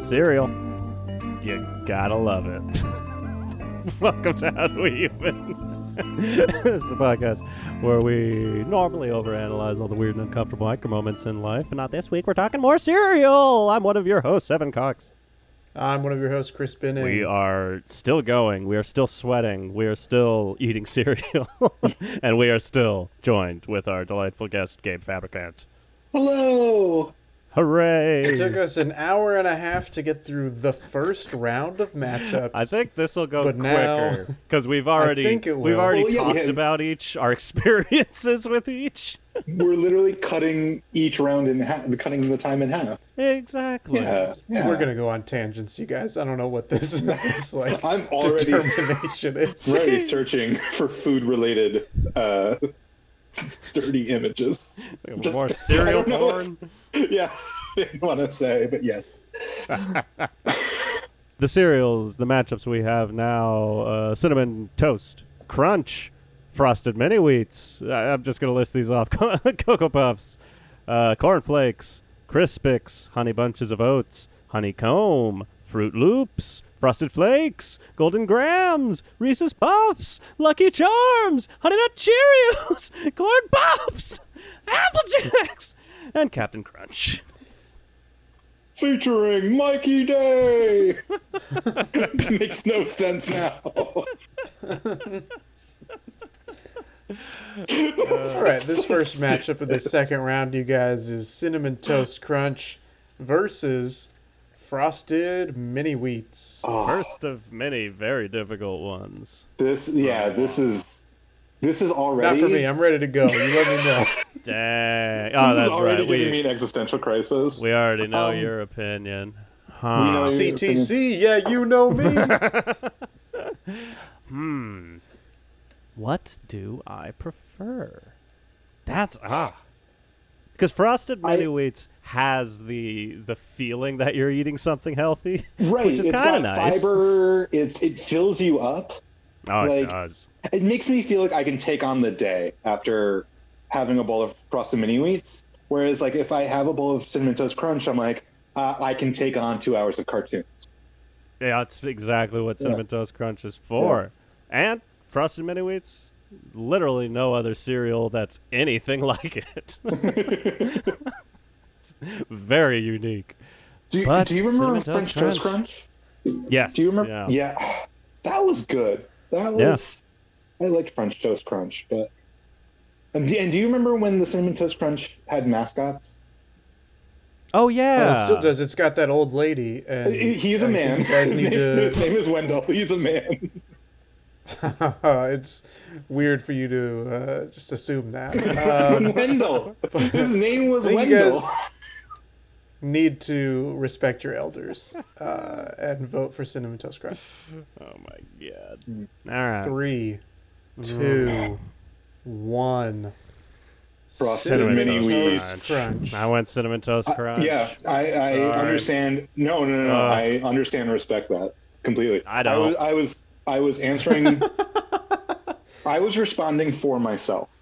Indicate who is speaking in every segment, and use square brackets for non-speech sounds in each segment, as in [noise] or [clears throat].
Speaker 1: cereal. You gotta love it. [laughs] Welcome to How Do We Even? [laughs] this is the podcast where we normally overanalyze all the weird and uncomfortable micro moments in life, but not this week. We're talking more cereal. I'm one of your hosts, Evan Cox.
Speaker 2: I'm one of your hosts, Chris Bennett.
Speaker 1: We are still going. We are still sweating. We are still eating [laughs] cereal, and we are still joined with our delightful guest, Gabe Fabricant.
Speaker 2: Hello. It took
Speaker 1: Hooray!
Speaker 2: us an hour and a half to get through the first round of matchups.
Speaker 1: I think this will go
Speaker 2: But now-
Speaker 1: quicker because we've already
Speaker 2: think it
Speaker 1: we've
Speaker 2: will.
Speaker 1: already
Speaker 3: Well, yeah, we
Speaker 1: talked
Speaker 3: have-
Speaker 1: about each our [laughs] experiences with each.
Speaker 3: We're literally cutting each round in half, cutting the time in half.
Speaker 1: Exactly.
Speaker 3: Yeah, yeah.
Speaker 2: we're gonna go on tangents, you guys. I don't know what this is like.
Speaker 3: [laughs] I'm
Speaker 2: [laughs]
Speaker 3: already
Speaker 2: determination
Speaker 1: [laughs]
Speaker 2: is.
Speaker 3: already searching for food-related uh, dirty images. Just-
Speaker 1: More
Speaker 3: [laughs] I
Speaker 1: cereal
Speaker 3: don't know what's-
Speaker 1: porn.
Speaker 3: [laughs] Yeah, I didn't want to say, but yes.
Speaker 1: The cereals, the matchups we have now: uh, cinnamon toast, crunch, frosted mini wheats. I- I'm just gonna list these off: [laughs] Co- cocoa puffs, uh, corn flakes, crispix, honey bunches of oats, honeycomb, Fruit Loops, Frosted Flakes, Golden Grams, Reese's Puffs, Lucky Charms, Honey Nut Cheerios, [laughs] Corn Puffs, Apple Jacks, and Captain Crunch.
Speaker 3: Featuring Mikey Day. [laughs] It makes no sense now.
Speaker 2: [laughs] All right, this first matchup of the second round, you guys, is cinnamon toast crunch versus frosted mini wheats.
Speaker 3: Oh,
Speaker 1: First of many very difficult ones.
Speaker 3: this, yeah, this is this is
Speaker 2: Not
Speaker 3: already
Speaker 2: for me. I'm ready to go. You let me know.
Speaker 3: [laughs]
Speaker 1: Dang.
Speaker 3: this
Speaker 1: Oh,
Speaker 3: is
Speaker 1: that's
Speaker 3: already
Speaker 1: right.
Speaker 3: giving
Speaker 1: We,
Speaker 3: me an existential crisis.
Speaker 1: we already know
Speaker 3: Um,
Speaker 1: your opinion.
Speaker 3: we know
Speaker 1: Huh.
Speaker 3: you-
Speaker 2: CTC, yeah, you
Speaker 1: [laughs]
Speaker 2: know me.
Speaker 1: Hmm. What do I prefer? That's ah. Because frosted
Speaker 3: I-
Speaker 1: mini wheats has the the feeling that you're eating something healthy. [laughs]
Speaker 3: right
Speaker 1: which is
Speaker 3: it's
Speaker 1: kinda
Speaker 3: got
Speaker 1: nice.
Speaker 3: fiber it's it fills you up
Speaker 1: Oh, it
Speaker 3: Like-
Speaker 1: does.
Speaker 3: it makes me feel like i can take on the day after having a bowl of frosted mini wheats whereas like if i have a bowl of cinnamon toast crunch i'm like uh, i can take on two hours of cartoon [laughs]
Speaker 1: Yeah, that's exactly what
Speaker 3: Yeah.
Speaker 1: cinnamon toast crunch is for. And frosted mini wheats, literally no other cereal that's anything [laughs] like it. Very unique.
Speaker 3: do you,
Speaker 1: But
Speaker 3: do you remember
Speaker 1: Cinnamon Toast
Speaker 3: french toast crunch,
Speaker 1: Yes.
Speaker 3: do you remember
Speaker 1: Yeah.
Speaker 3: yeah. that was good that
Speaker 1: Yeah.
Speaker 3: was i liked french toast crunch but and do, and do you remember when the cinnamon toast crunch had mascots
Speaker 1: Oh yeah.
Speaker 2: Oh, it still does. It's got that old lady. And
Speaker 3: he's a
Speaker 2: I think
Speaker 3: man
Speaker 2: You
Speaker 3: [laughs]
Speaker 2: guys
Speaker 3: his,
Speaker 2: need
Speaker 3: name, his
Speaker 2: to.
Speaker 3: name is wendell he's a man
Speaker 2: [laughs] it's weird for you to uh, just assume that. Um,
Speaker 3: [laughs] Wendell. His name was
Speaker 2: I think you
Speaker 3: Wendell.
Speaker 2: guys need to respect your elders uh, and vote for Cinnamon Toast Crunch.
Speaker 1: oh my god.
Speaker 3: Mm.
Speaker 1: All right.
Speaker 2: Three,
Speaker 3: Mm-hmm.
Speaker 2: two, one.
Speaker 3: Frosted
Speaker 2: Cinnamon
Speaker 3: Mini
Speaker 2: Toast
Speaker 3: Wheats.
Speaker 2: Crunch.
Speaker 1: I went cinnamon toast crunch.
Speaker 3: [laughs] Uh, Yeah, I, I
Speaker 1: Sorry.
Speaker 3: understand. No, no, no, no.
Speaker 1: Uh,
Speaker 3: I understand and respect that completely.
Speaker 1: I don't.
Speaker 3: was, I was, I was
Speaker 2: [laughs]
Speaker 3: answering. I was responding for myself.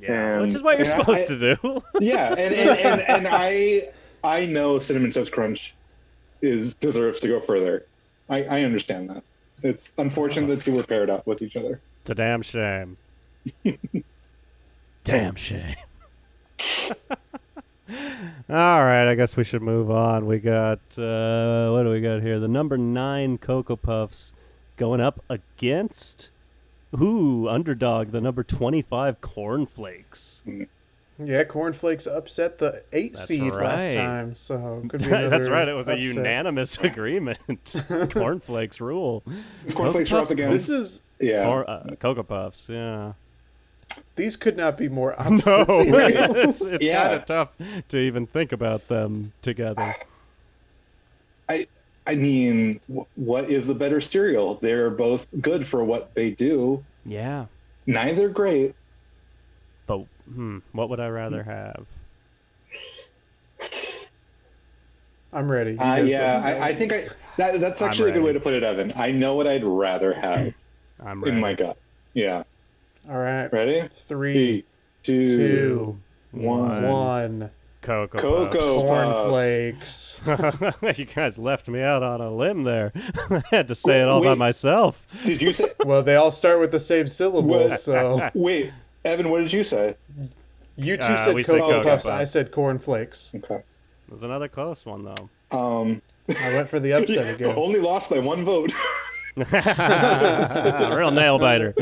Speaker 1: Yeah, which
Speaker 3: And-
Speaker 1: is what you're
Speaker 3: and I-
Speaker 1: supposed to do. [laughs]
Speaker 3: Yeah, and and, and, and I I know cinnamon toast crunch is deserves to go further. I, I understand that. It's unfortunate the two were paired up with each other.
Speaker 1: it's a damn
Speaker 3: [laughs]
Speaker 1: shame. damn shame. [laughs] All right, I guess we should move on. We got uh, what do we got here? The number nine Cocoa Puffs going up against ooh underdog the number twenty five Cornflakes. [laughs]
Speaker 2: Yeah, cornflakes upset the eight
Speaker 1: That's
Speaker 2: seed last
Speaker 1: right.
Speaker 2: time, so could be
Speaker 1: [laughs]
Speaker 2: another
Speaker 1: That's right. It was a
Speaker 2: upset.
Speaker 1: unanimous [laughs] agreement. Cornflakes rule.
Speaker 3: These cornflakes are up
Speaker 1: Puffs-
Speaker 3: again.
Speaker 2: This is
Speaker 3: yeah.
Speaker 1: Cor- uh, Cocoa Puffs. Yeah.
Speaker 2: these could not be more
Speaker 1: [laughs] No,
Speaker 2: opposite
Speaker 1: it's,
Speaker 2: cereals.
Speaker 1: it's
Speaker 3: Yeah.
Speaker 1: kind of tough to even think about them together.
Speaker 3: I mean, wh- what is the better cereal? They're both good for what they do.
Speaker 1: Yeah,
Speaker 3: Neither great.
Speaker 1: but hmm, what would I rather have?
Speaker 2: I'm ready. You
Speaker 3: Uh,
Speaker 2: guys
Speaker 3: yeah,
Speaker 2: let me know.
Speaker 3: I, I think I that, that's
Speaker 1: I'm
Speaker 3: actually a good way
Speaker 1: ready.
Speaker 3: to put it, Evan. I know what I'd rather have
Speaker 1: I'm
Speaker 3: in my
Speaker 1: ready.
Speaker 3: gut. Yeah.
Speaker 2: All right,
Speaker 3: Ready?
Speaker 2: three,
Speaker 3: Three, two,
Speaker 2: two,
Speaker 3: one.
Speaker 2: one.
Speaker 1: Cocoa.
Speaker 3: Cocoa
Speaker 2: Cornflakes.
Speaker 1: Puffs. [laughs] you guys left me out on a limb there. [laughs] I had to say it all by
Speaker 3: Wait.
Speaker 1: myself.
Speaker 3: Did you say?
Speaker 2: well, they all start with the same syllable,
Speaker 3: What? [laughs]
Speaker 2: so
Speaker 3: Wait, Evan, what did you say?
Speaker 2: you two
Speaker 1: Uh,
Speaker 2: said
Speaker 1: we
Speaker 2: cocoa,
Speaker 1: said
Speaker 3: Cocoa
Speaker 2: puffs.
Speaker 1: Puffs.
Speaker 2: I said cornflakes.
Speaker 3: Okay.
Speaker 1: There's another close one though. [laughs]
Speaker 3: Um,
Speaker 2: I went
Speaker 3: [laughs]
Speaker 2: for the upset
Speaker 3: yeah,
Speaker 2: again.
Speaker 3: only lost by one vote. [laughs]
Speaker 1: Real nail biter.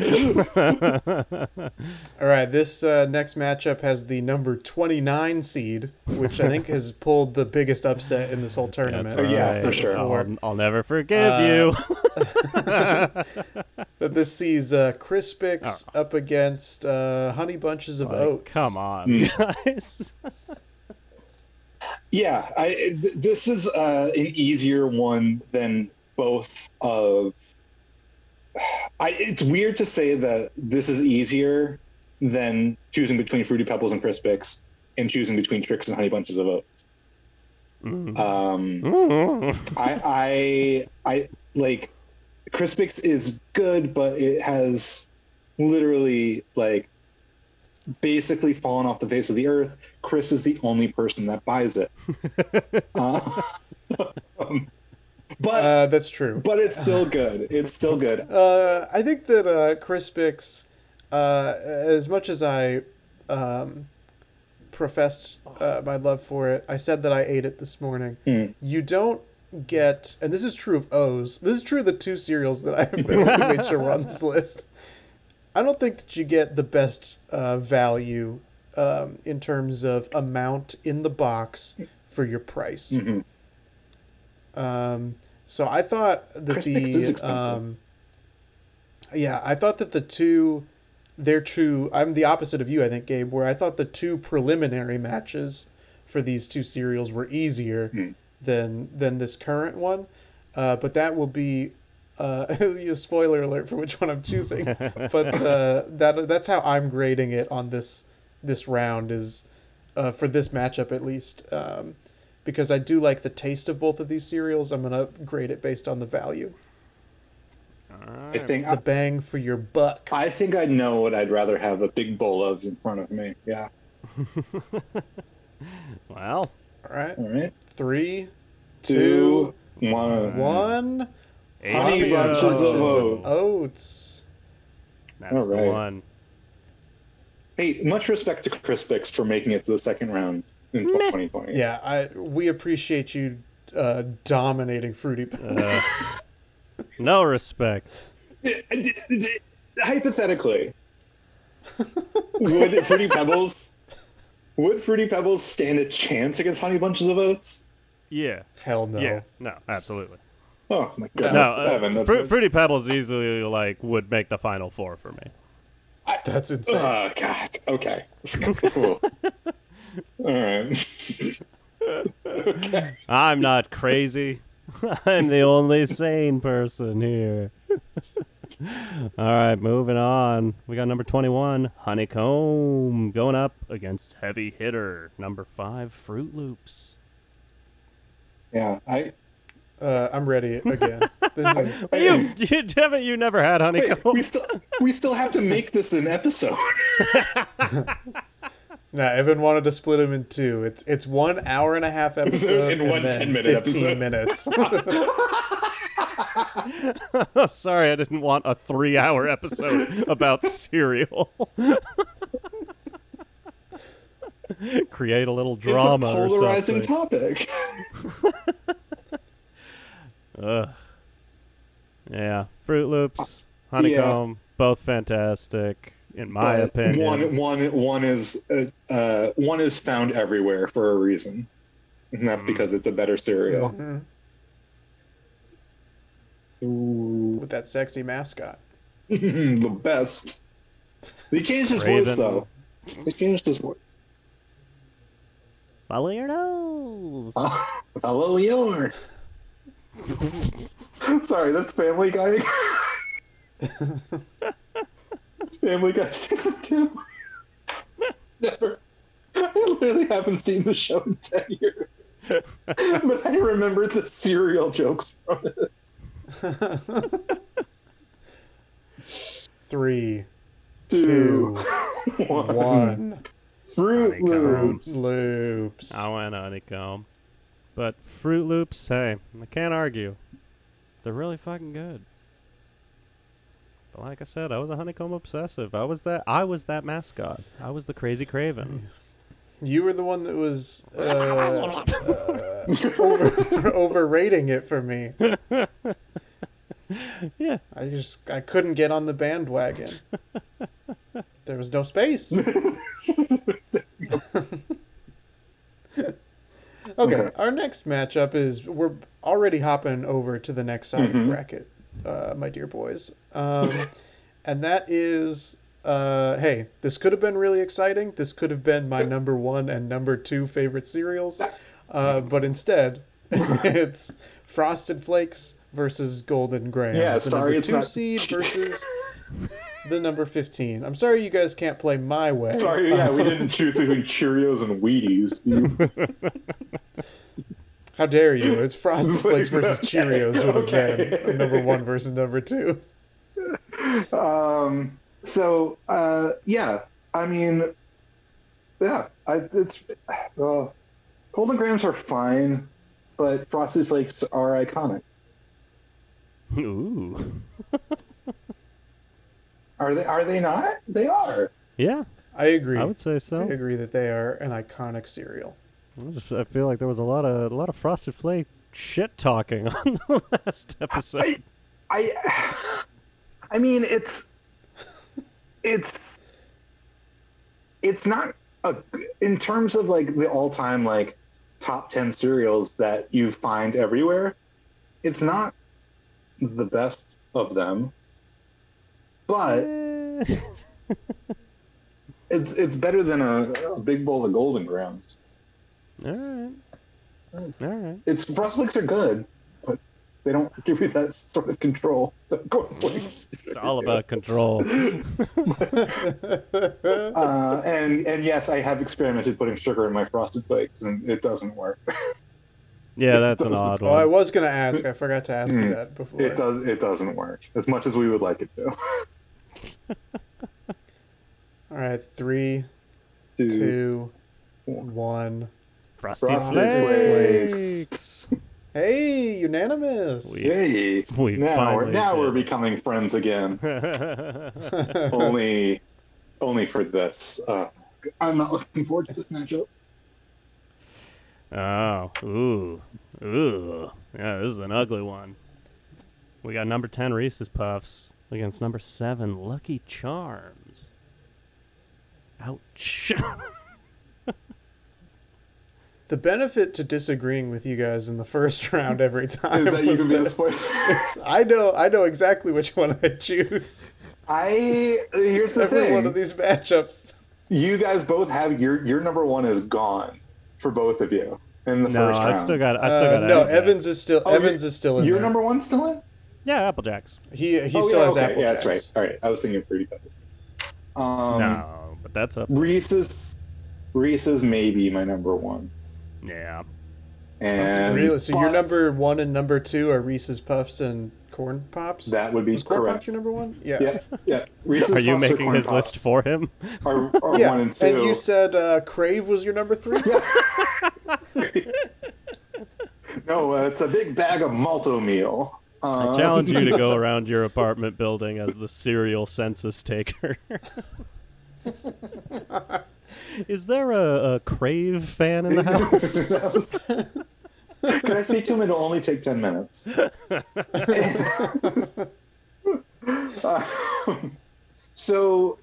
Speaker 1: [laughs]
Speaker 2: All right, this uh, next matchup has the number 29 seed, which I think has pulled the biggest upset in this whole tournament.
Speaker 3: right. Yeah, for sure.
Speaker 1: I'll, I'll never forgive
Speaker 3: [laughs]
Speaker 1: you. [laughs]
Speaker 2: But this sees uh, Crispix up against uh, Honey Bunches of
Speaker 1: Ah. Like,
Speaker 2: Oats.
Speaker 1: come on,
Speaker 3: Mm.
Speaker 1: guys. [laughs]
Speaker 3: Yeah, I, th- this is uh, an easier one than both of. I, it's weird to say that this is easier than choosing between Fruity Pebbles and Crispix and choosing between Tricks and Honey Bunches of Oats.
Speaker 1: Mm.
Speaker 3: Um,
Speaker 1: [laughs] Mm.
Speaker 3: I, I, I like Crispix is good, but it has literally like basically fallen off the face of the earth. Chris is the only person that buys it. Uh, um, but
Speaker 2: Uh, that's true.
Speaker 3: but it's still good. It's still good.
Speaker 2: Uh, I think that uh, Crispix, uh, as much as I um, professed uh, my love for it, I said that I ate it this morning.
Speaker 3: Hmm.
Speaker 2: You don't get, and this is true of O's. This is true of the two cereals that I have made sure were on
Speaker 3: [laughs]
Speaker 2: this list. I don't think that you get the best uh, value um, in terms of amount in the box for your price.
Speaker 3: Mhm.
Speaker 2: Um, so I thought that
Speaker 3: Crispix
Speaker 2: the
Speaker 3: Mm-hmm. is expensive.
Speaker 2: um, yeah, I thought that the two, they're two. I'm the opposite of you, I think, Gabe. Where I thought the two preliminary matches for these two serials were easier
Speaker 3: Mm-hmm.
Speaker 2: than than this current one. Uh, but that will be uh, [laughs] a spoiler alert for which one I'm choosing. but uh, that that's how I'm grading it on this this round is uh, for this matchup at least. Um, because I do like the taste of both of these cereals, I'm gonna grade it based on the value,
Speaker 1: All
Speaker 3: I
Speaker 1: right.
Speaker 3: think
Speaker 2: the
Speaker 3: I,
Speaker 2: bang for your buck.
Speaker 3: I think I know what I'd rather have a big bowl of in front of me. Yeah.
Speaker 1: [laughs] Well,
Speaker 2: All right,
Speaker 3: All right.
Speaker 2: three,
Speaker 3: Two,
Speaker 2: two,
Speaker 3: one.
Speaker 2: one.
Speaker 3: Honey
Speaker 1: HBO.
Speaker 3: bunches of oats.
Speaker 2: Oats.
Speaker 1: That's
Speaker 3: All
Speaker 1: the
Speaker 3: right.
Speaker 1: one.
Speaker 3: Hey, much respect to Crispix for making it to the second round in 2020.
Speaker 2: Yeah, I we appreciate you uh, dominating fruity.
Speaker 1: Uh, no respect.
Speaker 3: Hypothetically, would Fruity Pebbles would Fruity Pebbles stand a chance against Honey Bunches of Oats?
Speaker 1: Yeah.
Speaker 2: Hell no.
Speaker 1: Yeah. No, absolutely.
Speaker 3: Oh my god,
Speaker 1: No,
Speaker 3: that's
Speaker 1: uh,
Speaker 3: seven. That's-
Speaker 1: Fru- Fruity Pebbles easily like would make the final four for me.
Speaker 2: That's insane.
Speaker 3: Oh god. Okay.
Speaker 1: [laughs]
Speaker 3: cool. All right. okay.
Speaker 1: I'm not crazy. [laughs] I'm the only sane person here. [laughs] All right, moving on. We got number 21, Honeycomb, going up against Heavy Hitter. Number 5, Fruit Loops.
Speaker 3: Yeah. I.
Speaker 2: Uh, I'm
Speaker 3: [laughs]
Speaker 2: ready again. this is
Speaker 3: I-
Speaker 1: You, you haven't you never had
Speaker 3: Wait,
Speaker 1: Honeycomb?
Speaker 3: we still we still have to make this an episode. [laughs]
Speaker 2: now Evan wanted to split him in two. It's it's one hour and a half episode
Speaker 3: [laughs] In
Speaker 2: and
Speaker 3: one
Speaker 2: then
Speaker 3: 10-minute
Speaker 2: 15
Speaker 3: episode.
Speaker 2: minutes.
Speaker 3: [laughs]
Speaker 1: I'm sorry, I didn't want a three hour
Speaker 3: [laughs]
Speaker 1: episode about cereal. [laughs] Create a little drama
Speaker 3: it's a
Speaker 1: or
Speaker 3: polarizing
Speaker 1: something.
Speaker 3: topic.
Speaker 1: Ugh. Yeah, Fruit Loops, Honeycomb, both fantastic in my
Speaker 3: Uh, But
Speaker 1: opinion.
Speaker 3: One one one is uh, uh, one is found everywhere for a reason, and that's
Speaker 1: Mm.
Speaker 3: because it's a better cereal.
Speaker 2: Mhm.
Speaker 3: Ooh,
Speaker 2: [laughs] With that sexy mascot.
Speaker 3: [laughs]
Speaker 2: [laughs]
Speaker 3: the best. They changed his voice
Speaker 1: Raven.
Speaker 3: though. They changed his voice. [laughs]
Speaker 1: Follow your nose.
Speaker 3: [laughs] Hello, Leor. [laughs] Sorry, that's Family Guy. it's Family Guy season two. Never. I literally haven't seen the show in ten years, but I remember the cereal jokes from it.
Speaker 2: Three,
Speaker 3: Two,
Speaker 2: Two,
Speaker 3: [laughs] one.
Speaker 2: one.
Speaker 3: Fruit
Speaker 1: Honeycomb.
Speaker 3: Loops.
Speaker 2: Loops.
Speaker 1: I want honeycomb. But Fruit Loops, hey, I can't argue. They're really fucking good. But like I said, I was a honeycomb obsessive. I was that. I was that mascot. I was the crazy
Speaker 3: [laughs]
Speaker 1: Craven.
Speaker 2: You were the one
Speaker 1: [laughs]
Speaker 2: that was uh, uh, over, [laughs] overrating it for me.
Speaker 1: Yeah.
Speaker 2: I just I couldn't get on the bandwagon. There was no space. Okay,
Speaker 3: Okay.
Speaker 2: our next matchup is we're already hopping over to the next side of
Speaker 3: Mhm.
Speaker 2: the bracket, uh, my dear boys. Um, [laughs] and that is, uh, hey, this could have been really exciting. This could have been my number one and number two favorite cereals. Uh, but instead, [laughs] it's Frosted Flakes versus Golden Grahams.
Speaker 3: Yeah,
Speaker 2: the
Speaker 3: sorry,
Speaker 2: number
Speaker 3: it's
Speaker 2: two
Speaker 3: not- [laughs]
Speaker 2: seed versus the number 15. I'm sorry you guys can't play my way.
Speaker 3: [laughs] Sorry, yeah, we didn't choose between Cheerios and Wheaties. You-
Speaker 2: How dare you? It's [laughs] Frosted Flakes versus
Speaker 3: Okay,
Speaker 2: Cheerios with a
Speaker 3: okay.
Speaker 2: can. Number one versus number two.
Speaker 3: um, so uh, yeah, I mean, yeah, I, it's uh, golden grams are fine, but frosted flakes are iconic.
Speaker 1: [laughs] Ooh.
Speaker 3: Are they? Are they not? They are.
Speaker 1: Yeah,
Speaker 2: I agree.
Speaker 1: I would say
Speaker 2: I
Speaker 1: so.
Speaker 2: agree that they are an
Speaker 1: [laughs]
Speaker 2: iconic cereal.
Speaker 1: I, just, I feel like there was a lot of a lot of frosted flake shit talking [laughs] on the last
Speaker 3: [laughs]
Speaker 1: episode.
Speaker 3: I, I mean, it's, it's, it's not a in terms of like the all time like top ten cereals that you find everywhere. It's not the best of them, but
Speaker 1: Eh.
Speaker 3: it's it's better than a, a big bowl of Golden Grounds.
Speaker 1: [laughs] all right, all
Speaker 3: [laughs]
Speaker 1: right.
Speaker 3: It's Frostlings are good, but they don't give you that sort of control. [laughs] that Golden Flakes
Speaker 1: It's all about control. [laughs]
Speaker 3: uh, and and yes, I have experimented putting sugar in my frosted flakes, and it doesn't work.
Speaker 1: Yeah, that's an
Speaker 3: Those-
Speaker 1: odd
Speaker 2: oh, I
Speaker 1: one.
Speaker 2: was gonna ask. I forgot to ask you
Speaker 3: Mm.
Speaker 2: that before.
Speaker 3: It does. It doesn't work as much as we would like it to.
Speaker 2: All right, three,
Speaker 3: Dude,
Speaker 2: two,
Speaker 3: one.
Speaker 2: one.
Speaker 1: Frosted,
Speaker 3: Frosted
Speaker 1: flakes.
Speaker 3: Flakes.
Speaker 2: Hey, unanimous.
Speaker 1: We-
Speaker 3: Yay!
Speaker 1: [laughs] We
Speaker 3: Now we're
Speaker 1: finally
Speaker 3: now we're
Speaker 1: did
Speaker 3: becoming
Speaker 1: [laughs]
Speaker 3: friends again.
Speaker 1: it.
Speaker 3: only, only for this. Uh, I'm not looking forward to this matchup.
Speaker 1: Oh, ooh, ooh. Yeah, this is an ugly one. We got number 10 Reese's Puffs against number 7 Lucky Charms. Ouch.
Speaker 2: [laughs]
Speaker 1: [laughs]
Speaker 2: the benefit to disagreeing with you guys in the first [laughs] round every time
Speaker 3: Is that you
Speaker 2: was
Speaker 3: can be the
Speaker 2: that-
Speaker 3: spoiler?
Speaker 2: [laughs] I know, I know exactly which one I choose.
Speaker 3: I here's the
Speaker 2: Every one
Speaker 3: thing.
Speaker 2: of these matchups.
Speaker 3: you guys both have your your number one is gone for both of you in the
Speaker 1: no,
Speaker 3: first round.
Speaker 1: I still got I still
Speaker 2: Uh,
Speaker 1: got
Speaker 2: no,
Speaker 1: Applejack.
Speaker 2: Evans is still
Speaker 3: Oh, you-
Speaker 2: Evans is still in
Speaker 3: your
Speaker 2: there.
Speaker 3: number one still in.
Speaker 1: Yeah, Applejacks.
Speaker 2: He he
Speaker 3: Oh,
Speaker 2: still
Speaker 3: yeah,
Speaker 2: has
Speaker 3: okay.
Speaker 2: Apple
Speaker 3: Yeah, that's right.
Speaker 2: Jacks.
Speaker 3: All right, I was thinking Fruity Pebbles. Um,
Speaker 1: no, but that's up.
Speaker 3: Reese's, Reese's may be my number one,
Speaker 1: Yeah.
Speaker 3: and
Speaker 2: Really? So your
Speaker 3: but
Speaker 2: number one and number two are Reese's Puffs and Corn Pops.
Speaker 3: that would be
Speaker 2: was Corn
Speaker 3: correct.
Speaker 2: Pops your number one? Yeah.
Speaker 3: yeah, yeah. Reese's
Speaker 1: Are you
Speaker 3: Puffs or
Speaker 1: making
Speaker 3: Corn
Speaker 1: his
Speaker 3: Pops
Speaker 1: list for him?
Speaker 3: Are,
Speaker 2: [laughs]
Speaker 3: are
Speaker 2: [laughs] Yeah,
Speaker 3: one and two.
Speaker 2: and you said uh, Crave was your number
Speaker 3: [laughs]
Speaker 2: three. [laughs]
Speaker 3: no, uh, it's a big bag of malto meal. Um,
Speaker 1: I challenge you
Speaker 3: [laughs]
Speaker 1: to go around your apartment building as the serial census
Speaker 3: [laughs]
Speaker 1: taker. Is there a, a Crave fan
Speaker 3: [laughs]
Speaker 1: in the house?
Speaker 3: Can I speak to him? It'll only take 10 minutes. [laughs] Um, so,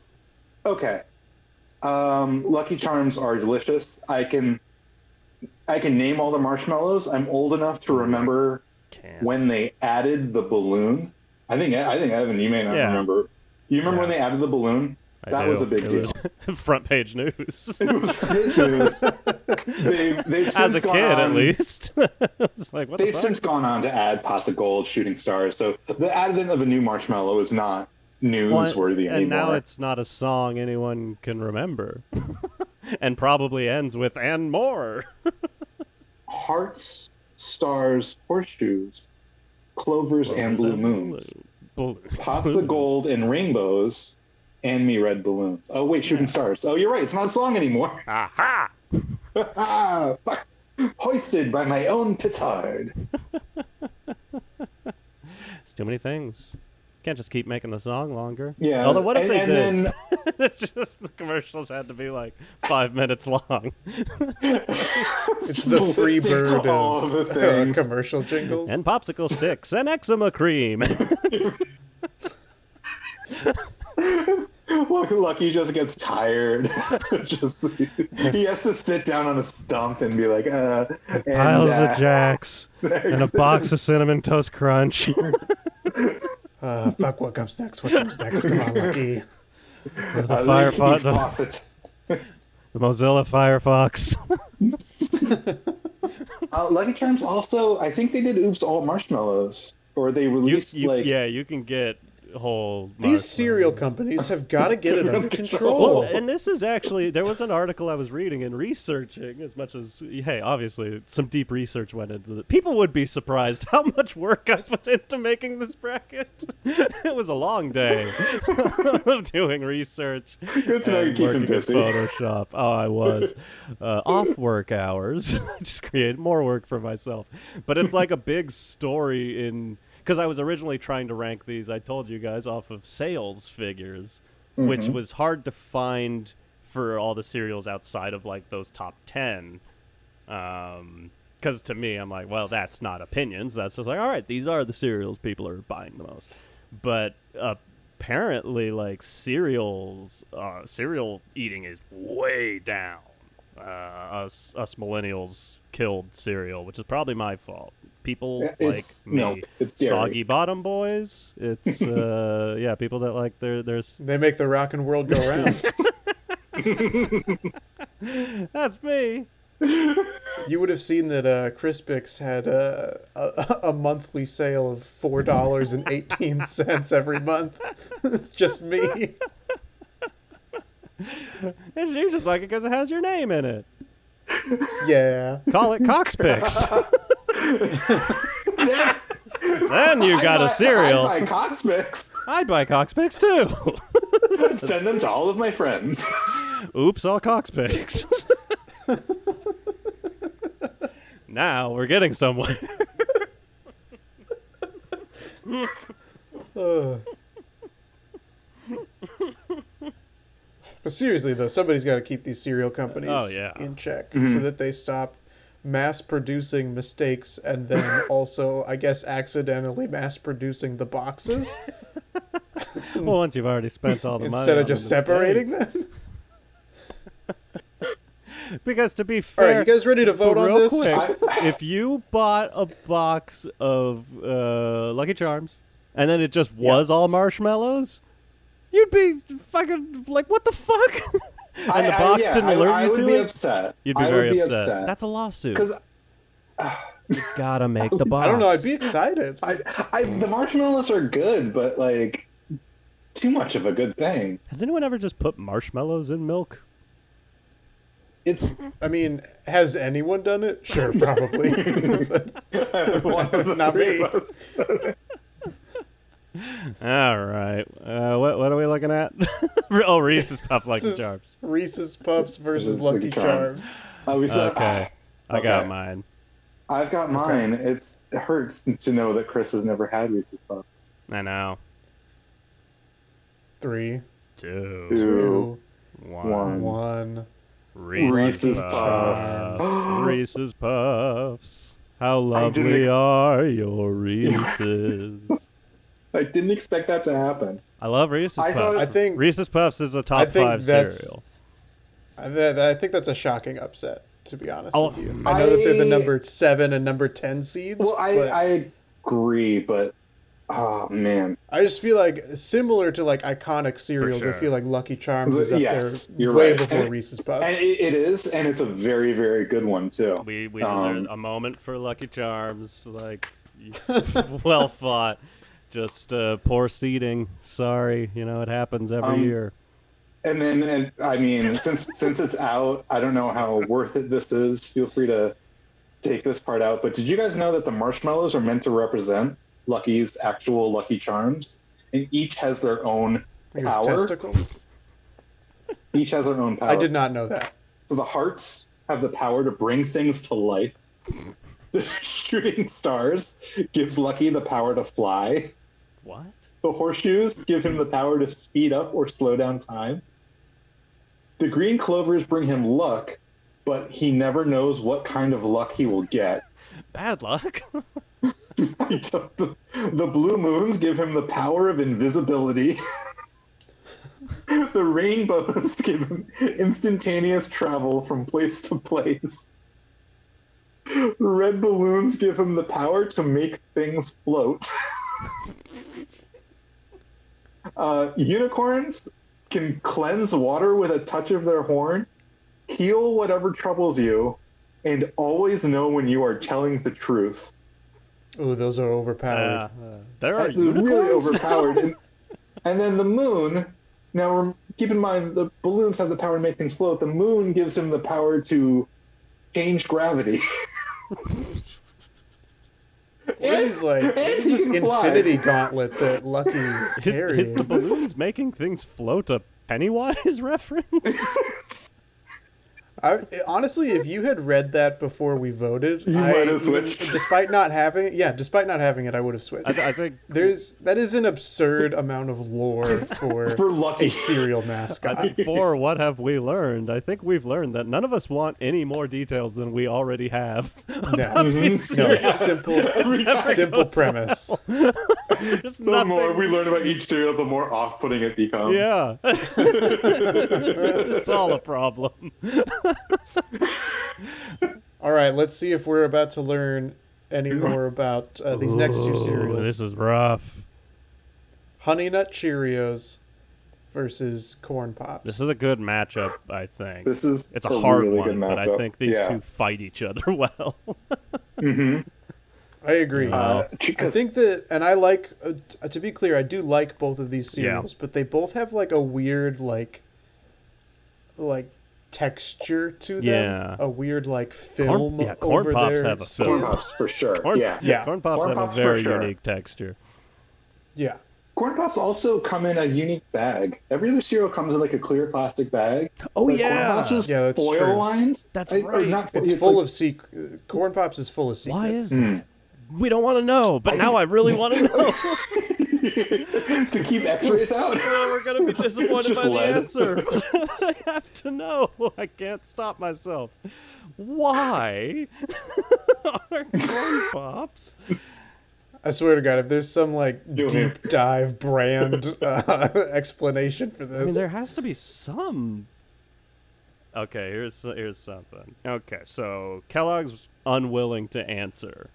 Speaker 3: okay. Um, Lucky Charms are delicious. I can. I can name all the marshmallows. I'm old enough to remember
Speaker 1: Can't.
Speaker 3: when they added the balloon. I think I think Evan, you may not
Speaker 1: Yeah.
Speaker 3: remember. You remember when they added the balloon?
Speaker 1: I
Speaker 3: that was a big
Speaker 1: It
Speaker 3: deal.
Speaker 1: was [laughs] front page news.
Speaker 3: [laughs] It was ridiculous. they, they've
Speaker 1: [laughs] As
Speaker 3: since
Speaker 1: a
Speaker 3: gone
Speaker 1: kid, at
Speaker 3: on-
Speaker 1: least. [laughs] it's like, what the
Speaker 3: They've
Speaker 1: fuck?
Speaker 3: since gone on to add pots of gold, shooting stars. So the advent of a new marshmallow is not newsworthy anymore.
Speaker 1: and now it's not a song anyone can remember. [laughs] and probably ends with, and more.
Speaker 3: hearts, stars, horseshoes, clovers, and blue moons, [laughs]
Speaker 1: Balloons.
Speaker 3: pots of gold, and rainbows, and me red balloons. Oh wait, shooting stars. Oh, you're right. It's not a song anymore. [laughs]
Speaker 1: Aha!
Speaker 3: ah, fuck. Hoisted by my own petard.
Speaker 1: It's too many things. Can't just keep making the song longer.
Speaker 3: Yeah.
Speaker 1: Although, what if
Speaker 3: and,
Speaker 1: they
Speaker 3: and
Speaker 1: did?
Speaker 3: then
Speaker 1: [laughs]
Speaker 3: [laughs]
Speaker 1: it's just the commercials had to be like five minutes
Speaker 3: [laughs]
Speaker 1: long,
Speaker 3: it's
Speaker 2: It's the free bird
Speaker 3: all
Speaker 2: of
Speaker 3: the
Speaker 1: [laughs]
Speaker 2: uh,
Speaker 3: things.
Speaker 2: commercial jingles.
Speaker 1: and popsicle sticks, and eczema cream.
Speaker 3: [laughs] Lucky, Lucky just gets tired. [laughs] just he has to sit down on a stump and be like, uh, and,
Speaker 1: Piles
Speaker 3: uh,
Speaker 1: of
Speaker 3: [laughs]
Speaker 1: jacks and a box of cinnamon toast crunch.
Speaker 2: Uh, fuck, what comes next? What comes next? Come on,
Speaker 1: [laughs]
Speaker 2: Lucky.
Speaker 1: Or the
Speaker 3: a
Speaker 1: Firefo-
Speaker 3: leaky
Speaker 1: the-
Speaker 3: faucet.
Speaker 1: the Mozilla Firefox.
Speaker 3: Uh, Lucky Charms also, I think they did Oops All Marshmallows, or they
Speaker 1: You-
Speaker 3: released
Speaker 1: you-
Speaker 3: like
Speaker 1: yeah, you can get whole.
Speaker 2: These
Speaker 1: marshmallows.
Speaker 2: cereal companies have got to get it under
Speaker 1: Well,
Speaker 2: control.
Speaker 1: and this is actually there was an article I was reading and researching as much as hey, obviously some deep research went into it. People would be surprised how much work I put into making this bracket. [laughs] it was a long day [laughs] of doing research.
Speaker 3: [laughs] Good to know
Speaker 1: and
Speaker 3: you keep
Speaker 1: working
Speaker 3: him
Speaker 1: in
Speaker 3: busy.
Speaker 1: Photoshop. Oh, I
Speaker 3: [laughs]
Speaker 1: was uh, off work hours. [laughs] I just created more work for myself. But it's
Speaker 3: [laughs]
Speaker 1: like a big story in because I was originally trying to rank these. I told you guys off of sales figures, which
Speaker 3: Mhm.
Speaker 1: was hard to find for all the cereals outside of like those top ten. Um, because to me, I'm like, well, that's not opinions. That's just like, all right, these are the cereals people are buying the most. But apparently, like cereals, uh, cereal eating is way down. Uh, us us millennials killed cereal, which is probably my fault. People
Speaker 3: Uh, it's
Speaker 1: like me,
Speaker 3: milk, it's dairy.
Speaker 1: soggy bottom boys.
Speaker 3: [laughs]
Speaker 1: It's uh, yeah, people that like their their s- [laughs]
Speaker 2: they make the rockin' world go
Speaker 3: [laughs]
Speaker 2: round.
Speaker 1: that's me.
Speaker 2: you would have seen that uh, Crispix had uh, a, a monthly sale of four dollars and eighteen cents every month. [laughs] it's just me.
Speaker 1: It's, you just like it because it has your name in it.
Speaker 2: Yeah. [sighs]
Speaker 1: Call it
Speaker 2: [laughs]
Speaker 1: Coxpix. then you got
Speaker 3: I
Speaker 1: a
Speaker 3: buy-
Speaker 1: cereal.
Speaker 3: I buy Cosmix.
Speaker 1: I'd buy Coxpix too. [laughs]
Speaker 3: [laughs] Send them to all of my friends.
Speaker 1: Oops, all
Speaker 2: [laughs]
Speaker 1: Coxpix. now we're getting somewhere. [laughs]
Speaker 2: Ugh. but seriously though, somebody's got to keep these cereal companies
Speaker 1: Oh, yeah.
Speaker 2: in check so that they stop mass producing mistakes and [laughs] then also, I guess, accidentally mass producing the boxes
Speaker 1: well, once you've already spent all the money
Speaker 2: instead
Speaker 1: on
Speaker 2: of just
Speaker 1: the mistake.
Speaker 2: separating them.
Speaker 1: Because to be
Speaker 2: All
Speaker 1: fair,
Speaker 2: right, you guys ready to vote
Speaker 1: Oh, real
Speaker 2: on this?
Speaker 1: quick,
Speaker 3: [laughs] I-
Speaker 1: if you bought a box of uh, Lucky Charms and then it just was all marshmallows, you'd be fucking like, what the fuck? [laughs] [laughs] and
Speaker 3: I-
Speaker 1: the
Speaker 3: I-
Speaker 1: box
Speaker 3: yeah,
Speaker 1: didn't
Speaker 3: I,
Speaker 1: alert
Speaker 3: I
Speaker 1: you
Speaker 3: would
Speaker 1: to
Speaker 3: be
Speaker 1: it.
Speaker 3: upset.
Speaker 1: You'd be
Speaker 3: I would
Speaker 1: very
Speaker 3: be
Speaker 1: upset.
Speaker 3: upset.
Speaker 1: That's a lawsuit.
Speaker 3: Because
Speaker 1: Gotta make
Speaker 3: [laughs]
Speaker 1: the box.
Speaker 2: I don't know. I'd be excited.
Speaker 3: I, I, the marshmallows are good, but like too much of a good thing.
Speaker 1: Has anyone ever just put marshmallows in milk?
Speaker 3: It's
Speaker 2: I mean, has anyone done it? Sure,
Speaker 1: [laughs]
Speaker 2: probably. [laughs] But
Speaker 3: one of [laughs] the
Speaker 2: Not
Speaker 3: three
Speaker 2: me.
Speaker 3: of us.
Speaker 1: All right. Uh, what what are we looking at? [laughs] oh, Reese's Puff Lucky
Speaker 2: this is
Speaker 1: Charms.
Speaker 2: Reese's Puffs versus
Speaker 3: Lucky
Speaker 2: Lucky
Speaker 3: Charms.
Speaker 2: Charms.
Speaker 3: Uh, we said,
Speaker 1: Okay. I got
Speaker 3: Okay.
Speaker 1: mine.
Speaker 3: "Ah, I've got mine. It's it hurts to know that Chris has never had Reese's Puffs.
Speaker 1: I know.
Speaker 2: Three,
Speaker 1: Two,
Speaker 3: Two,
Speaker 2: two,
Speaker 1: one.
Speaker 3: one.
Speaker 2: one.
Speaker 1: Reese's,
Speaker 3: Reese's
Speaker 1: Puffs.
Speaker 3: Puffs. [gasps]
Speaker 1: Reese's Puffs. How
Speaker 3: I didn't
Speaker 1: lovely
Speaker 3: ex-
Speaker 1: are your
Speaker 3: [laughs]
Speaker 1: Reese's?
Speaker 3: I didn't expect that to happen.
Speaker 1: I love Reese's
Speaker 3: I thought-
Speaker 1: Puffs.
Speaker 2: I think-
Speaker 1: Reese's Puffs is a top
Speaker 2: think
Speaker 1: five
Speaker 2: that's-
Speaker 1: cereal.
Speaker 2: I, th- I think that's a shocking upset, to be honest
Speaker 1: Oh.
Speaker 2: with you. I know that they're
Speaker 3: I-
Speaker 2: the number seven and number ten seeds.
Speaker 3: Well, I
Speaker 2: but
Speaker 3: I agree, but oh man,
Speaker 2: I just feel like similar to like iconic cereals.
Speaker 1: sure.
Speaker 2: I feel like Lucky Charms is up
Speaker 3: Yes,
Speaker 2: there
Speaker 3: you're
Speaker 2: way
Speaker 3: right.
Speaker 2: before
Speaker 3: And-
Speaker 2: Reese's Puffs.
Speaker 3: and it, it is, and it's a very very good one too.
Speaker 1: We we
Speaker 3: Um,
Speaker 1: deserve a moment for Lucky Charms. Like, [laughs] well fought. Just uh, poor seeding. Sorry, you know it happens every
Speaker 3: Um,
Speaker 1: year.
Speaker 3: And then, and, I [laughs] mean, since since it's out, I don't know how worth it this is. Feel free to take this part out. But did you guys know that the marshmallows are meant to represent Lucky's actual Lucky Charms, and each has their own
Speaker 2: His
Speaker 3: Power?
Speaker 2: testicles.
Speaker 3: Each has their own power.
Speaker 2: I did not know that.
Speaker 3: So the hearts have the power to bring things to life. [laughs] The shooting stars gives Lucky the power to fly.
Speaker 1: What?
Speaker 3: The horseshoes give him the power to speed up or slow down time. The green clovers bring him luck, but he never knows what kind of luck he will get.
Speaker 1: Bad
Speaker 3: [laughs]
Speaker 1: luck.
Speaker 3: the the blue moons give him the power of invisibility. [laughs] the rainbows [laughs] give him instantaneous travel from place to place. Red balloons give him the power to make things float. [laughs] uh, unicorns can cleanse water with a touch of their horn, heal whatever troubles you, and always know when you are telling the truth.
Speaker 2: Ooh, those are overpowered.
Speaker 1: Uh, there are
Speaker 3: That's really
Speaker 1: unicorns now?
Speaker 3: overpowered. and, and then the moon. Now, rem- keep in mind the balloons have the power to make things float. The moon gives him the power to change gravity. [laughs]
Speaker 2: What is like
Speaker 3: And
Speaker 2: what is
Speaker 3: he
Speaker 2: this
Speaker 3: can fly.
Speaker 2: infinity gauntlet that
Speaker 1: [laughs] [laughs]
Speaker 2: Lucky's
Speaker 1: Is, is
Speaker 2: carrying?
Speaker 1: the balloons making things float a Pennywise [laughs] reference?
Speaker 2: I, honestly, if you had read that before we voted,
Speaker 3: You
Speaker 2: I,
Speaker 3: might have switched.
Speaker 2: Despite not having it, yeah, despite not having it, I would have switched.
Speaker 1: I, th- I think
Speaker 2: There's that is an absurd amount of lore [laughs] for
Speaker 3: For [laughs]
Speaker 2: a
Speaker 3: lucky,
Speaker 2: serial
Speaker 1: I
Speaker 2: mascot.
Speaker 1: think
Speaker 3: [laughs]
Speaker 1: for what have we learned? I think we've learned that none of us want any more details than we already have. [laughs] about
Speaker 3: Mhm.
Speaker 1: these
Speaker 2: No,
Speaker 1: serial- [laughs]
Speaker 2: simple,
Speaker 3: Every time
Speaker 2: simple
Speaker 1: goes
Speaker 2: premise.
Speaker 1: There's
Speaker 3: the
Speaker 1: nothing-
Speaker 3: Mm-hmm. more we learn about each cereal, the more off-putting it becomes. [laughs]
Speaker 1: Yeah. it's all a problem.
Speaker 2: All right, let's see if we're about to learn any more about uh, these next two cereals:
Speaker 1: This is rough.
Speaker 2: Honey Nut Cheerios versus Corn Pops.
Speaker 1: This is a good matchup, I think.
Speaker 3: This is
Speaker 1: It's a, hard
Speaker 3: really
Speaker 1: one,
Speaker 3: good
Speaker 1: but I
Speaker 3: matchup.
Speaker 1: think these
Speaker 3: Yeah.
Speaker 1: two fight each other [laughs] well.
Speaker 3: Mhm.
Speaker 2: I agree.
Speaker 3: Uh,
Speaker 2: I think that, and I like, uh, t- to be clear, I do like both of these
Speaker 1: Yeah.
Speaker 2: cereals, but they both have like a weird, like, like texture to them.
Speaker 1: Yeah.
Speaker 2: A weird, like, film.
Speaker 1: Corn, yeah, corn
Speaker 2: over
Speaker 1: pops
Speaker 2: their
Speaker 1: have a
Speaker 2: skin.
Speaker 1: film.
Speaker 3: corn pops for sure.
Speaker 1: Corn,
Speaker 3: yeah.
Speaker 2: Yeah.
Speaker 1: corn pops
Speaker 3: Corn
Speaker 1: have
Speaker 3: pops
Speaker 1: a
Speaker 3: for
Speaker 1: very
Speaker 3: sure.
Speaker 1: unique texture.
Speaker 2: Yeah.
Speaker 3: Corn pops also come in a unique bag. Every other cereal comes in like a clear plastic bag.
Speaker 1: Oh
Speaker 3: Like, Corn pops is
Speaker 2: Yeah, that's
Speaker 3: foil
Speaker 2: true.
Speaker 3: lined.
Speaker 1: That's
Speaker 3: I- or
Speaker 1: right.
Speaker 3: not foil-
Speaker 2: It's,
Speaker 3: like-
Speaker 2: full of secret. Corn Pops is full of secrets.
Speaker 3: [laughs]
Speaker 1: Why is
Speaker 3: Mm.
Speaker 1: that? We don't want to know, but now I really want
Speaker 3: [laughs]
Speaker 1: to know.
Speaker 3: [laughs] to keep
Speaker 2: [laughs]
Speaker 3: x-rays out [laughs]
Speaker 1: Oh, we're gonna be
Speaker 3: It's- it's
Speaker 1: disappointed
Speaker 3: just
Speaker 1: by
Speaker 3: lead.
Speaker 1: the
Speaker 3: [laughs]
Speaker 1: answer. [laughs] I have to know. I can't stop myself. Why [laughs] are
Speaker 3: [laughs]
Speaker 1: corn pops?
Speaker 2: I swear to God, if there's some, like,
Speaker 3: Do it.
Speaker 2: deep dive
Speaker 3: [laughs]
Speaker 2: brand uh, [laughs] explanation for
Speaker 1: I mean,
Speaker 2: this.
Speaker 1: there has to be some. Okay, here's here's something. Okay, so Kellogg's unwilling to answer.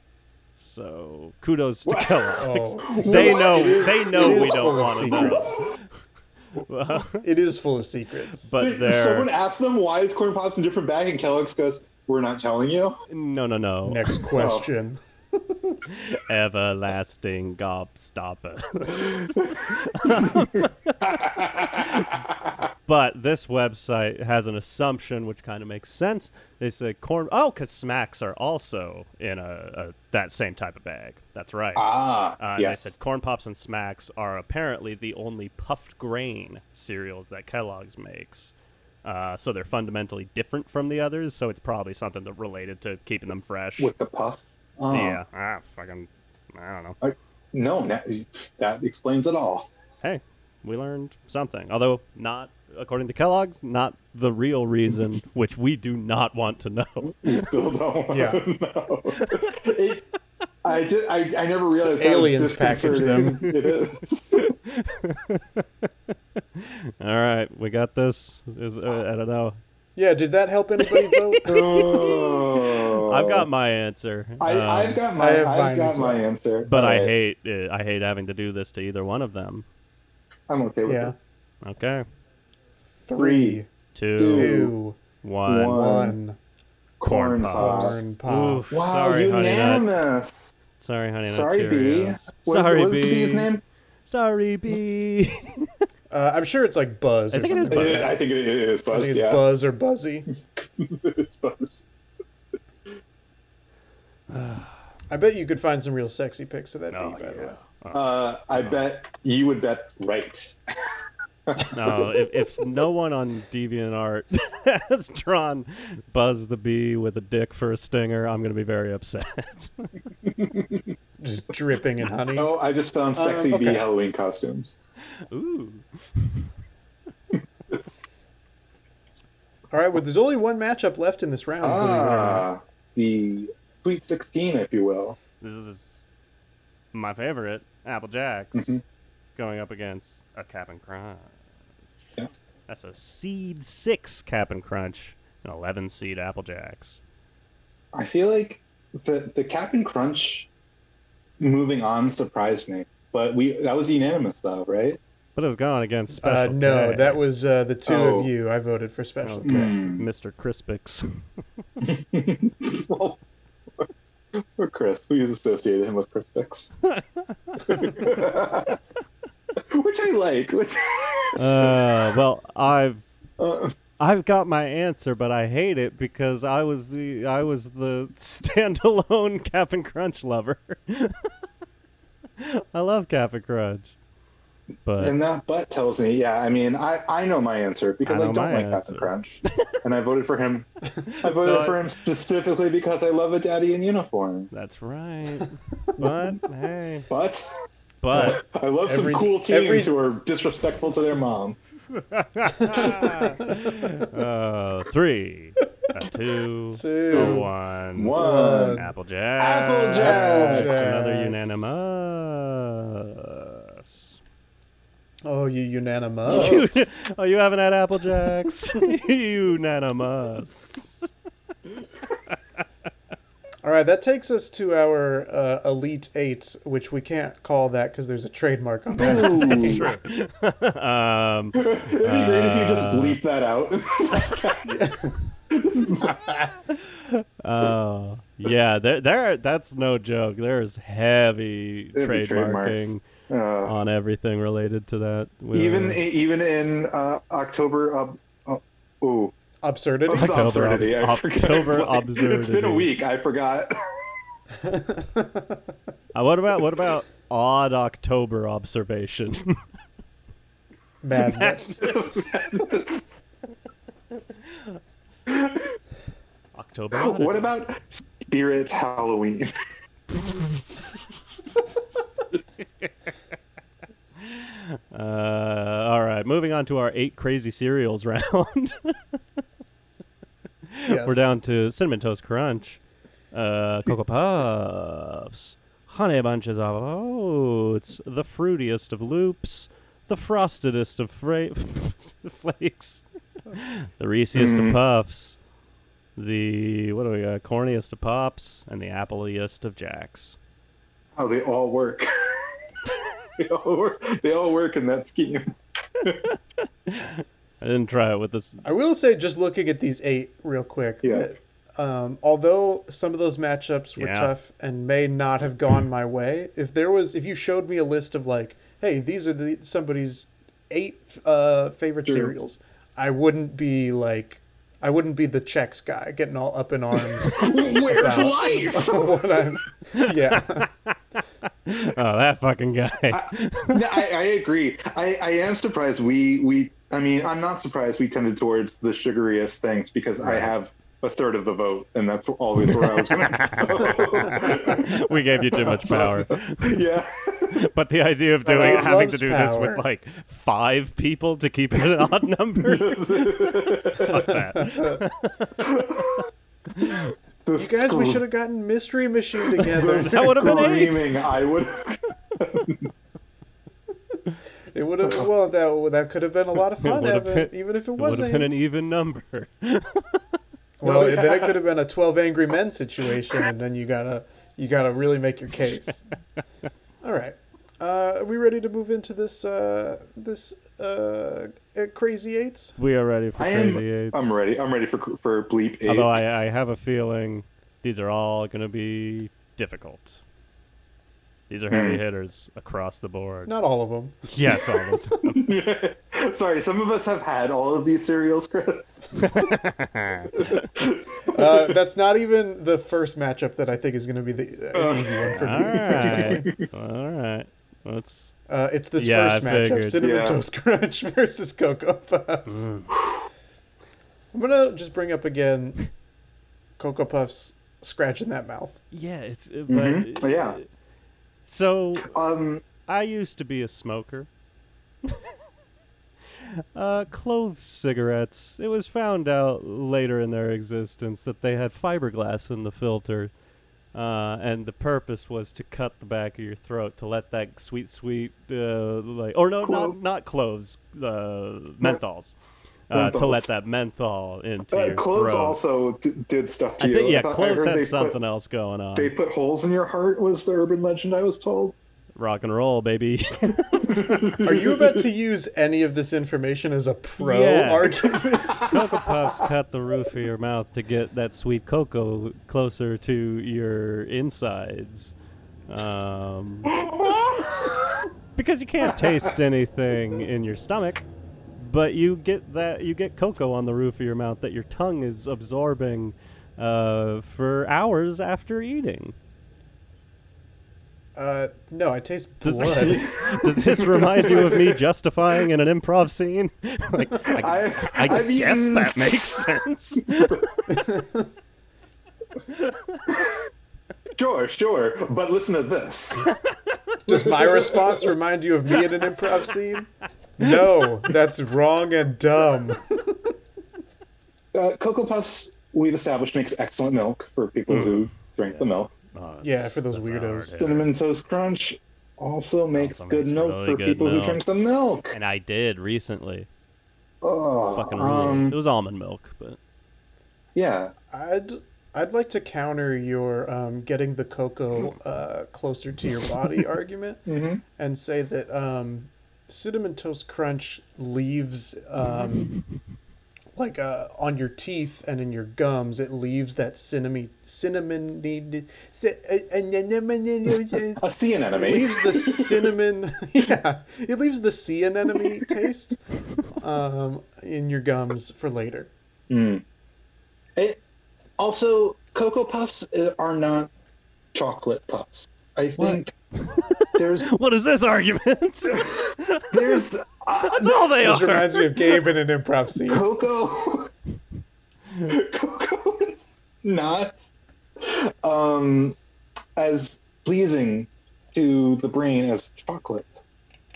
Speaker 1: So kudos to Kellogg's.
Speaker 2: Oh.
Speaker 1: [laughs] They
Speaker 3: What?
Speaker 1: know.
Speaker 3: It is-
Speaker 1: they know
Speaker 2: it
Speaker 1: we
Speaker 2: is full
Speaker 1: don't
Speaker 2: of
Speaker 1: want to know.
Speaker 3: Oh.
Speaker 2: It is full of secrets.
Speaker 1: [laughs]
Speaker 3: [laughs]
Speaker 1: but they're
Speaker 3: someone asked them why is corn pops in different bag and kellogg's goes we're not telling you
Speaker 1: no, no, no.
Speaker 3: [laughs] Oh.
Speaker 2: Next question.
Speaker 1: everlasting
Speaker 3: [laughs]
Speaker 1: gobstopper. but this website has an assumption which kind of makes sense. They say corn. Oh, because smacks are also in a, a that same type of bag. That's right.
Speaker 3: ah
Speaker 1: Uh, and
Speaker 3: yes
Speaker 1: They said corn pops and smacks are apparently the only puffed grain cereals that Kellogg's makes. Uh, so they're fundamentally different from the others. So it's probably something that related to keeping them fresh.
Speaker 3: with the puff Oh,
Speaker 1: yeah. Ah, fucking. I don't know.
Speaker 3: no that, that explains it all
Speaker 1: hey, we learned something. Although not according to Kellogg's, not the real
Speaker 2: [laughs]
Speaker 1: reason, which we do not want to know. [laughs]
Speaker 3: we still don't
Speaker 2: Yeah.
Speaker 3: [laughs] know. It- I, just, I I never realized how
Speaker 2: aliens package them.
Speaker 3: disconcerting It is.
Speaker 1: All right, we got this. Is- uh, I don't know.
Speaker 2: Yeah, did that help anybody
Speaker 1: [laughs]
Speaker 2: vote?
Speaker 3: Oh.
Speaker 1: I've got my answer.
Speaker 3: I,
Speaker 1: um,
Speaker 3: I've got
Speaker 2: I
Speaker 3: my
Speaker 2: have
Speaker 3: I've
Speaker 2: mine
Speaker 3: got
Speaker 2: as
Speaker 3: my
Speaker 2: well.
Speaker 3: answer,
Speaker 1: but I
Speaker 3: All right.
Speaker 1: hate uh, I hate having to do this to either one of them.
Speaker 3: I'm okay with
Speaker 2: Yeah.
Speaker 3: this.
Speaker 1: Okay,
Speaker 2: Three,
Speaker 1: two,
Speaker 3: Two,
Speaker 2: two,
Speaker 1: one.
Speaker 3: one.
Speaker 2: one.
Speaker 1: Corn
Speaker 3: Corn
Speaker 1: pops.
Speaker 2: Corn Pops.
Speaker 1: Oof,
Speaker 3: Wow,
Speaker 1: sorry, honey. Nut.
Speaker 3: unanimous.
Speaker 1: Sorry, honey. Nut
Speaker 3: Sorry, B.
Speaker 1: Cheerios.
Speaker 3: What's,
Speaker 1: Sorry,
Speaker 3: what's
Speaker 1: B.
Speaker 3: B's name?
Speaker 1: Sorry, B.
Speaker 2: Uh, I'm sure it's like Buzz.
Speaker 1: I
Speaker 2: or
Speaker 1: think it is
Speaker 2: something.
Speaker 1: Buzz.
Speaker 3: I think it is
Speaker 2: I
Speaker 3: Buzz.
Speaker 2: think it's
Speaker 3: Yeah,
Speaker 2: Buzz or
Speaker 3: [laughs]
Speaker 2: Buzzy.
Speaker 3: it's Buzz.
Speaker 1: [laughs]
Speaker 2: I bet you could find some real sexy pics of that
Speaker 1: Oh,
Speaker 2: bee, by the way.
Speaker 1: yeah.
Speaker 3: Uh, I bet you would bet right.
Speaker 1: No, if, if no one on DeviantArt [laughs] has drawn Buzz the Bee with a dick for a stinger, I'm going to be very upset. [laughs]
Speaker 2: just dripping in honey.
Speaker 3: [laughs] Oh, I just found sexy
Speaker 2: Uh,
Speaker 3: bee
Speaker 2: okay.
Speaker 3: Halloween costumes.
Speaker 1: Ooh.
Speaker 2: All right, well, there's only one matchup left in this round. believe it or not. Uh,
Speaker 3: Ah, the Sweet 16, if you will.
Speaker 1: This is my favorite, Apple Jacks,
Speaker 3: Mhm.
Speaker 1: going up against a Cap'n Crunch.
Speaker 3: Yeah.
Speaker 1: That's a seed six Cap'n Crunch, an 11 seed Apple Jacks.
Speaker 3: I feel like the the Captain Crunch moving on surprised me, but we that was unanimous though, right?
Speaker 1: But it was gone against Special
Speaker 2: Uh, no,
Speaker 1: K.
Speaker 2: that was uh, the two
Speaker 3: Oh.
Speaker 2: of you. I voted for special.
Speaker 1: Oh, Okay.
Speaker 3: Mm.
Speaker 1: Mr. Crispix.
Speaker 3: [laughs] well, or Chris, we just associated him with Chris [laughs] Fix, which I like.
Speaker 1: [laughs]
Speaker 3: Which
Speaker 1: uh, well, I've
Speaker 3: Uh,
Speaker 1: I've got my answer, but I hate it because I was the I was the [laughs] standalone Cap'n Crunch lover. [laughs] I love Cap'n Crunch, but
Speaker 3: and that butt tells me, yeah. I mean, I I know my answer because
Speaker 1: I
Speaker 3: I,
Speaker 1: know
Speaker 3: don't
Speaker 1: my
Speaker 3: like
Speaker 1: answer.
Speaker 3: Captain Crunch, and I voted
Speaker 1: [laughs]
Speaker 3: for him. I voted
Speaker 1: So I-
Speaker 3: for him specifically because I love a daddy in uniform.
Speaker 1: that's right. but hey,
Speaker 3: But
Speaker 1: but
Speaker 3: [laughs]
Speaker 1: [laughs]
Speaker 3: I love
Speaker 2: Every-
Speaker 3: some cool teams
Speaker 2: every-
Speaker 3: who are disrespectful to their mom.
Speaker 1: uh, three, a two,
Speaker 2: Two.
Speaker 1: a one,
Speaker 3: One.
Speaker 1: Applejack,
Speaker 3: Applejacks.
Speaker 1: another
Speaker 2: Applejacks.
Speaker 1: unanimous.
Speaker 2: Oh, you
Speaker 1: [laughs]
Speaker 2: unanimous.
Speaker 1: You- oh, you haven't had Apple Jacks? [laughs] Unanimous.
Speaker 2: All right, that takes us to our uh, elite eight, which we can't call that because there's a trademark on that. [laughs]
Speaker 3: That's
Speaker 1: [laughs] um,
Speaker 3: It'd be great if you
Speaker 1: Uh,
Speaker 3: just bleep that out. [laughs]
Speaker 1: oh, yeah, there, there. That's no joke. There's heavy
Speaker 3: There'd be trademarks.
Speaker 1: trademarking
Speaker 3: Uh,
Speaker 1: on everything related to that. We-
Speaker 3: even even in uh, October. Uh, uh, ooh,
Speaker 2: Absurdity.
Speaker 3: it's
Speaker 1: October
Speaker 3: absurdity.
Speaker 1: obs-
Speaker 3: I forget.
Speaker 1: October
Speaker 3: Like, It's been a
Speaker 1: absurdity.
Speaker 3: week. I forgot. [laughs]
Speaker 1: Uh, what about what about odd October observation?
Speaker 2: [laughs]
Speaker 1: [laughs]
Speaker 2: Madness.
Speaker 1: October.
Speaker 3: what about Spirit Halloween?
Speaker 1: Uh, all right, moving on to our eight crazy cereals [laughs] round. [laughs]
Speaker 2: Yes.
Speaker 1: We're down to cinnamon toast crunch, uh, cocoa puffs, honey bunches of oats, the fruitiest of loops, the frostedest of fra- [laughs] flakes, [laughs] the reesiest of puffs, the what do we got? Corniest of pops, and the appleyest of jacks.
Speaker 3: Oh, they all work. [laughs] they all work. They all work in that scheme.
Speaker 1: I didn't try it with this. [laughs]
Speaker 2: I will say, just looking at these eight real quick,
Speaker 3: Yeah.
Speaker 2: that, um, although some of those matchups were
Speaker 1: Yeah.
Speaker 2: tough and may not have gone my way, if there was, if you showed me a list of like, hey, these are the somebody's eight uh, favorite
Speaker 3: Cereals.
Speaker 2: cereals, I wouldn't be like, I wouldn't be the checks guy getting all up
Speaker 1: [laughs]
Speaker 2: in arms.
Speaker 3: Where's
Speaker 2: About-
Speaker 3: life?
Speaker 2: what I'm,
Speaker 1: [laughs]
Speaker 2: yeah,
Speaker 1: Oh, that fucking guy.
Speaker 3: No, I, I agree. I, I am surprised we we. I mean, I'm not surprised we tended towards the sugariest things because I
Speaker 1: Right.
Speaker 3: have a third of the vote, and that's always where I was going.
Speaker 1: [laughs]
Speaker 3: to
Speaker 1: [laughs] we gave you too much power.
Speaker 3: yeah.
Speaker 1: But the idea of doing
Speaker 2: Uh,
Speaker 1: having to
Speaker 2: loves
Speaker 1: do this with
Speaker 2: power.
Speaker 1: like five people to keep it
Speaker 3: [laughs]
Speaker 1: an odd number. Fuck that.
Speaker 2: you guys, we should have gotten Mystery
Speaker 1: [laughs]
Speaker 2: Machine together.
Speaker 1: That would've been eight.
Speaker 3: eight. I would.
Speaker 2: it would have, well, that that could have been a lot of fun,
Speaker 1: would've
Speaker 2: Evan,
Speaker 1: been-
Speaker 2: even if it
Speaker 1: It would have
Speaker 2: wasn't.
Speaker 1: been an even number. [laughs]
Speaker 2: Well,
Speaker 3: No, yeah.
Speaker 2: then it could have been a Twelve Angry Men situation, and then you gotta you gotta really make
Speaker 1: [laughs]
Speaker 2: your case. All right, uh, are we ready to move into this uh, this uh, uh, crazy eights?
Speaker 1: We are ready for
Speaker 3: I
Speaker 1: crazy
Speaker 3: am.
Speaker 1: eights.
Speaker 3: I'm ready. I'm ready for for bleep eight.
Speaker 1: Although I, I have a feeling these are all going to be difficult. These are heavy
Speaker 3: Mm.
Speaker 1: hitters across the board.
Speaker 2: Not all of
Speaker 1: [laughs]
Speaker 2: them.
Speaker 1: Yes, all of them.
Speaker 3: [laughs] [laughs]
Speaker 1: [laughs]
Speaker 3: Sorry, some of us have had all of these cereals, Chris.
Speaker 2: Uh, that's not even the first [laughs] matchup that I think is going to be the uh, an easy one
Speaker 1: all
Speaker 2: for me.
Speaker 1: right, all right. Let's
Speaker 2: Uh, it's this
Speaker 1: Yeah,
Speaker 2: first
Speaker 1: I
Speaker 2: matchup:
Speaker 1: figured.
Speaker 2: Cinnamon
Speaker 3: Yeah.
Speaker 2: Toast Crunch [laughs] versus Cocoa Puffs. I'm gonna just bring up again, Cocoa Puffs scratching that mouth.
Speaker 1: Yeah, it's uh,
Speaker 3: Mhm.
Speaker 1: but
Speaker 3: Yeah.
Speaker 1: So
Speaker 3: Um,
Speaker 1: I used to be a
Speaker 3: [laughs]
Speaker 1: smoker. uh, clove cigarettes. It was found out later in their existence that they had fiberglass in the filter, uh, and the purpose was to cut the back of your throat to let that sweet, sweet, uh, like or no,
Speaker 3: Clove.
Speaker 1: not not cloves, uh, menthols. Uh, to
Speaker 3: Menthols.
Speaker 1: let that menthol into
Speaker 3: uh,
Speaker 1: your
Speaker 3: cloves
Speaker 1: throat.
Speaker 3: also d- did stuff to
Speaker 1: I
Speaker 3: you.
Speaker 1: think yeah,
Speaker 3: I thought- I
Speaker 1: cloves
Speaker 3: heard
Speaker 1: had
Speaker 3: they
Speaker 1: something
Speaker 3: Put,
Speaker 1: else going on.
Speaker 3: they put holes in your heart was the urban legend I was told.
Speaker 2: [laughs]
Speaker 1: Rock and roll, baby. [laughs]
Speaker 2: Are you about to use any of this information as a pro
Speaker 1: Yeah. [laughs]
Speaker 2: argument?
Speaker 1: Cocoa Puffs cut the roof of your mouth to get that sweet cocoa closer to your insides. Um, because you can't taste anything in your stomach, but you get that you get cocoa on the roof of your mouth that your tongue is absorbing uh, for hours after eating.
Speaker 2: uh, no, I taste
Speaker 1: Does,
Speaker 2: blood.
Speaker 1: does this remind you of me justifying in an improv scene? [laughs] like, I,
Speaker 3: I,
Speaker 1: I
Speaker 3: I've
Speaker 1: guess
Speaker 3: eaten-
Speaker 1: that makes sense.
Speaker 3: Sure, sure, but listen
Speaker 2: [laughs]
Speaker 3: to this.
Speaker 2: Does my response remind you of me in an improv scene? No, that's wrong and dumb.
Speaker 3: Uh, Cocoa Puffs, we've established, makes excellent milk for people
Speaker 2: Mm-hmm.
Speaker 3: who drink the milk.
Speaker 1: Oh,
Speaker 2: Yeah,
Speaker 1: that's-
Speaker 2: for those
Speaker 1: that's a
Speaker 2: weirdos.
Speaker 1: hard hitter.
Speaker 3: Cinnamon Toast Crunch also makes
Speaker 1: Also
Speaker 3: good
Speaker 1: makes
Speaker 3: milk
Speaker 1: really
Speaker 3: for
Speaker 1: good
Speaker 3: people
Speaker 1: milk.
Speaker 3: who drink the milk.
Speaker 1: And I did recently.
Speaker 3: Oh,
Speaker 1: Fucking rules.
Speaker 3: um,
Speaker 1: it was almond milk, but [laughs]
Speaker 3: yeah.
Speaker 2: I'd I'd like to counter your um, getting the cocoa uh, closer to your body
Speaker 1: [laughs]
Speaker 2: argument
Speaker 3: hmm
Speaker 1: Mm-hmm.
Speaker 2: and say that um, cinnamon toast crunch leaves
Speaker 1: [laughs]
Speaker 2: um, like uh, on your teeth and in your gums it leaves that cinnamon cinnamon it
Speaker 3: A sea anemone.
Speaker 2: leaves
Speaker 1: [laughs]
Speaker 2: the cinnamon yeah it leaves the sea anemone taste um, in your gums for later
Speaker 3: Mm. It, also, Cocoa Puffs uh, are not chocolate puffs. I think there's
Speaker 1: what is this argument? [laughs]
Speaker 3: there's uh,
Speaker 1: That's all they
Speaker 2: this
Speaker 1: are.
Speaker 2: reminds me of Gabe in an improv scene
Speaker 3: Coco. Coco is not um, as pleasing to the brain as chocolate.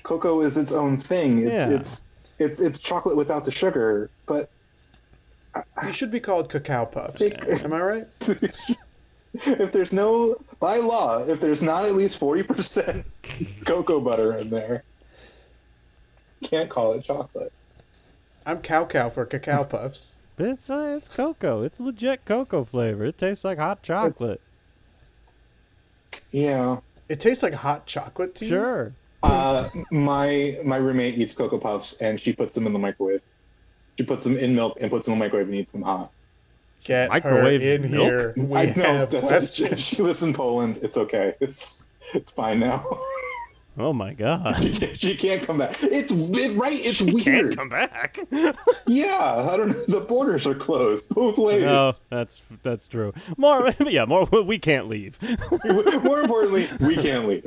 Speaker 3: Cocoa is its own thing. It's
Speaker 1: Yeah.
Speaker 3: it's it's it's chocolate without the sugar, but
Speaker 2: You should be called Cacao Puffs.
Speaker 3: Yeah.
Speaker 2: Am I right?
Speaker 3: if there's no by law, if there's not at least forty percent [laughs] cocoa butter in there, can't call it chocolate.
Speaker 2: I'm Cow Cow for
Speaker 3: [laughs]
Speaker 2: Cacao Puffs.
Speaker 1: it's uh, it's cocoa. It's legit cocoa flavor. It tastes like hot chocolate.
Speaker 3: Yeah.
Speaker 2: It tastes like hot chocolate to you.
Speaker 1: Sure.
Speaker 3: Uh, my my roommate eats cocoa puffs and she puts them in the microwave. She puts them in milk and puts them in the microwave and eats them hot.
Speaker 2: Get
Speaker 1: Microwaves
Speaker 2: her in
Speaker 1: milk?
Speaker 2: here. We
Speaker 3: I know
Speaker 2: have
Speaker 3: that's she,
Speaker 2: questions.
Speaker 3: [laughs] she lives in Poland. It's okay. It's it's fine now. [laughs]
Speaker 1: Oh my god.
Speaker 3: she, can't, she can't come back. It's it, right. It's
Speaker 1: She [laughs]
Speaker 3: weird.
Speaker 1: can't come back.
Speaker 3: yeah, I don't know. The borders are closed both
Speaker 1: [laughs]
Speaker 3: ways.
Speaker 1: no, that's that's true. More, [laughs] yeah, more. We can't leave.
Speaker 3: [laughs]
Speaker 1: [laughs]
Speaker 3: More importantly, we can't leave.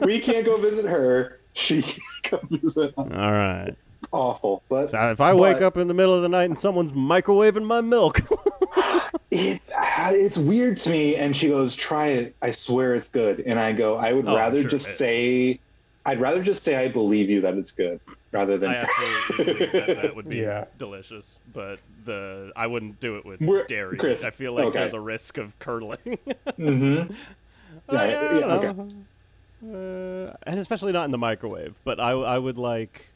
Speaker 3: we can't go visit her. She can't come visit. us.
Speaker 1: All right.
Speaker 3: It's awful, but
Speaker 1: So if I wake
Speaker 3: But-
Speaker 1: up in the middle of the night and someone's microwaving my milk,
Speaker 3: it's ah, it's weird to me and she goes try it i swear it's good and i go i would
Speaker 1: Oh, I'm
Speaker 3: rather
Speaker 1: sure
Speaker 3: just
Speaker 1: it is.
Speaker 3: say i'd rather just say i believe you that it's good rather than
Speaker 1: I uh,
Speaker 3: [laughs]
Speaker 1: absolutely believe that that would be
Speaker 2: Yeah.
Speaker 1: delicious, but the I wouldn't do it with
Speaker 3: We're-
Speaker 1: dairy.
Speaker 3: Chris,
Speaker 1: I feel like
Speaker 3: okay.
Speaker 1: there's a risk of curdling. [laughs]
Speaker 3: Mhm.
Speaker 1: I-
Speaker 3: yeah,
Speaker 1: I don't
Speaker 3: okay.
Speaker 1: know. Uh, and especially not in the microwave. But I, I would like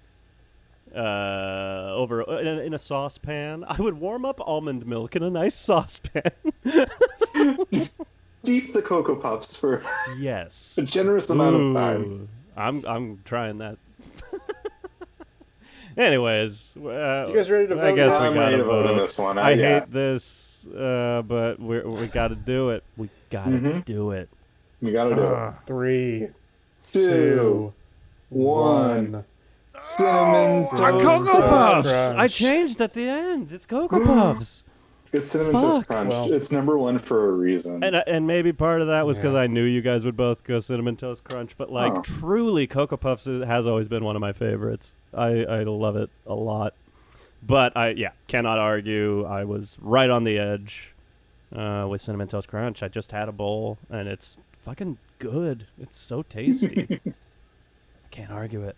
Speaker 1: uh, over in a, in a saucepan. I would warm up almond milk in a nice saucepan. [laughs]
Speaker 3: deep the cocoa puffs for
Speaker 1: yes.
Speaker 3: [laughs] a generous amount of time
Speaker 1: Ooh, I'm I'm trying that. [laughs] Anyways, uh,
Speaker 2: You guys ready to vote?
Speaker 1: I guess we
Speaker 3: i'm
Speaker 1: gotta
Speaker 3: ready to vote on
Speaker 1: vote.
Speaker 3: this one
Speaker 1: I
Speaker 3: Uh, yeah.
Speaker 1: hate this, uh, but we're, we got to do it. We got to
Speaker 3: Mhm.
Speaker 1: do it.
Speaker 3: you gotta do it
Speaker 1: Ugh.
Speaker 2: Three,
Speaker 3: two
Speaker 2: two,
Speaker 3: one.
Speaker 2: one.
Speaker 3: cinnamon
Speaker 1: Our
Speaker 3: toast
Speaker 1: Oh, Cocoa
Speaker 2: Crunch.
Speaker 1: Puffs! I changed at the end. It's Cocoa Puffs.
Speaker 3: It's cinnamon toast
Speaker 1: Fuck.
Speaker 3: crunch.
Speaker 2: Well.
Speaker 3: It's number one for a reason.
Speaker 1: And uh, and maybe part of that was because
Speaker 2: Yeah.
Speaker 1: I knew you guys would both go cinnamon toast crunch, but like
Speaker 3: Oh.
Speaker 1: truly, Cocoa Puffs is- has always been one of my favorites. I I love it a lot, but I yeah cannot argue. I was right on the edge uh, with cinnamon toast crunch. I just had a bowl, and it's fucking good. It's so
Speaker 3: [laughs]
Speaker 1: tasty. I can't argue it.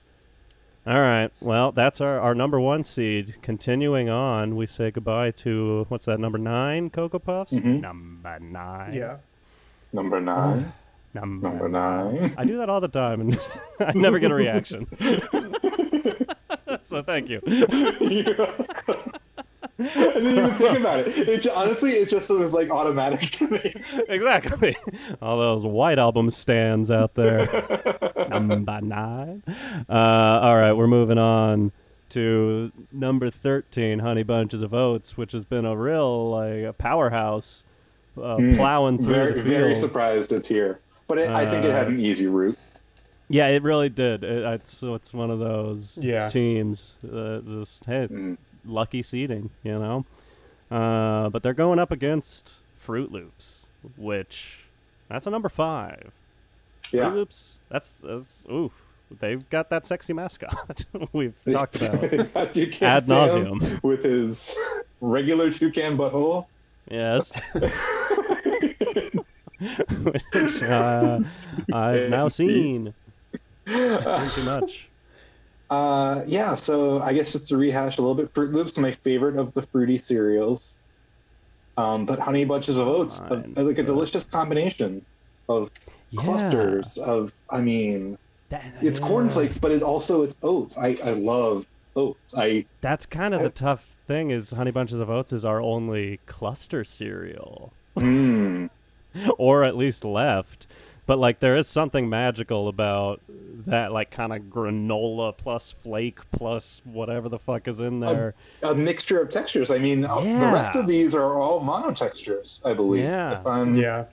Speaker 1: All right. Well, that's our, our number one seed. Continuing on, we say goodbye to what's that number nine? Cocoa Puffs.
Speaker 3: Mhm.
Speaker 1: Number nine.
Speaker 2: Yeah.
Speaker 3: number nine.
Speaker 1: Number,
Speaker 3: Number nine. [laughs]
Speaker 1: I do that all the time, and [laughs] I never get a reaction. [laughs] so thank you.
Speaker 3: You're welcome. I didn't even think about it. it ju- honestly, it just was like automatic to me.
Speaker 1: Exactly. [laughs] All those white album stands out
Speaker 3: [laughs]
Speaker 1: there. number nine. Uh, all right, we're moving on to number thirteen, Honey Bunches of Oats, which has been a real like a powerhouse, uh,
Speaker 3: Mm.
Speaker 1: plowing through
Speaker 3: very,
Speaker 1: the
Speaker 3: very
Speaker 1: field.
Speaker 3: surprised it's here, but it, I think it
Speaker 1: Uh,
Speaker 3: had an easy route.
Speaker 1: yeah, it really did. It, it's it's one of those
Speaker 2: Yeah.
Speaker 1: teams. Uh, just hey,
Speaker 3: Mm.
Speaker 1: lucky seeding, you know. Uh, but they're going up against Fruit Loops, which that's a number five. Fruit
Speaker 3: Yeah,
Speaker 1: Loops, that's that's oof. They've got that sexy mascot [laughs] we've talked
Speaker 3: [laughs]
Speaker 1: about
Speaker 3: you
Speaker 1: ad
Speaker 3: can't see him
Speaker 1: nauseum.
Speaker 3: with his regular toucan butthole. [laughs]
Speaker 1: Yes, [laughs] which
Speaker 3: [laughs]
Speaker 1: uh, I've now seen too much.
Speaker 3: Uh, yeah, so I guess just to rehash a little bit, Fruit Loops, my favorite of the fruity cereals. Um, but Honey Bunches of Oats, a,
Speaker 1: Fine,
Speaker 3: like a
Speaker 1: but-
Speaker 3: delicious combination of
Speaker 1: Yeah.
Speaker 3: clusters of, I mean,
Speaker 1: That-
Speaker 3: it's
Speaker 1: yeah.
Speaker 3: cornflakes, but it's also it's oats. I, I love oats. I
Speaker 1: That's kind
Speaker 3: Oh.
Speaker 1: of the tough thing. Is Honey Bunches of Oats is our only cluster cereal.
Speaker 3: mm,
Speaker 1: or at least left. But like there is something magical about that like kind of granola plus flake plus whatever the fuck is in there.
Speaker 3: a mixture of textures. I mean, uh, the rest
Speaker 1: Yeah.
Speaker 3: of these are all monotextures, I believe.
Speaker 1: Yeah.
Speaker 3: If I'm, yeah.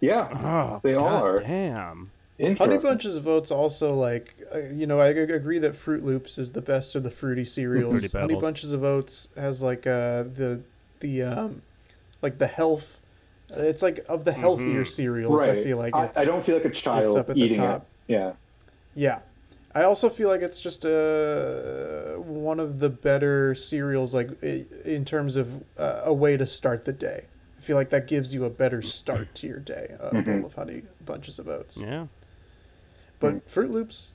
Speaker 2: Yeah.
Speaker 3: Yeah.
Speaker 1: oh,
Speaker 3: they
Speaker 1: God
Speaker 3: are.
Speaker 1: Damn.
Speaker 2: Honey
Speaker 3: Interesting.
Speaker 2: Bunches of Oats also like uh, you know I ag- agree that Fruit Loops is the best of the fruity cereals.
Speaker 1: Fruity
Speaker 2: Honey
Speaker 1: Pebbles.
Speaker 2: Bunches of Oats has like uh the the um like the health. It's like of the healthier
Speaker 1: Mhm.
Speaker 2: cereals.
Speaker 3: Mm-hmm. Right.
Speaker 2: I feel like
Speaker 3: I,
Speaker 2: it's,
Speaker 3: I don't feel like a
Speaker 2: up
Speaker 3: child
Speaker 2: at the
Speaker 3: eating it.
Speaker 2: top. [laughs]
Speaker 3: Yeah.
Speaker 2: Yeah, I also feel like it's just uh one of the better cereals like i- in terms of uh, a way to start the day. I feel like that gives you a better start to your day. A
Speaker 3: Mhm.
Speaker 1: Mm-hmm.
Speaker 2: bowl of Honey Bunches of Oats.
Speaker 1: Yeah.
Speaker 2: But Fruit Loops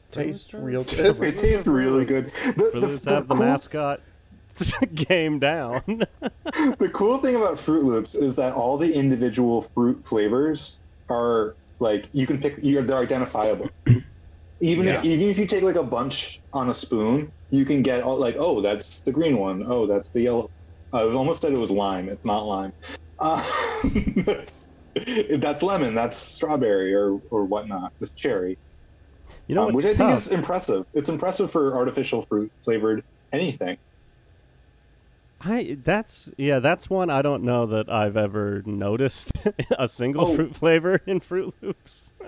Speaker 1: Loops
Speaker 2: taste
Speaker 1: are-
Speaker 2: real
Speaker 1: Fruit [laughs]
Speaker 2: good.
Speaker 3: it tastes really good. The,
Speaker 1: For
Speaker 3: the,
Speaker 1: Loops
Speaker 3: the
Speaker 1: have the
Speaker 3: cool,
Speaker 1: mascot [laughs] game down. [laughs]
Speaker 3: [laughs] the cool thing about Fruit Loops is that all the individual fruit flavors are like you can pick. You, they're identifiable. [clears throat] Even if even if you take like a bunch on a spoon, you can get all like oh that's the green one. Oh that's the yellow. I was almost said it was lime. It's not lime. Uh, [laughs] that's, that's lemon. That's strawberry or or whatnot. It's cherry.
Speaker 1: you know
Speaker 3: um,
Speaker 1: what's
Speaker 3: which I
Speaker 1: tough?
Speaker 3: think is impressive. It's impressive for artificial fruit flavored anything.
Speaker 1: I that's yeah, that's one I don't know that I've ever noticed [laughs] a single
Speaker 3: Oh.
Speaker 1: fruit flavor in Fruit Loops. [laughs]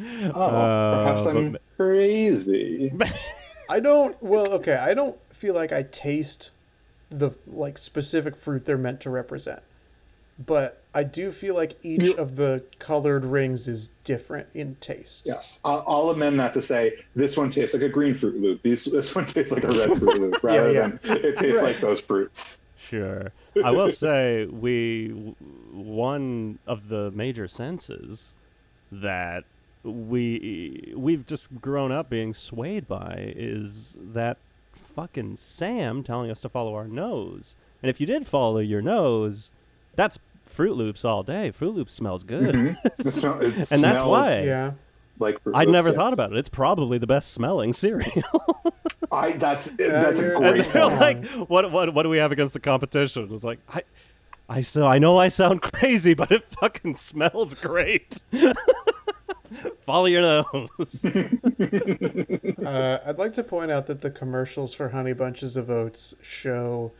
Speaker 3: Oh,
Speaker 1: Uh,
Speaker 3: perhaps I'm crazy.
Speaker 2: I don't. Well, okay. I don't feel like I taste the like specific fruit they're meant to represent, but I do feel like each
Speaker 3: You-
Speaker 2: of the colored rings is different in taste.
Speaker 3: Yes, I'll, I'll amend that to say this one tastes like a green fruit loop. These, this one tastes like a red
Speaker 1: [laughs]
Speaker 3: fruit loop,
Speaker 2: Yeah,
Speaker 3: rather
Speaker 2: yeah.
Speaker 3: than it tastes like those fruits.
Speaker 1: Sure. I will say we w- one of the major senses that we we've just grown up being swayed by is that fucking Sam telling us to follow our nose. And if you did follow your nose, that's Fruit Loops all day. Fruit Loops smells good.
Speaker 3: Mhm. It, smell, it
Speaker 1: And that's
Speaker 3: smells
Speaker 1: why
Speaker 2: Yeah.
Speaker 3: like fruit
Speaker 1: I'd
Speaker 3: Loops,
Speaker 1: never
Speaker 3: yes.
Speaker 1: thought about it. It's probably the best smelling [laughs] cereal.
Speaker 3: I that's that's a
Speaker 2: you're-
Speaker 1: and
Speaker 2: [laughs]
Speaker 3: great.
Speaker 1: they're
Speaker 3: point.
Speaker 1: like, "What? What? What do we have against the competition?" It's like, I, I so I know I sound [laughs] crazy, but it fucking smells great. [laughs] Follow your
Speaker 3: [laughs]
Speaker 1: nose.
Speaker 2: Uh, I'd like to point out that the commercials for Honey Bunches of Oats show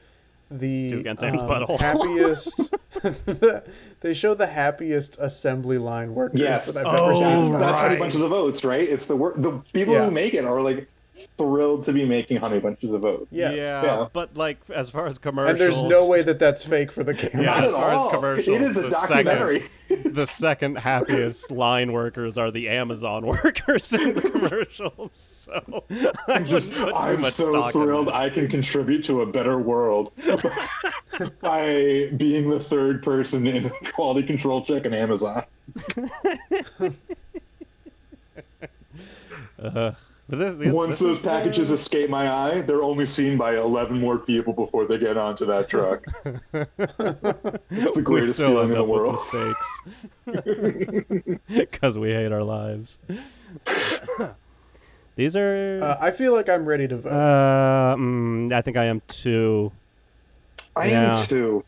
Speaker 2: the
Speaker 1: Toucan Sam's
Speaker 2: um,
Speaker 1: butthole. [laughs]
Speaker 2: happiest. [laughs] they show the happiest assembly line workers
Speaker 3: Yes,
Speaker 2: that I've ever
Speaker 1: Oh,
Speaker 2: seen.
Speaker 3: that's,
Speaker 2: in my
Speaker 3: that's
Speaker 1: right.
Speaker 3: Honey Bunches of Oats, right? It's the work. The people
Speaker 2: Yeah.
Speaker 3: who make it are like thrilled to be making honey bunches of oats.
Speaker 2: Yes.
Speaker 1: Yeah,
Speaker 3: Yeah.
Speaker 1: but like as far as commercials,
Speaker 2: And there's no way that that's fake for the camera.
Speaker 1: Yeah,
Speaker 3: Not
Speaker 1: as
Speaker 3: at
Speaker 1: far as
Speaker 3: all.
Speaker 1: commercials,
Speaker 3: it is a
Speaker 1: the
Speaker 3: documentary. [laughs]
Speaker 1: the second happiest line workers are the Amazon [laughs] workers in the commercials. So I
Speaker 3: I'm just,
Speaker 1: wouldn't put too
Speaker 3: I'm
Speaker 1: much
Speaker 3: so
Speaker 1: stock in
Speaker 3: thrilled
Speaker 1: that.
Speaker 3: I can contribute to a
Speaker 1: [laughs]
Speaker 3: better world by being the third person in quality control check in Amazon.
Speaker 1: Uh, but this, this,
Speaker 3: Once
Speaker 1: this
Speaker 3: those
Speaker 1: is-
Speaker 3: packages escape my eye, they're only seen by 11 more people before they get onto that
Speaker 1: [laughs]
Speaker 3: truck.
Speaker 1: it's
Speaker 3: the greatest feeling in the world.
Speaker 1: [laughs] Because we hate our lives. These are.
Speaker 2: Uh, I feel like I'm ready to vote.
Speaker 1: uh, mm, I think I am too.
Speaker 3: I
Speaker 1: Yeah.
Speaker 3: am too.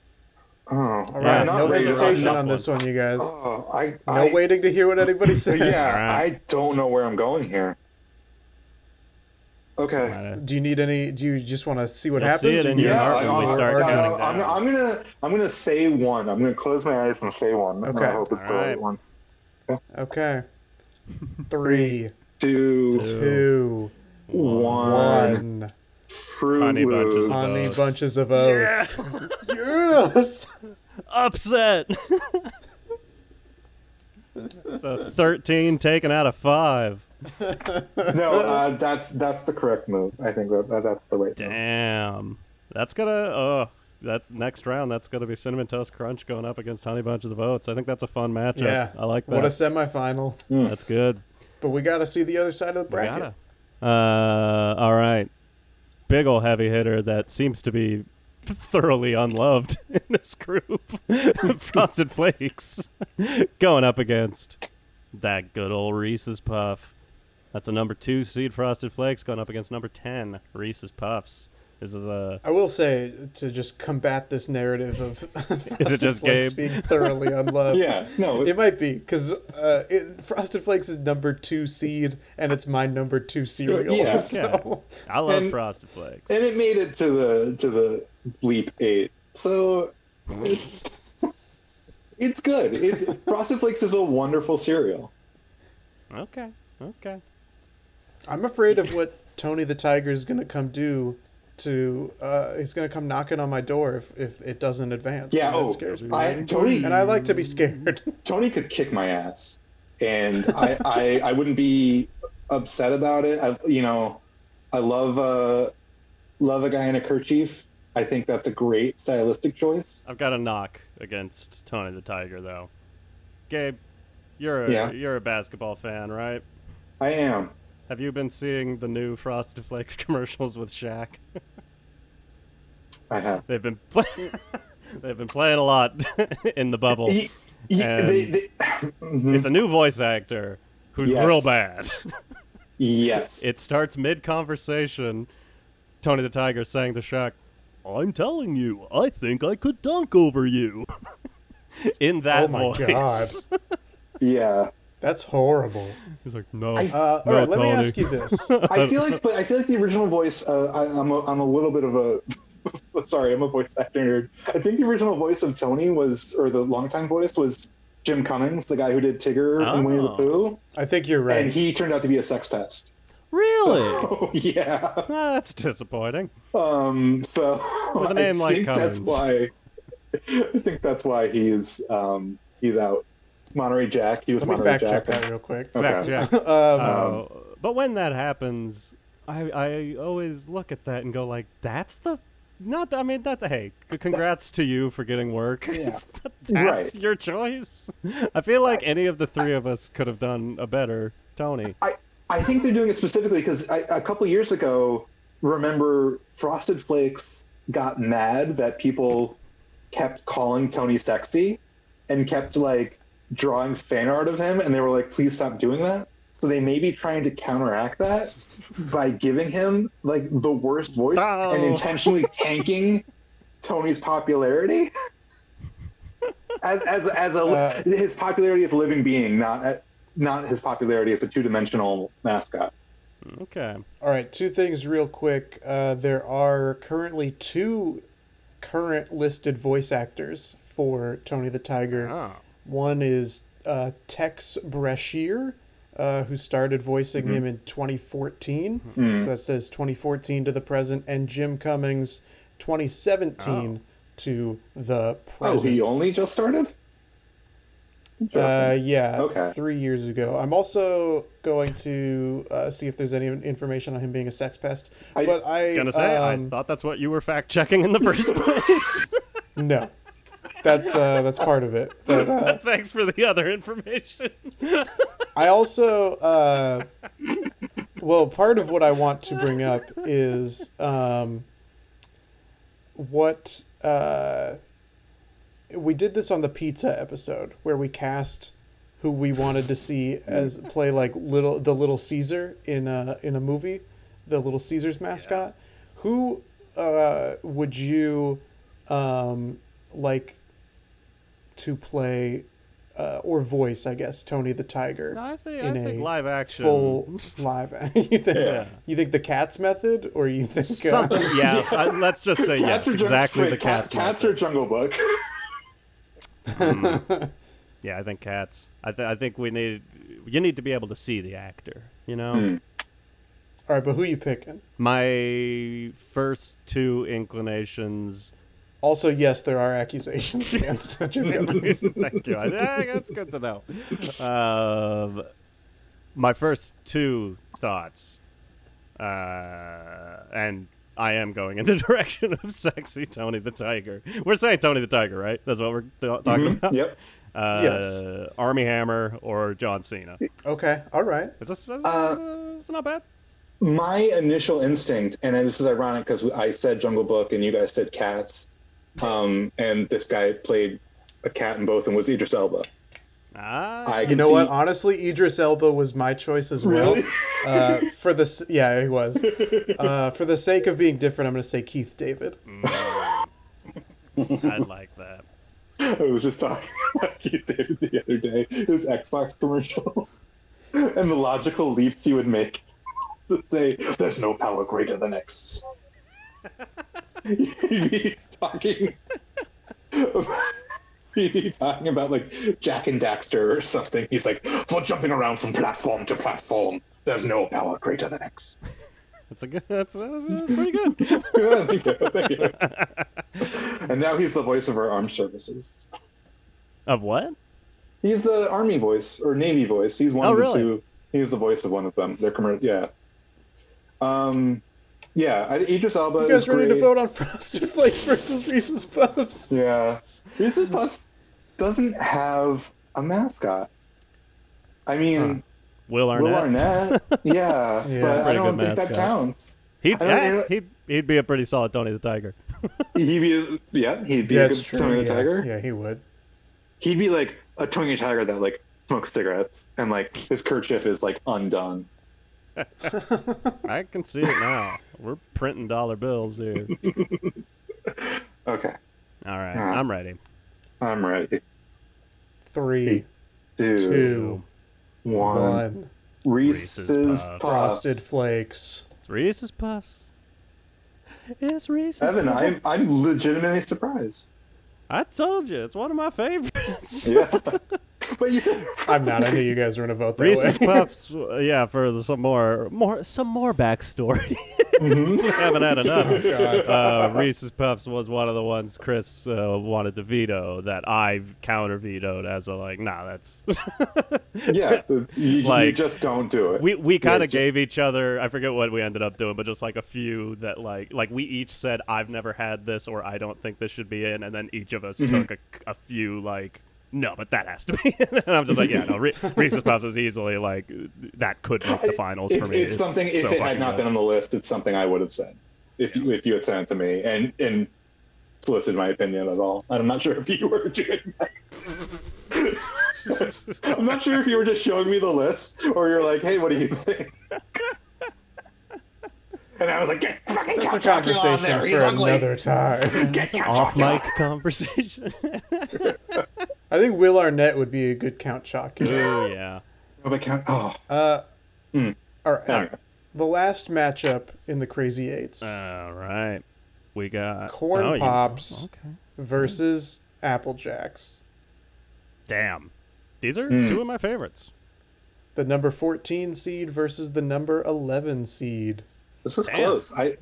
Speaker 3: Oh,
Speaker 2: All
Speaker 1: yeah,
Speaker 2: right,
Speaker 1: not
Speaker 2: no
Speaker 1: ready to-
Speaker 2: hesitation
Speaker 1: not
Speaker 2: on this one, you guys.
Speaker 3: Oh, I,
Speaker 2: No
Speaker 3: I,
Speaker 2: waiting to hear what anybody says.
Speaker 1: Alright.
Speaker 3: [laughs] Yeah, I don't know where I'm going here. Okay.
Speaker 1: Might have-
Speaker 2: Do you need any? Do you just want to see what
Speaker 1: You'll see it
Speaker 2: happens?
Speaker 1: in
Speaker 2: or-
Speaker 1: your
Speaker 3: Yeah,
Speaker 1: heart
Speaker 3: like,
Speaker 1: when we
Speaker 3: I'll-
Speaker 1: start
Speaker 3: I'll-
Speaker 1: counting
Speaker 3: I'm,
Speaker 1: down.
Speaker 3: I'm gonna I'm gonna say one. I'm gonna close my eyes and say one. And I
Speaker 2: Okay.
Speaker 3: hope it's the
Speaker 1: Alright.
Speaker 3: right one.
Speaker 2: Okay. Three,
Speaker 1: Two,
Speaker 3: Two,
Speaker 2: two,
Speaker 3: one.
Speaker 2: one.
Speaker 3: Fruit
Speaker 1: Honey bunches
Speaker 3: Loops.
Speaker 1: of [laughs]
Speaker 2: Honey
Speaker 1: Oats.
Speaker 2: bunches of oats. [laughs] Yes.
Speaker 1: Upset! [laughs] so 13 taken out of 5.
Speaker 3: No, uh, that's that's the correct move. I think that, that that's the right move.
Speaker 1: Damn. That's gonna oh that's next round that's gonna be Cinnamon Toast Crunch going up against Honey Bunches of Oats. I think that's a fun matchup.
Speaker 2: Yeah.
Speaker 1: I like that.
Speaker 2: What a semifinal.
Speaker 1: that's good.
Speaker 2: But we got to see the other side of the
Speaker 1: We
Speaker 2: bracket.
Speaker 1: gotta. Uh all right. Big ol' heavy hitter that seems to be thoroughly unloved [laughs] in this group. [laughs] Frosted Flakes [laughs] going up against that good old Reese's Puff. That's a number two seed Frosted Flakes going up against number ten Reese's Puffs. This is a
Speaker 2: I will say to just combat this
Speaker 1: [laughs]
Speaker 2: narrative of Frosted
Speaker 1: just
Speaker 2: Flakes
Speaker 1: Gabe? [laughs]
Speaker 2: being thoroughly unloved.
Speaker 3: Yeah, no,
Speaker 2: It might be because uh, it- Frosted Flakes is number two seed, and it's my number two cereal. [laughs]
Speaker 3: Yeah.
Speaker 2: So
Speaker 1: I love
Speaker 3: And-
Speaker 1: Frosted Flakes.
Speaker 3: and it made it to the to the leap eight. So it's [laughs] it's good. It's Frosted Flakes is a wonderful cereal.
Speaker 1: Okay. Okay.
Speaker 2: I'm afraid of what Tony the Tiger is going to come do. To uh, he's going to come knocking on my door if, if it doesn't advance.
Speaker 3: Yeah.
Speaker 2: and that
Speaker 3: Oh,
Speaker 2: scares me.
Speaker 3: I, Tony
Speaker 2: and I like to be scared. [laughs]
Speaker 3: Tony could kick my ass, and I, I I wouldn't be upset about it. I, you know, I love uh, love a guy in a kerchief. I think that's a great stylistic choice.
Speaker 1: I've got a knock against Tony the Tiger though. Gabe, you're a,
Speaker 3: Yeah.
Speaker 1: you're a basketball fan, right?
Speaker 3: I am.
Speaker 1: Have you been seeing the new Frosted Flakes [laughs] commercials with Shaq?
Speaker 3: I have.
Speaker 1: They've been play- [laughs] they've been playing a lot [laughs] in the bubble.
Speaker 3: Y- y-
Speaker 1: And-
Speaker 3: they- they-
Speaker 1: It's a new voice actor who's
Speaker 3: mm-hmm. Yes.
Speaker 1: real bad. [laughs]
Speaker 3: yes.
Speaker 1: It starts mid conversation. Tony the Tiger saying to Shaq, I'm telling you, I think I could dunk over you. [laughs] In that
Speaker 2: Oh my
Speaker 1: voice.
Speaker 3: yeah.
Speaker 2: That's horrible.
Speaker 1: [laughs] He's like, no.
Speaker 3: I-
Speaker 2: Uh, all
Speaker 1: No,
Speaker 2: right, let me
Speaker 1: Tony.
Speaker 2: ask you this.
Speaker 1: [laughs]
Speaker 3: I feel like, but I feel like the original voice. Uh, I, I'm a, I'm a little bit of a. [laughs] sorry, I'm a voice actor nerd. I think the original voice of Tony was, or the longtime voice was Jim Cummings, the guy who did Tigger and Winnie the
Speaker 1: Oh.
Speaker 3: Pooh,
Speaker 2: I think you're right.
Speaker 3: and he turned out to be a sex pest. [laughs]
Speaker 1: really?
Speaker 3: So, yeah.
Speaker 1: Ah, that's disappointing.
Speaker 3: Um. So
Speaker 1: With a name
Speaker 3: I
Speaker 1: like
Speaker 3: think that's
Speaker 1: Cummings.
Speaker 3: why. I think that's why he's um he's out. Monterey Jack. He was
Speaker 2: Let me
Speaker 3: Monterey
Speaker 2: fact
Speaker 3: Jack.
Speaker 2: check that real quick.
Speaker 3: Okay.
Speaker 1: Fact check.
Speaker 2: [laughs] um,
Speaker 1: Uh, but when that happens, I, I always look at that and go like, that's the not. I mean, that's hey, c- congrats to you for getting work.
Speaker 3: Yeah.
Speaker 1: But [laughs] that's
Speaker 3: Right.
Speaker 1: your choice. I feel like any of the three of us could have done a better Tony.
Speaker 3: I think they're doing it specifically because a couple years ago, remember Frosted Flakes got mad that people kept calling Tony sexy and kept like drawing fan art of him, and they were like, "Please stop doing that." So they may be trying to counteract that by giving him like the worst voice
Speaker 1: Oh.
Speaker 3: and intentionally tanking Tony's popularity. As, as, as a
Speaker 2: Uh,
Speaker 3: his popularity as a living being, not not his popularity as a two dimensional mascot.
Speaker 1: Okay.
Speaker 2: All right, two things real quick. Uh, there are currently two current listed voice actors for Tony the Tiger.
Speaker 1: Oh.
Speaker 2: One is uh, Tex Brashear, uh, who started voicing
Speaker 3: Mm-hmm.
Speaker 2: him in 2014.
Speaker 3: Hmm.
Speaker 2: So that says 2014 to the present, and Jim Cummings 2017 to the
Speaker 3: Oh,
Speaker 2: present.
Speaker 3: he only just started?
Speaker 2: Uh,
Speaker 1: Uh,
Speaker 3: Interesting.
Speaker 2: yeah,
Speaker 3: Okay.
Speaker 2: three years ago. I'm also going to uh, see if there's any information on him being a sex pest.
Speaker 3: I-
Speaker 2: but I
Speaker 1: Gonna say, I
Speaker 2: um,
Speaker 1: thought that's what you were fact checking in the
Speaker 2: [laughs]
Speaker 1: first place. [laughs]
Speaker 2: no, that's uh, that's part of it.
Speaker 3: [laughs]
Speaker 2: But uh,
Speaker 1: Thanks for the other information.
Speaker 2: I also, uh, well, part of what I want to bring up is um, what uh, we did this on the pizza episode where we cast who we wanted to see as play like little the little Caesar in a in a movie, the little Caesar's mascot. Who uh, would you um, like to play? Uh, or voice, I guess, Tony the Tiger
Speaker 1: I think,
Speaker 2: In a
Speaker 1: live action.
Speaker 2: full live. [laughs] you think
Speaker 3: Yeah.
Speaker 2: you think the cat's method, or you think uh,
Speaker 1: Something,
Speaker 2: [laughs]
Speaker 1: yeah, I, let's just say yes,
Speaker 3: Jun-
Speaker 1: exactly
Speaker 3: wait,
Speaker 1: the
Speaker 3: cat-
Speaker 1: cats.
Speaker 3: Cats or Jungle Book?
Speaker 1: yeah, I think cats. I, th- I think we need you need to be able to see the actor. You know,
Speaker 3: Hmm.
Speaker 2: all right? But who you picking?
Speaker 1: my first two
Speaker 3: [laughs]
Speaker 1: inclinations. [laughs]
Speaker 2: Also, yes, there are accusations [laughs] against Jim
Speaker 3: [laughs]
Speaker 2: Cummings.
Speaker 1: Thank you. I, yeah, that's good to know. Um, my first two thoughts, uh, and I am going in the [laughs] direction of sexy Tony the Tiger. We're saying Tony the Tiger, right? That's what we're ta- talking
Speaker 3: [laughs] Mhm,
Speaker 1: about.
Speaker 3: Yep.
Speaker 1: Uh,
Speaker 2: Yes.
Speaker 1: Army Hammer or John Cena.
Speaker 2: Okay, all right.
Speaker 1: Is this, is,
Speaker 3: Uh,
Speaker 1: is- is not bad.
Speaker 3: My initial instinct, and this is ironic because I said Jungle Book and you guys said cats, um, and this guy played a cat in both and was Idris Elba.
Speaker 1: Ah,
Speaker 3: I
Speaker 2: You
Speaker 3: can
Speaker 2: know
Speaker 3: see,
Speaker 2: what? Honestly, Idris Elba was my choice as well.
Speaker 3: Really?
Speaker 2: Uh, for the s- yeah, he
Speaker 3: [laughs]
Speaker 2: was. Uh, for the sake of being different, I'm going to say Keith David.
Speaker 1: Mm. I like that.
Speaker 3: I was just talking [laughs] about Keith David the other day, his Xbox commercials, and the logical leaps he would make to say, "There's no power greater than X." [laughs] He'd be talking. [laughs] He'd be talking about like Jack and Daxter or something. He's like, for jumping around from platform to platform, there's no power greater than X. [laughs]
Speaker 1: That's a good. That's, that's, that's pretty good. [laughs]
Speaker 3: Yeah, thank you, thank you. And now he's the voice of our armed services.
Speaker 1: of what?
Speaker 3: He's the army voice or navy voice. He's one
Speaker 1: Oh,
Speaker 3: of the
Speaker 1: really?
Speaker 3: two. He's the voice of one of them. They're commercial. Yeah. Um, yeah. I, Idris Elba
Speaker 2: You guys
Speaker 3: is
Speaker 2: ready
Speaker 3: great.
Speaker 2: to vote on [laughs] Frosted Flakes versus Reese's Puffs?
Speaker 3: Yeah. Reese's Puffs doesn't have a mascot. I mean,
Speaker 1: Will Arnett.
Speaker 3: Will
Speaker 1: [laughs]
Speaker 3: Arnett. yeah,
Speaker 2: Yeah.
Speaker 3: but I
Speaker 1: Pretty
Speaker 3: don't
Speaker 1: good
Speaker 3: think that
Speaker 1: mascot.
Speaker 3: counts.
Speaker 1: He'd,
Speaker 3: I don't
Speaker 1: yeah,
Speaker 3: know.
Speaker 1: he'd, he'd be a pretty solid Tony the Tiger.
Speaker 3: He'd be yeah. He'd be a good Tony the
Speaker 2: yeah.
Speaker 3: Tiger.
Speaker 2: Yeah, he
Speaker 3: [laughs]
Speaker 2: would. [laughs]
Speaker 3: He'd be like a Tony the Tiger that like smokes cigarettes and like his kerchief is like undone.
Speaker 1: I can see it now. We're printing dollar bills here.
Speaker 3: Okay,
Speaker 1: All right,
Speaker 3: Alright.
Speaker 1: I'm ready.
Speaker 3: I'm ready.
Speaker 2: Three,
Speaker 3: Eight, Two,
Speaker 2: two,
Speaker 3: one.
Speaker 2: one.
Speaker 3: Reese's,
Speaker 1: Reese's Puffs.
Speaker 3: Puffs.
Speaker 2: Frosted
Speaker 3: Uh,
Speaker 2: Flakes.
Speaker 1: It's Reese's Puffs. It's Reese's.
Speaker 3: Evan,
Speaker 1: Puffs.
Speaker 3: I'm I'm legitimately surprised.
Speaker 1: I told you, it's one of my favorites.
Speaker 3: Yeah, [laughs] but you said
Speaker 2: [laughs] I'm not. I knew
Speaker 3: [laughs]
Speaker 2: you guys were gonna vote
Speaker 1: [laughs]
Speaker 2: that
Speaker 1: Reese's
Speaker 2: way.
Speaker 1: Puffs. uh, Yeah, for the- some more, more, some more backstory. [laughs]
Speaker 3: Mhm.
Speaker 1: Haven't had enough.
Speaker 2: Oh, God.
Speaker 1: Uh, Reese's Puffs was one of the ones Chris uh, wanted to veto that I counter vetoed as a like, nah,
Speaker 3: [laughs]
Speaker 1: that's.
Speaker 3: Yeah, it's- you, you
Speaker 1: Like-
Speaker 3: just don't do it.
Speaker 1: we we kind
Speaker 3: Yeah,
Speaker 1: of
Speaker 3: ju-
Speaker 1: gave each other. I forget what we ended up doing, but just like a few that like like we each said, "I've never had this," or "I don't think this should be in," and then each of us
Speaker 3: Mm-hmm.
Speaker 1: took a, a few like. No, but that has to be. in." [laughs] and I'm just like, yeah, no.
Speaker 3: [laughs]
Speaker 1: Re- Reese's Puffs is easily like that could make the finals
Speaker 3: It's,
Speaker 1: for me.
Speaker 3: it's something. If
Speaker 1: so
Speaker 3: it had
Speaker 1: fucking
Speaker 3: not
Speaker 1: good.
Speaker 3: been on the list, it's something I would have said. If you, if you had sent it to me and and solicited my opinion at all, and I'm not sure if you were [laughs] doing that. I'm not sure if you were just showing me the list or you're like, hey, what do you
Speaker 2: [laughs]
Speaker 3: think? And I was like, get fucking
Speaker 2: That's a
Speaker 3: Count Chocula on
Speaker 2: conversation
Speaker 3: there.
Speaker 2: for
Speaker 3: He's ugly.
Speaker 2: another time.
Speaker 3: Get [laughs] Count
Speaker 1: [laughs] off
Speaker 3: Chocula.
Speaker 1: mic conversation. [laughs]
Speaker 2: I think Will Arnett would be a good Count Chocula.
Speaker 3: Mm.
Speaker 1: oh yeah,
Speaker 3: Oh, my God. Oh,
Speaker 2: Uh,
Speaker 3: Hmm.
Speaker 2: all right.
Speaker 3: I don't know.
Speaker 2: The last matchup in the Crazy Eights
Speaker 1: all right. We got
Speaker 2: Corn
Speaker 1: Uh, oh, you-
Speaker 2: Pops.
Speaker 1: okay,
Speaker 2: versus Apple Jacks.
Speaker 1: damn. These are
Speaker 3: Mm.
Speaker 1: two of my favorites.
Speaker 2: the number 14 seed versus the number 11 seed.
Speaker 3: This is
Speaker 1: Damn.
Speaker 3: close. I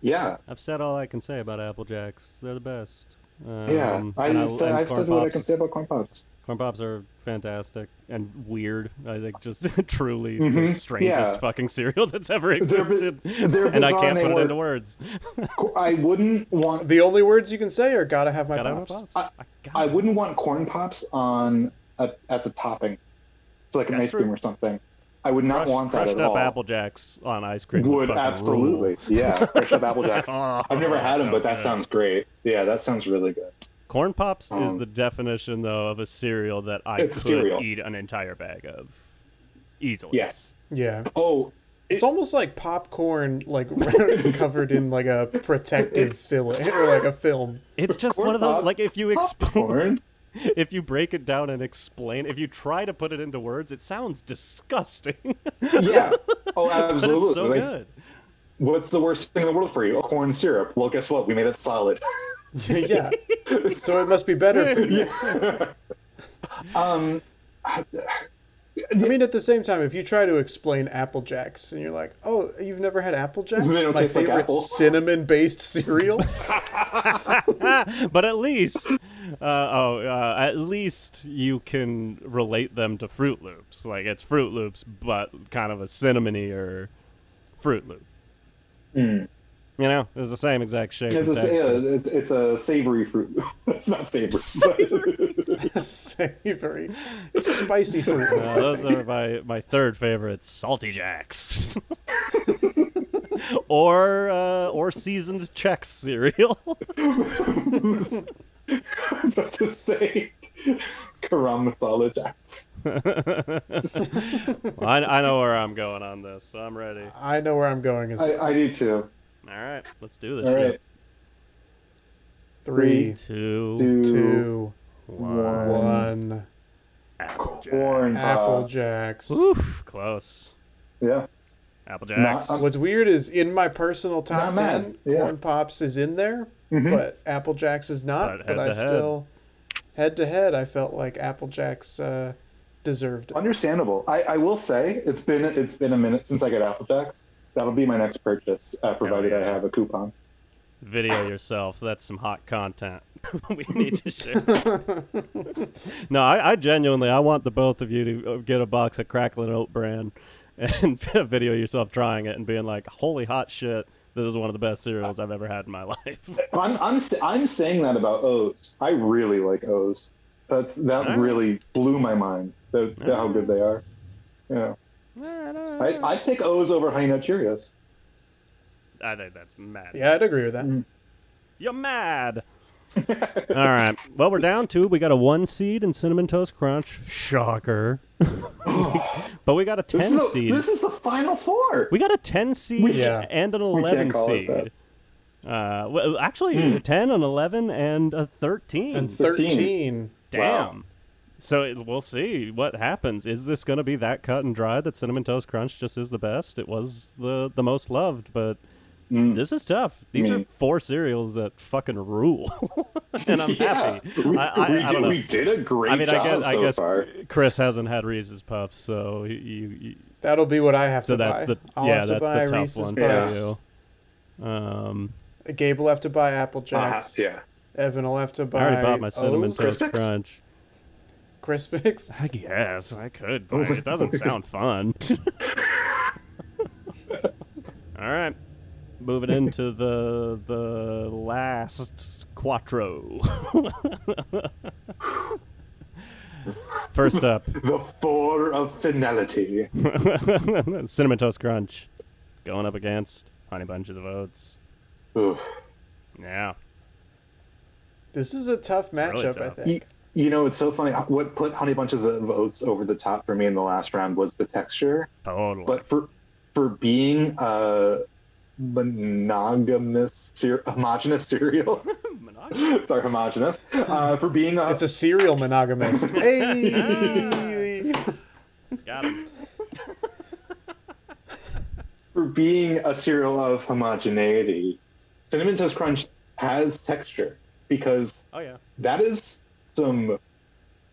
Speaker 3: yeah,
Speaker 1: I've said all I can say about Apple Jacks. They're the best. Um,
Speaker 3: yeah.
Speaker 1: and
Speaker 3: I said,
Speaker 1: and
Speaker 3: I've
Speaker 1: corn
Speaker 3: said what I
Speaker 1: pops-
Speaker 3: can say about corn pops.
Speaker 1: Corn pops are fantastic and weird. I think just [laughs] truly the
Speaker 3: Mhm,
Speaker 1: strangest
Speaker 3: yeah.
Speaker 1: fucking cereal [laughs] that's ever
Speaker 3: They're bi-
Speaker 1: existed.
Speaker 3: they're
Speaker 1: and I
Speaker 3: bizarre
Speaker 1: can't
Speaker 3: and they
Speaker 1: put it
Speaker 3: work.
Speaker 1: into words.
Speaker 3: Co- I wouldn't want
Speaker 2: The only words you can say are gotta have my
Speaker 1: Gotta have
Speaker 2: pops.
Speaker 1: pops.
Speaker 3: I-
Speaker 1: I got
Speaker 3: I wouldn't want corn pops on a, as a topping, it's like an
Speaker 1: That's
Speaker 3: ice cream
Speaker 1: true.
Speaker 3: or something. I would not
Speaker 1: crushed,
Speaker 3: want that
Speaker 1: crushed
Speaker 3: at
Speaker 1: up
Speaker 3: all.
Speaker 1: Apple Jacks on ice cream.
Speaker 3: would
Speaker 1: fucking
Speaker 3: absolutely,
Speaker 1: rule.
Speaker 3: yeah. Fresh up
Speaker 1: [laughs]
Speaker 3: apple jacks.
Speaker 1: Oh,
Speaker 3: I've never had them, but that
Speaker 1: good.
Speaker 3: sounds great. Yeah, that sounds really good.
Speaker 1: Corn pops is
Speaker 3: Um,
Speaker 1: the definition though of a cereal that I could
Speaker 3: It's a cereal.
Speaker 1: eat an entire bag of easily.
Speaker 3: Yes.
Speaker 2: Yeah.
Speaker 3: Oh,
Speaker 2: It's almost like popcorn, like [laughs] covered in like a protective
Speaker 3: It's-
Speaker 2: filling or [laughs] like a film.
Speaker 3: [laughs]
Speaker 1: It's just
Speaker 3: Corn
Speaker 1: one of those
Speaker 3: Pops,
Speaker 1: like if you explain
Speaker 3: popcorn.
Speaker 1: [laughs] if you break it down and explain if you try to put it into words, it sounds disgusting. [laughs]
Speaker 3: Yeah. Oh,
Speaker 1: but it's so
Speaker 3: absolutely. Like,
Speaker 1: good. [laughs]
Speaker 3: what's the worst thing in the world for you? Corn syrup. Well, guess what? We made it solid.
Speaker 2: [laughs] yeah. So it must be better.
Speaker 3: Yeah. [laughs] um, I-
Speaker 2: I mean, at the same time, if you try to explain Apple Jacks and you're like, "Oh, you've never had Apple Jacks?
Speaker 3: They don't
Speaker 2: My
Speaker 3: taste like
Speaker 2: favorite
Speaker 3: apple."
Speaker 2: cinnamon-based
Speaker 3: [laughs]
Speaker 2: cereal." [laughs]
Speaker 1: but at least, uh, oh, uh, at least you can relate them to Fruit Loops. Like it's Fruit Loops, but kind of a cinnamony or Fruit Loop.
Speaker 3: mm.
Speaker 1: You know, it's the same exact shape.
Speaker 3: it's,
Speaker 1: and
Speaker 3: a,
Speaker 1: texture.
Speaker 3: yeah, it's, it's a savory fruit. [laughs] it's not savory. but-
Speaker 2: Savory. It's a spicy fruit.
Speaker 1: Uh, those are my, my third favorite, salty jacks, [laughs] or uh, or seasoned Chex cereal. [laughs]
Speaker 3: [laughs] I was about to say [laughs] Karam masala jacks.
Speaker 1: I, I know where I'm going on this, so I'm ready.
Speaker 2: [laughs] I know where I'm going. Is
Speaker 3: I, I do too.
Speaker 1: All right, let's do this.
Speaker 3: All
Speaker 1: shit.
Speaker 3: right,
Speaker 2: three,
Speaker 1: Two,
Speaker 3: two,
Speaker 2: two,
Speaker 1: one.
Speaker 2: one.
Speaker 3: corn
Speaker 2: Apple
Speaker 3: pops.
Speaker 2: Jacks.
Speaker 1: Oof, close.
Speaker 3: Yeah,
Speaker 1: Applejacks.
Speaker 3: Not-
Speaker 2: What's weird is in my personal top
Speaker 3: Not mad,
Speaker 2: ten,
Speaker 3: yeah.
Speaker 2: Corn Pops is in there,
Speaker 3: Mhm.
Speaker 2: but Apple Jacks is not.
Speaker 1: But
Speaker 2: But, I
Speaker 1: head-to-head.
Speaker 2: still, head to head, I felt like Apple Jacks uh, deserved
Speaker 3: [laughs]
Speaker 2: it.
Speaker 3: understandable. I, I will say it's been it's been a minute since I got Apple Jacks. That'll be my next purchase, uh, provided I
Speaker 1: yeah.
Speaker 3: have a coupon.
Speaker 1: Video yourself. That's some hot content [laughs] we need to share. no, I, I genuinely, I want the both of you to uh, get a box of Cracklin' Oat Bran [laughs] and video yourself trying it and being like, holy hot shit, this is one of the best cereals I've ever had in my [laughs] life.
Speaker 3: I'm I'm s- I'm saying that about O's. I really like O's. That's that
Speaker 1: Alright.
Speaker 3: really blew my mind. That, that how good they are. Yeah, I I pick O's over Honey Nut Cheerios. [laughs]
Speaker 1: I think that's mad.
Speaker 2: yeah, I'd agree with that.
Speaker 3: Mm.
Speaker 1: You're mad. All right. Well, we're down to we got a one seed in cinnamon toast crunch.
Speaker 3: [laughs]
Speaker 1: Shocker. but we got a ten
Speaker 3: This is, the,
Speaker 1: seed.
Speaker 3: this is the final four.
Speaker 1: We got a 10 seed
Speaker 3: We-
Speaker 2: Yeah.
Speaker 1: and an
Speaker 3: can't
Speaker 1: 11
Speaker 3: call it
Speaker 1: seed.
Speaker 3: that.
Speaker 1: Uh, well, actually,
Speaker 3: Hmm.
Speaker 1: a 10, an 11, and a 13.
Speaker 2: And
Speaker 3: 13.
Speaker 2: thirteen.
Speaker 1: Damn. So it, we'll see what happens. Is this going to be that cut and dry that Cinnamon Toast Crunch just is the best? It was the, the most loved, but
Speaker 3: Mm.
Speaker 1: this is tough. These are
Speaker 3: Hmm.
Speaker 1: four cereals that fucking rule. [laughs] and I'm
Speaker 3: [laughs] Yeah.
Speaker 1: happy.
Speaker 3: We,
Speaker 1: I, I,
Speaker 3: we
Speaker 1: I
Speaker 3: did,
Speaker 1: don't know.
Speaker 3: we did a great
Speaker 1: I mean,
Speaker 3: job
Speaker 1: I guess,
Speaker 3: so
Speaker 1: I guess
Speaker 3: far.
Speaker 1: Chris hasn't had Reese's Puffs, so you, you,
Speaker 2: That'll be what I have
Speaker 1: so
Speaker 2: to
Speaker 1: that's
Speaker 2: buy.
Speaker 1: the
Speaker 2: I'll
Speaker 1: yeah
Speaker 2: have to
Speaker 1: that's
Speaker 2: buy
Speaker 1: the tough
Speaker 2: Reese's
Speaker 1: one
Speaker 3: Puffs.
Speaker 1: for you. Um,
Speaker 2: Puffs. Gabe will have to buy Apple
Speaker 3: Uh,
Speaker 2: Jacks.
Speaker 3: yeah.
Speaker 2: Evan will have to buy.
Speaker 1: I already bought my cinnamon
Speaker 2: O's.
Speaker 1: toast
Speaker 3: Crispix?
Speaker 1: crunch.
Speaker 2: Crispix.
Speaker 1: I guess Oh I could, but it doesn't sound [laughs] fun. All right, moving into the the last quattro. [laughs] First up, [laughs]
Speaker 3: The four of finality.
Speaker 1: cinnamon toast crunch, going up against honey bunches of oats.
Speaker 3: Oof.
Speaker 1: Yeah,
Speaker 2: This is a tough matchup,
Speaker 1: really
Speaker 2: I
Speaker 1: tough.
Speaker 2: think.
Speaker 3: You, you know, it's so funny. What put Honey Bunches of Oats over the top for me in the last round was the texture.
Speaker 1: totally. [laughs]
Speaker 3: But for for being a monogamous, ser- [laughs] homogenous cereal, [laughs] sorry, homogenous, uh, for being a,
Speaker 2: It's a serial
Speaker 3: [laughs]
Speaker 2: monogamous. hey!
Speaker 1: Ah. Got him.
Speaker 3: for being a cereal of homogeneity, Cinnamon Toast Crunch has texture because
Speaker 1: Oh yeah.
Speaker 3: that is some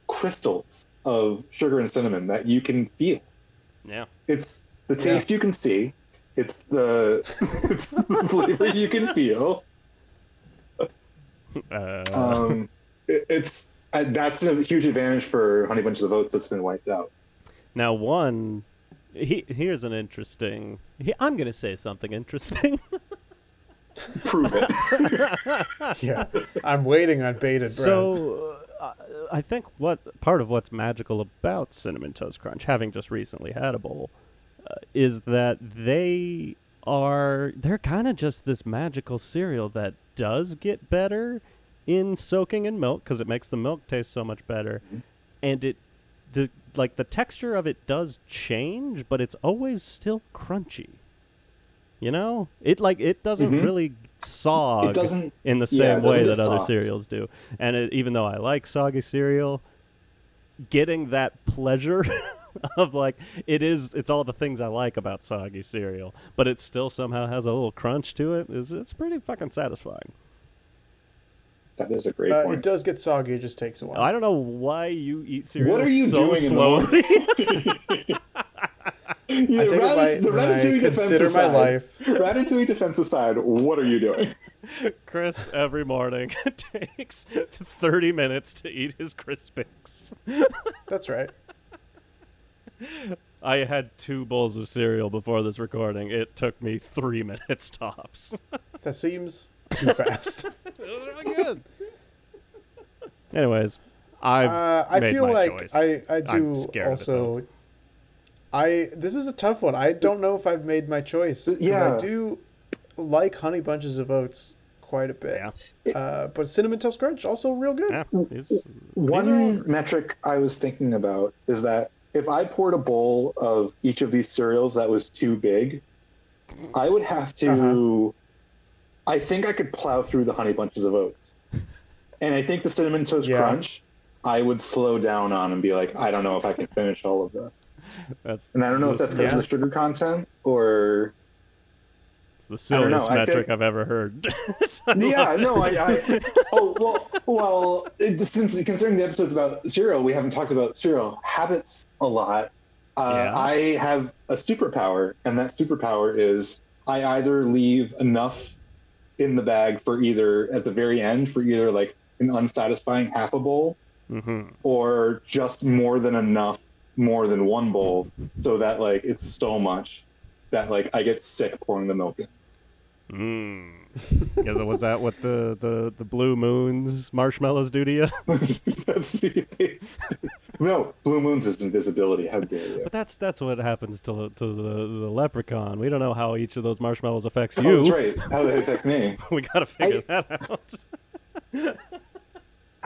Speaker 3: crystals of sugar and cinnamon that you can feel.
Speaker 1: Yeah.
Speaker 3: It's the taste you can see. It's the [laughs] it's the flavor you can feel.
Speaker 1: Uh,
Speaker 3: Um, it, it's uh, that's a huge advantage for Honey Bunches of Oats that's been wiped out.
Speaker 1: now one. He, here's an interesting. He, I'm gonna say something interesting.
Speaker 3: Prove it.
Speaker 2: Yeah, I'm waiting on bated breath.
Speaker 1: So uh, I think what part of what's magical about cinnamon toast crunch, having just recently had a bowl, uh, is that they are they're kind of just this magical cereal that does get better in soaking in milk because it makes the milk taste so much better,
Speaker 3: Mm-hmm.
Speaker 1: and it the like the texture of it does change, but it's always still crunchy. You know, it like it doesn't
Speaker 3: Mhm.
Speaker 1: really sog
Speaker 3: It doesn't.
Speaker 1: in the same
Speaker 3: Yeah, it doesn't
Speaker 1: way
Speaker 3: get
Speaker 1: that other
Speaker 3: soft.
Speaker 1: cereals do. And it, even though I like soggy cereal, getting that pleasure [laughs] of like it is it's all the things I like about soggy cereal, but it still somehow has a little crunch to it is it's pretty fucking satisfying.
Speaker 3: That is a great
Speaker 2: uh, it
Speaker 3: point.
Speaker 2: does get soggy. It just takes a while.
Speaker 1: I don't know why you eat cereal
Speaker 3: What are you
Speaker 1: so
Speaker 3: doing
Speaker 1: slowly.
Speaker 3: in the
Speaker 2: I
Speaker 3: morning?
Speaker 2: think
Speaker 3: Yeah,
Speaker 2: if I,
Speaker 3: rat- the
Speaker 2: when I
Speaker 3: Ratatouille defense
Speaker 2: consider my
Speaker 3: aside.
Speaker 2: life,
Speaker 3: Ratatouille defense aside, what are you doing?
Speaker 1: [laughs] Chris every morning [laughs] takes 30 minutes to eat his Crispix.
Speaker 2: that's right.
Speaker 1: I had two bowls of cereal before this recording. It took me three [laughs] minutes tops.
Speaker 2: That seems too fast.
Speaker 1: good. Anyways, [laughs] I've
Speaker 2: Uh, I
Speaker 1: made
Speaker 2: feel
Speaker 1: my
Speaker 2: like
Speaker 1: choice.
Speaker 2: I I
Speaker 1: I'm
Speaker 2: do
Speaker 1: scared of it,
Speaker 2: also. I this is a tough one. I don't know if I've made my choice. 'cause
Speaker 3: Yeah.
Speaker 2: I do like honey bunches of oats quite a bit.
Speaker 1: Yeah.
Speaker 2: Uh, but cinnamon toast crunch also real good.
Speaker 1: yeah, it's-
Speaker 3: One
Speaker 1: These
Speaker 3: metric I was thinking about is that if I poured a bowl of each of these cereals that was too big, I would have
Speaker 2: Uh-huh.
Speaker 3: to. I think I could plow through the honey bunches of oats, and I think the cinnamon toast
Speaker 2: Yeah.
Speaker 3: crunch. I would slow down on and be like, I don't know if I can finish all of this,
Speaker 1: that's
Speaker 3: and I don't know if that's because
Speaker 2: Yeah.
Speaker 3: of the sugar content or
Speaker 1: that's the
Speaker 3: I don't know,
Speaker 1: silliest
Speaker 3: I
Speaker 1: metric
Speaker 3: think-
Speaker 1: I've ever heard. [laughs]
Speaker 3: yeah, no, I, I oh well, well. It, since considering the episodes about cereal, we haven't talked about cereal habits a lot. Uh,
Speaker 1: Yeah.
Speaker 3: I have a superpower, and that superpower is I either leave enough in the bag for either at the very end for either like an unsatisfying half a bowl
Speaker 1: mm-hmm.
Speaker 3: or just more than enough, more than one bowl, so that like it's so much that like I get sick pouring the milk in.
Speaker 1: Mm. Yeah, so was that what the, the, the Blue Moon's marshmallows do to you?
Speaker 3: that's [laughs] no blue moons is invisibility how dare you
Speaker 1: [laughs] But that's that's what happens to to the, the leprechaun. We don't know how each of those marshmallows affects
Speaker 3: Oh,
Speaker 1: you.
Speaker 3: that's right how they affect me
Speaker 1: [laughs] we gotta figure that out.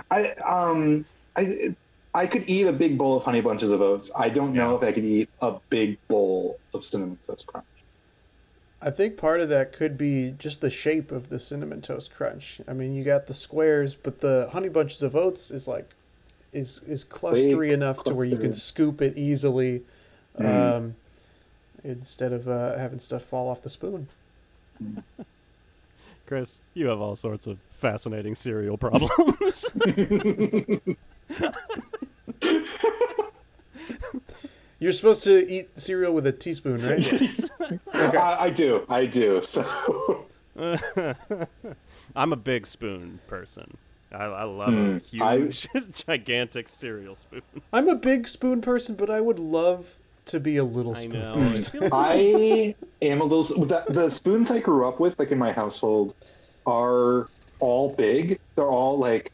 Speaker 3: i um i i could eat a big bowl of honey bunches of oats i don't know if i could eat a big bowl of cinnamon toast crunch
Speaker 2: I think part of that could be just the shape of the cinnamon toast crunch. I mean, you got the squares, but the honey bunches of oats is like is is clustery
Speaker 3: Big,
Speaker 2: enough to where you can
Speaker 3: clustery.
Speaker 2: scoop it easily,
Speaker 3: Mm.
Speaker 2: um, instead of uh, having stuff fall off the spoon.
Speaker 1: Chris, you have all sorts of fascinating cereal problems. [laughs]
Speaker 2: You're supposed to eat cereal with a teaspoon, [laughs] right?
Speaker 3: I, I do i do [laughs] so
Speaker 1: [laughs] I'm a big spoon person. I, I love a
Speaker 3: Mm, I-
Speaker 1: huge, [laughs] gigantic cereal spoon. [laughs]
Speaker 2: I'm a big spoon person, but I would love to be a little spoon.
Speaker 1: It
Speaker 2: [laughs]
Speaker 1: feels
Speaker 3: I am a little. The, the spoons I grew up with, like in my household, are all big. They're all like,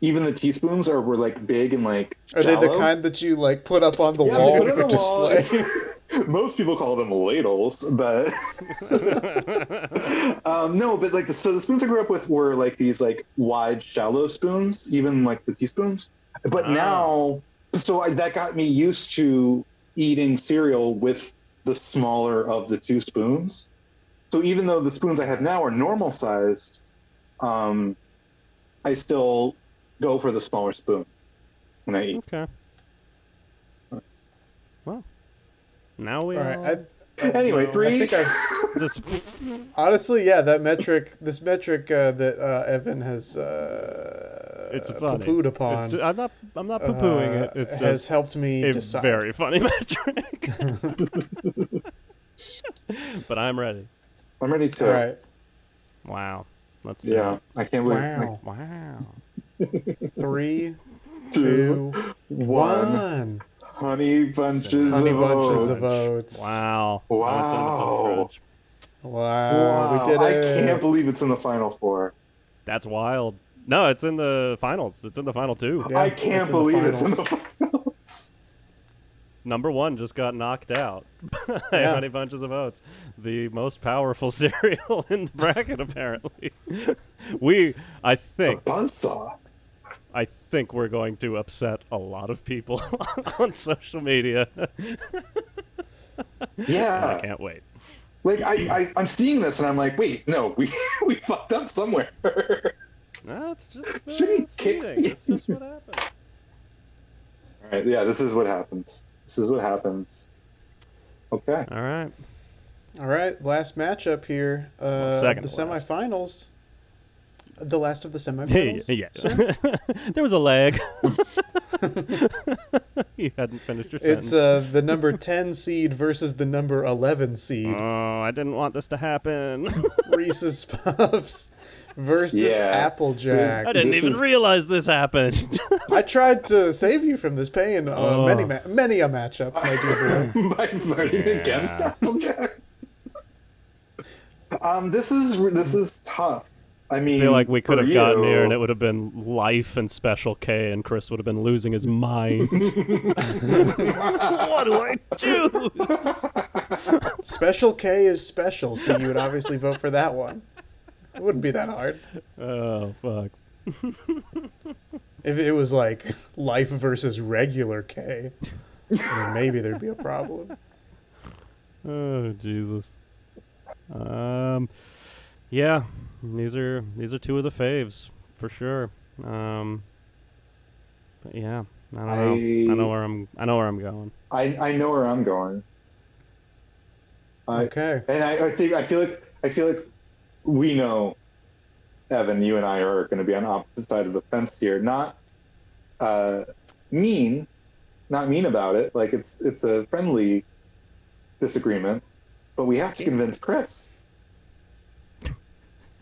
Speaker 3: even the teaspoons are were like big and like.
Speaker 2: Are they the
Speaker 3: shallow.
Speaker 2: kind that you like put up on the
Speaker 3: Yeah,
Speaker 2: wall
Speaker 3: they put
Speaker 2: for
Speaker 3: on the wall.
Speaker 2: display? [laughs]
Speaker 3: It's- [laughs] Most people call them ladles, but [laughs] um, no, but like so the spoons I grew up with were like these like wide, shallow spoons, even like the teaspoons. But
Speaker 1: Ah.
Speaker 3: now, so I, that got me used to eating cereal with the smaller of the two spoons. So even though the spoons I have now are normal sized, um, I still go for the smaller spoon when I eat.
Speaker 1: okay. Well, now we
Speaker 2: All right. I,
Speaker 3: Anyway,
Speaker 2: I
Speaker 3: three.
Speaker 2: think
Speaker 1: [laughs]
Speaker 2: I've-
Speaker 1: just
Speaker 2: Honestly, yeah, that metric, this metric uh, that uh, Evan has uh,
Speaker 1: it's
Speaker 2: uh,
Speaker 1: funny.
Speaker 2: poo-pooed
Speaker 1: It's
Speaker 2: upon
Speaker 1: ju- I'm not I'm not poo pooing
Speaker 2: uh,
Speaker 1: it. It's
Speaker 2: has
Speaker 1: just
Speaker 2: helped me
Speaker 1: a
Speaker 2: decide.
Speaker 1: very funny [laughs]
Speaker 2: [laughs]
Speaker 1: metric. but I'm ready.
Speaker 3: I'm ready to.
Speaker 2: All right.
Speaker 1: Wow. Let's do
Speaker 3: Yeah, I can't wait. Like,
Speaker 2: Wow.
Speaker 1: it. Wow.
Speaker 2: Three,
Speaker 3: [laughs] two,
Speaker 2: two,
Speaker 3: one.
Speaker 2: one.
Speaker 3: Honey bunches
Speaker 2: Honey
Speaker 3: of
Speaker 2: bunches
Speaker 3: oats.
Speaker 2: of oats.
Speaker 1: Wow. Oh, it's in the Buffalo
Speaker 3: Wow.
Speaker 1: Crunch.
Speaker 2: Wow.
Speaker 3: Wow,
Speaker 2: Ah, We did
Speaker 3: I
Speaker 2: it.
Speaker 3: can't believe it's in the final four.
Speaker 1: That's wild. No, it's in the finals. It's in the final two.
Speaker 2: Yeah,
Speaker 3: I
Speaker 2: it's
Speaker 3: can't
Speaker 2: in the
Speaker 3: believe it's in the
Speaker 2: finals.
Speaker 3: finals.
Speaker 1: Number one just got knocked out [laughs] by
Speaker 2: Yeah.
Speaker 1: Honey Bunches of Oats, the most powerful [laughs] cereal in the bracket, apparently. [laughs] we, I
Speaker 3: A
Speaker 1: think, [laughs]
Speaker 3: buzzsaw.
Speaker 1: I think we're going to upset a lot of people [laughs] on social media. [laughs] I
Speaker 3: Yeah,
Speaker 1: can't wait.
Speaker 3: like I, I, I'm seeing this and I'm like, wait, no, we [laughs] we fucked up somewhere. [laughs]
Speaker 1: No, it's just uh,
Speaker 3: Shouldn't kick
Speaker 1: seeding.
Speaker 3: me.
Speaker 1: It's just
Speaker 2: [laughs]
Speaker 1: what happened.
Speaker 3: All right, yeah, this is what happens. This is what happens.
Speaker 1: [clears throat]
Speaker 3: Okay. [laughs]
Speaker 1: All [laughs] right.
Speaker 2: All right, last matchup here. Uh,
Speaker 1: second
Speaker 2: the
Speaker 1: to last.
Speaker 2: semifinals. The last of the
Speaker 1: [laughs]
Speaker 2: semifinals. [laughs]
Speaker 1: Yeah,
Speaker 2: sir?
Speaker 1: [laughs] there was a
Speaker 2: [laughs]
Speaker 1: lag. you hadn't finished your sentence.
Speaker 2: It's uh, the number 10 seed versus the number 11 seed.
Speaker 1: Oh, I didn't want this to happen.
Speaker 2: Reese's [laughs] Puffs versus
Speaker 3: Yeah.
Speaker 1: [laughs]
Speaker 2: Applejack.
Speaker 1: I didn't
Speaker 3: This
Speaker 1: even
Speaker 3: is-
Speaker 1: realize this [laughs] happened.
Speaker 2: I tried to save you from this pain. Uh,
Speaker 1: Oh.
Speaker 2: Many, ma- many a matchup, my dear boy.
Speaker 3: By voting
Speaker 1: Yeah.
Speaker 3: against Applejack. [laughs] Um, this is this is tough. I
Speaker 1: I
Speaker 3: mean,
Speaker 1: feel like we could
Speaker 3: for
Speaker 1: have gotten here and
Speaker 3: you-
Speaker 1: it would have been life and Special K, and Chris would have been losing his
Speaker 3: [laughs]
Speaker 1: mind. [laughs] what do I do?
Speaker 2: Special K is special, so you would obviously vote for that one. It wouldn't be that hard.
Speaker 1: [laughs] oh, fuck.
Speaker 2: If it was like life versus regular K, then maybe there'd be a problem.
Speaker 1: Oh, Jesus. Um, yeah, these are these are two of the faves for sure. Um, but yeah, I don't know. I know
Speaker 3: I-
Speaker 1: where I'm. I know where I'm going.
Speaker 3: I I know where I'm going. I
Speaker 2: Okay.
Speaker 3: and I, I think I feel like I feel like we know, Evan, you and I are going to be on opposite side of the fence here. Not uh, mean, not mean about it. Like it's it's a friendly disagreement, but we have to convince Chris.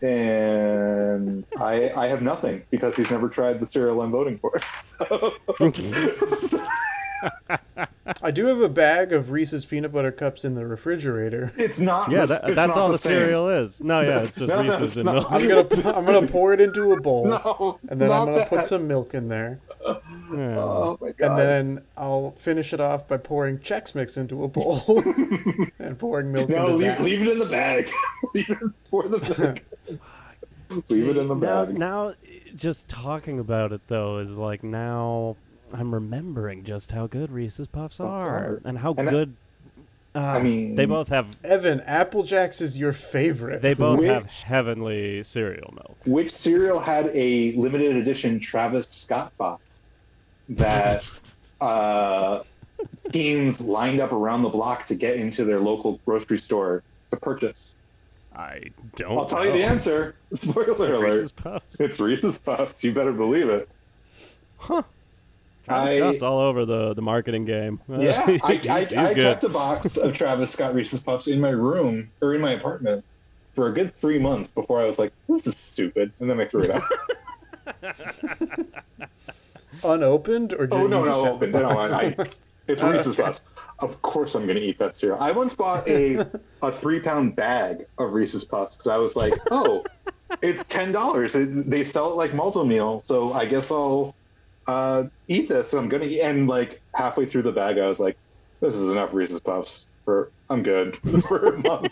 Speaker 3: And I I have nothing because he's never tried the cereal I'm voting for. [laughs] So, [laughs] so
Speaker 2: I do have a bag of Reese's peanut butter cups in the
Speaker 3: [laughs]
Speaker 2: refrigerator.
Speaker 3: it's not.
Speaker 1: Yeah,
Speaker 3: the-
Speaker 1: that,
Speaker 3: it's
Speaker 1: that's
Speaker 3: not
Speaker 1: all the,
Speaker 3: same.
Speaker 1: cereal is. No, yeah, it's just
Speaker 3: No, no,
Speaker 1: Reese's
Speaker 3: it's
Speaker 1: and milk.
Speaker 3: not. [laughs]
Speaker 2: I'm gonna I'm gonna pour it into a bowl,
Speaker 3: No,
Speaker 2: and then I'm
Speaker 3: not
Speaker 2: gonna put
Speaker 3: that.
Speaker 2: some milk in there,
Speaker 3: [laughs]
Speaker 1: Yeah.
Speaker 3: Oh my god.
Speaker 2: and then I'll finish it off by pouring Chex Mix into a
Speaker 3: [laughs]
Speaker 2: bowl and pouring milk
Speaker 3: no,
Speaker 2: into
Speaker 3: leave,
Speaker 2: that.
Speaker 3: leave it in the bag. [laughs] leave it for the bag.
Speaker 1: [laughs]
Speaker 3: leave it
Speaker 1: See,
Speaker 3: in the
Speaker 1: now,
Speaker 3: bag.
Speaker 1: Now, just talking about it though is like now I'm remembering just how good Reese's Puffs
Speaker 3: Puffs
Speaker 1: are,
Speaker 3: are.
Speaker 1: and how
Speaker 3: And I-
Speaker 1: good. Uh,
Speaker 3: I mean,
Speaker 1: they both have
Speaker 2: Evan, Apple Jacks is your favorite.
Speaker 1: they both have
Speaker 3: Which-
Speaker 1: heavenly cereal milk.
Speaker 3: Which cereal had a limited edition Travis Scott box
Speaker 1: [laughs]
Speaker 3: that uh, teens lined up around the block to get into their local grocery store to purchase?
Speaker 1: I don't.
Speaker 3: I'll tell you the
Speaker 1: know.
Speaker 3: answer. [laughs] Spoiler
Speaker 1: oh. [laughs] Reese's
Speaker 3: alert.
Speaker 1: Puffs.
Speaker 3: It's Reese's Puffs. You better believe it.
Speaker 1: Huh. Travis
Speaker 3: I-
Speaker 1: Scott's all over the, the marketing game. [laughs] Uh,
Speaker 3: Yeah, I, I,
Speaker 1: he's- he's
Speaker 3: I
Speaker 1: good.
Speaker 3: kept a box of Travis Scott Reese's Puffs in my room or in my apartment for a good three months before I was like, "This is stupid," and then I threw
Speaker 1: [laughs]
Speaker 3: it out.
Speaker 2: Unopened or did
Speaker 3: oh
Speaker 2: you just
Speaker 3: no, no,
Speaker 2: have
Speaker 3: open.
Speaker 2: the
Speaker 3: No,
Speaker 2: box?
Speaker 3: I, I, it's
Speaker 2: Oh,
Speaker 3: Reese's
Speaker 2: okay.
Speaker 3: Puffs. Of course, I'm gonna eat that cereal. I once bought a a three pound bag of Reese's Puffs because I was like, "Oh, it's ten dollars. They sell it like multi meal, so I guess I'll uh, eat this." I'm gonna eat, and like halfway through the bag, I was like, "This is enough Reese's Puffs for I'm good [laughs] for a month."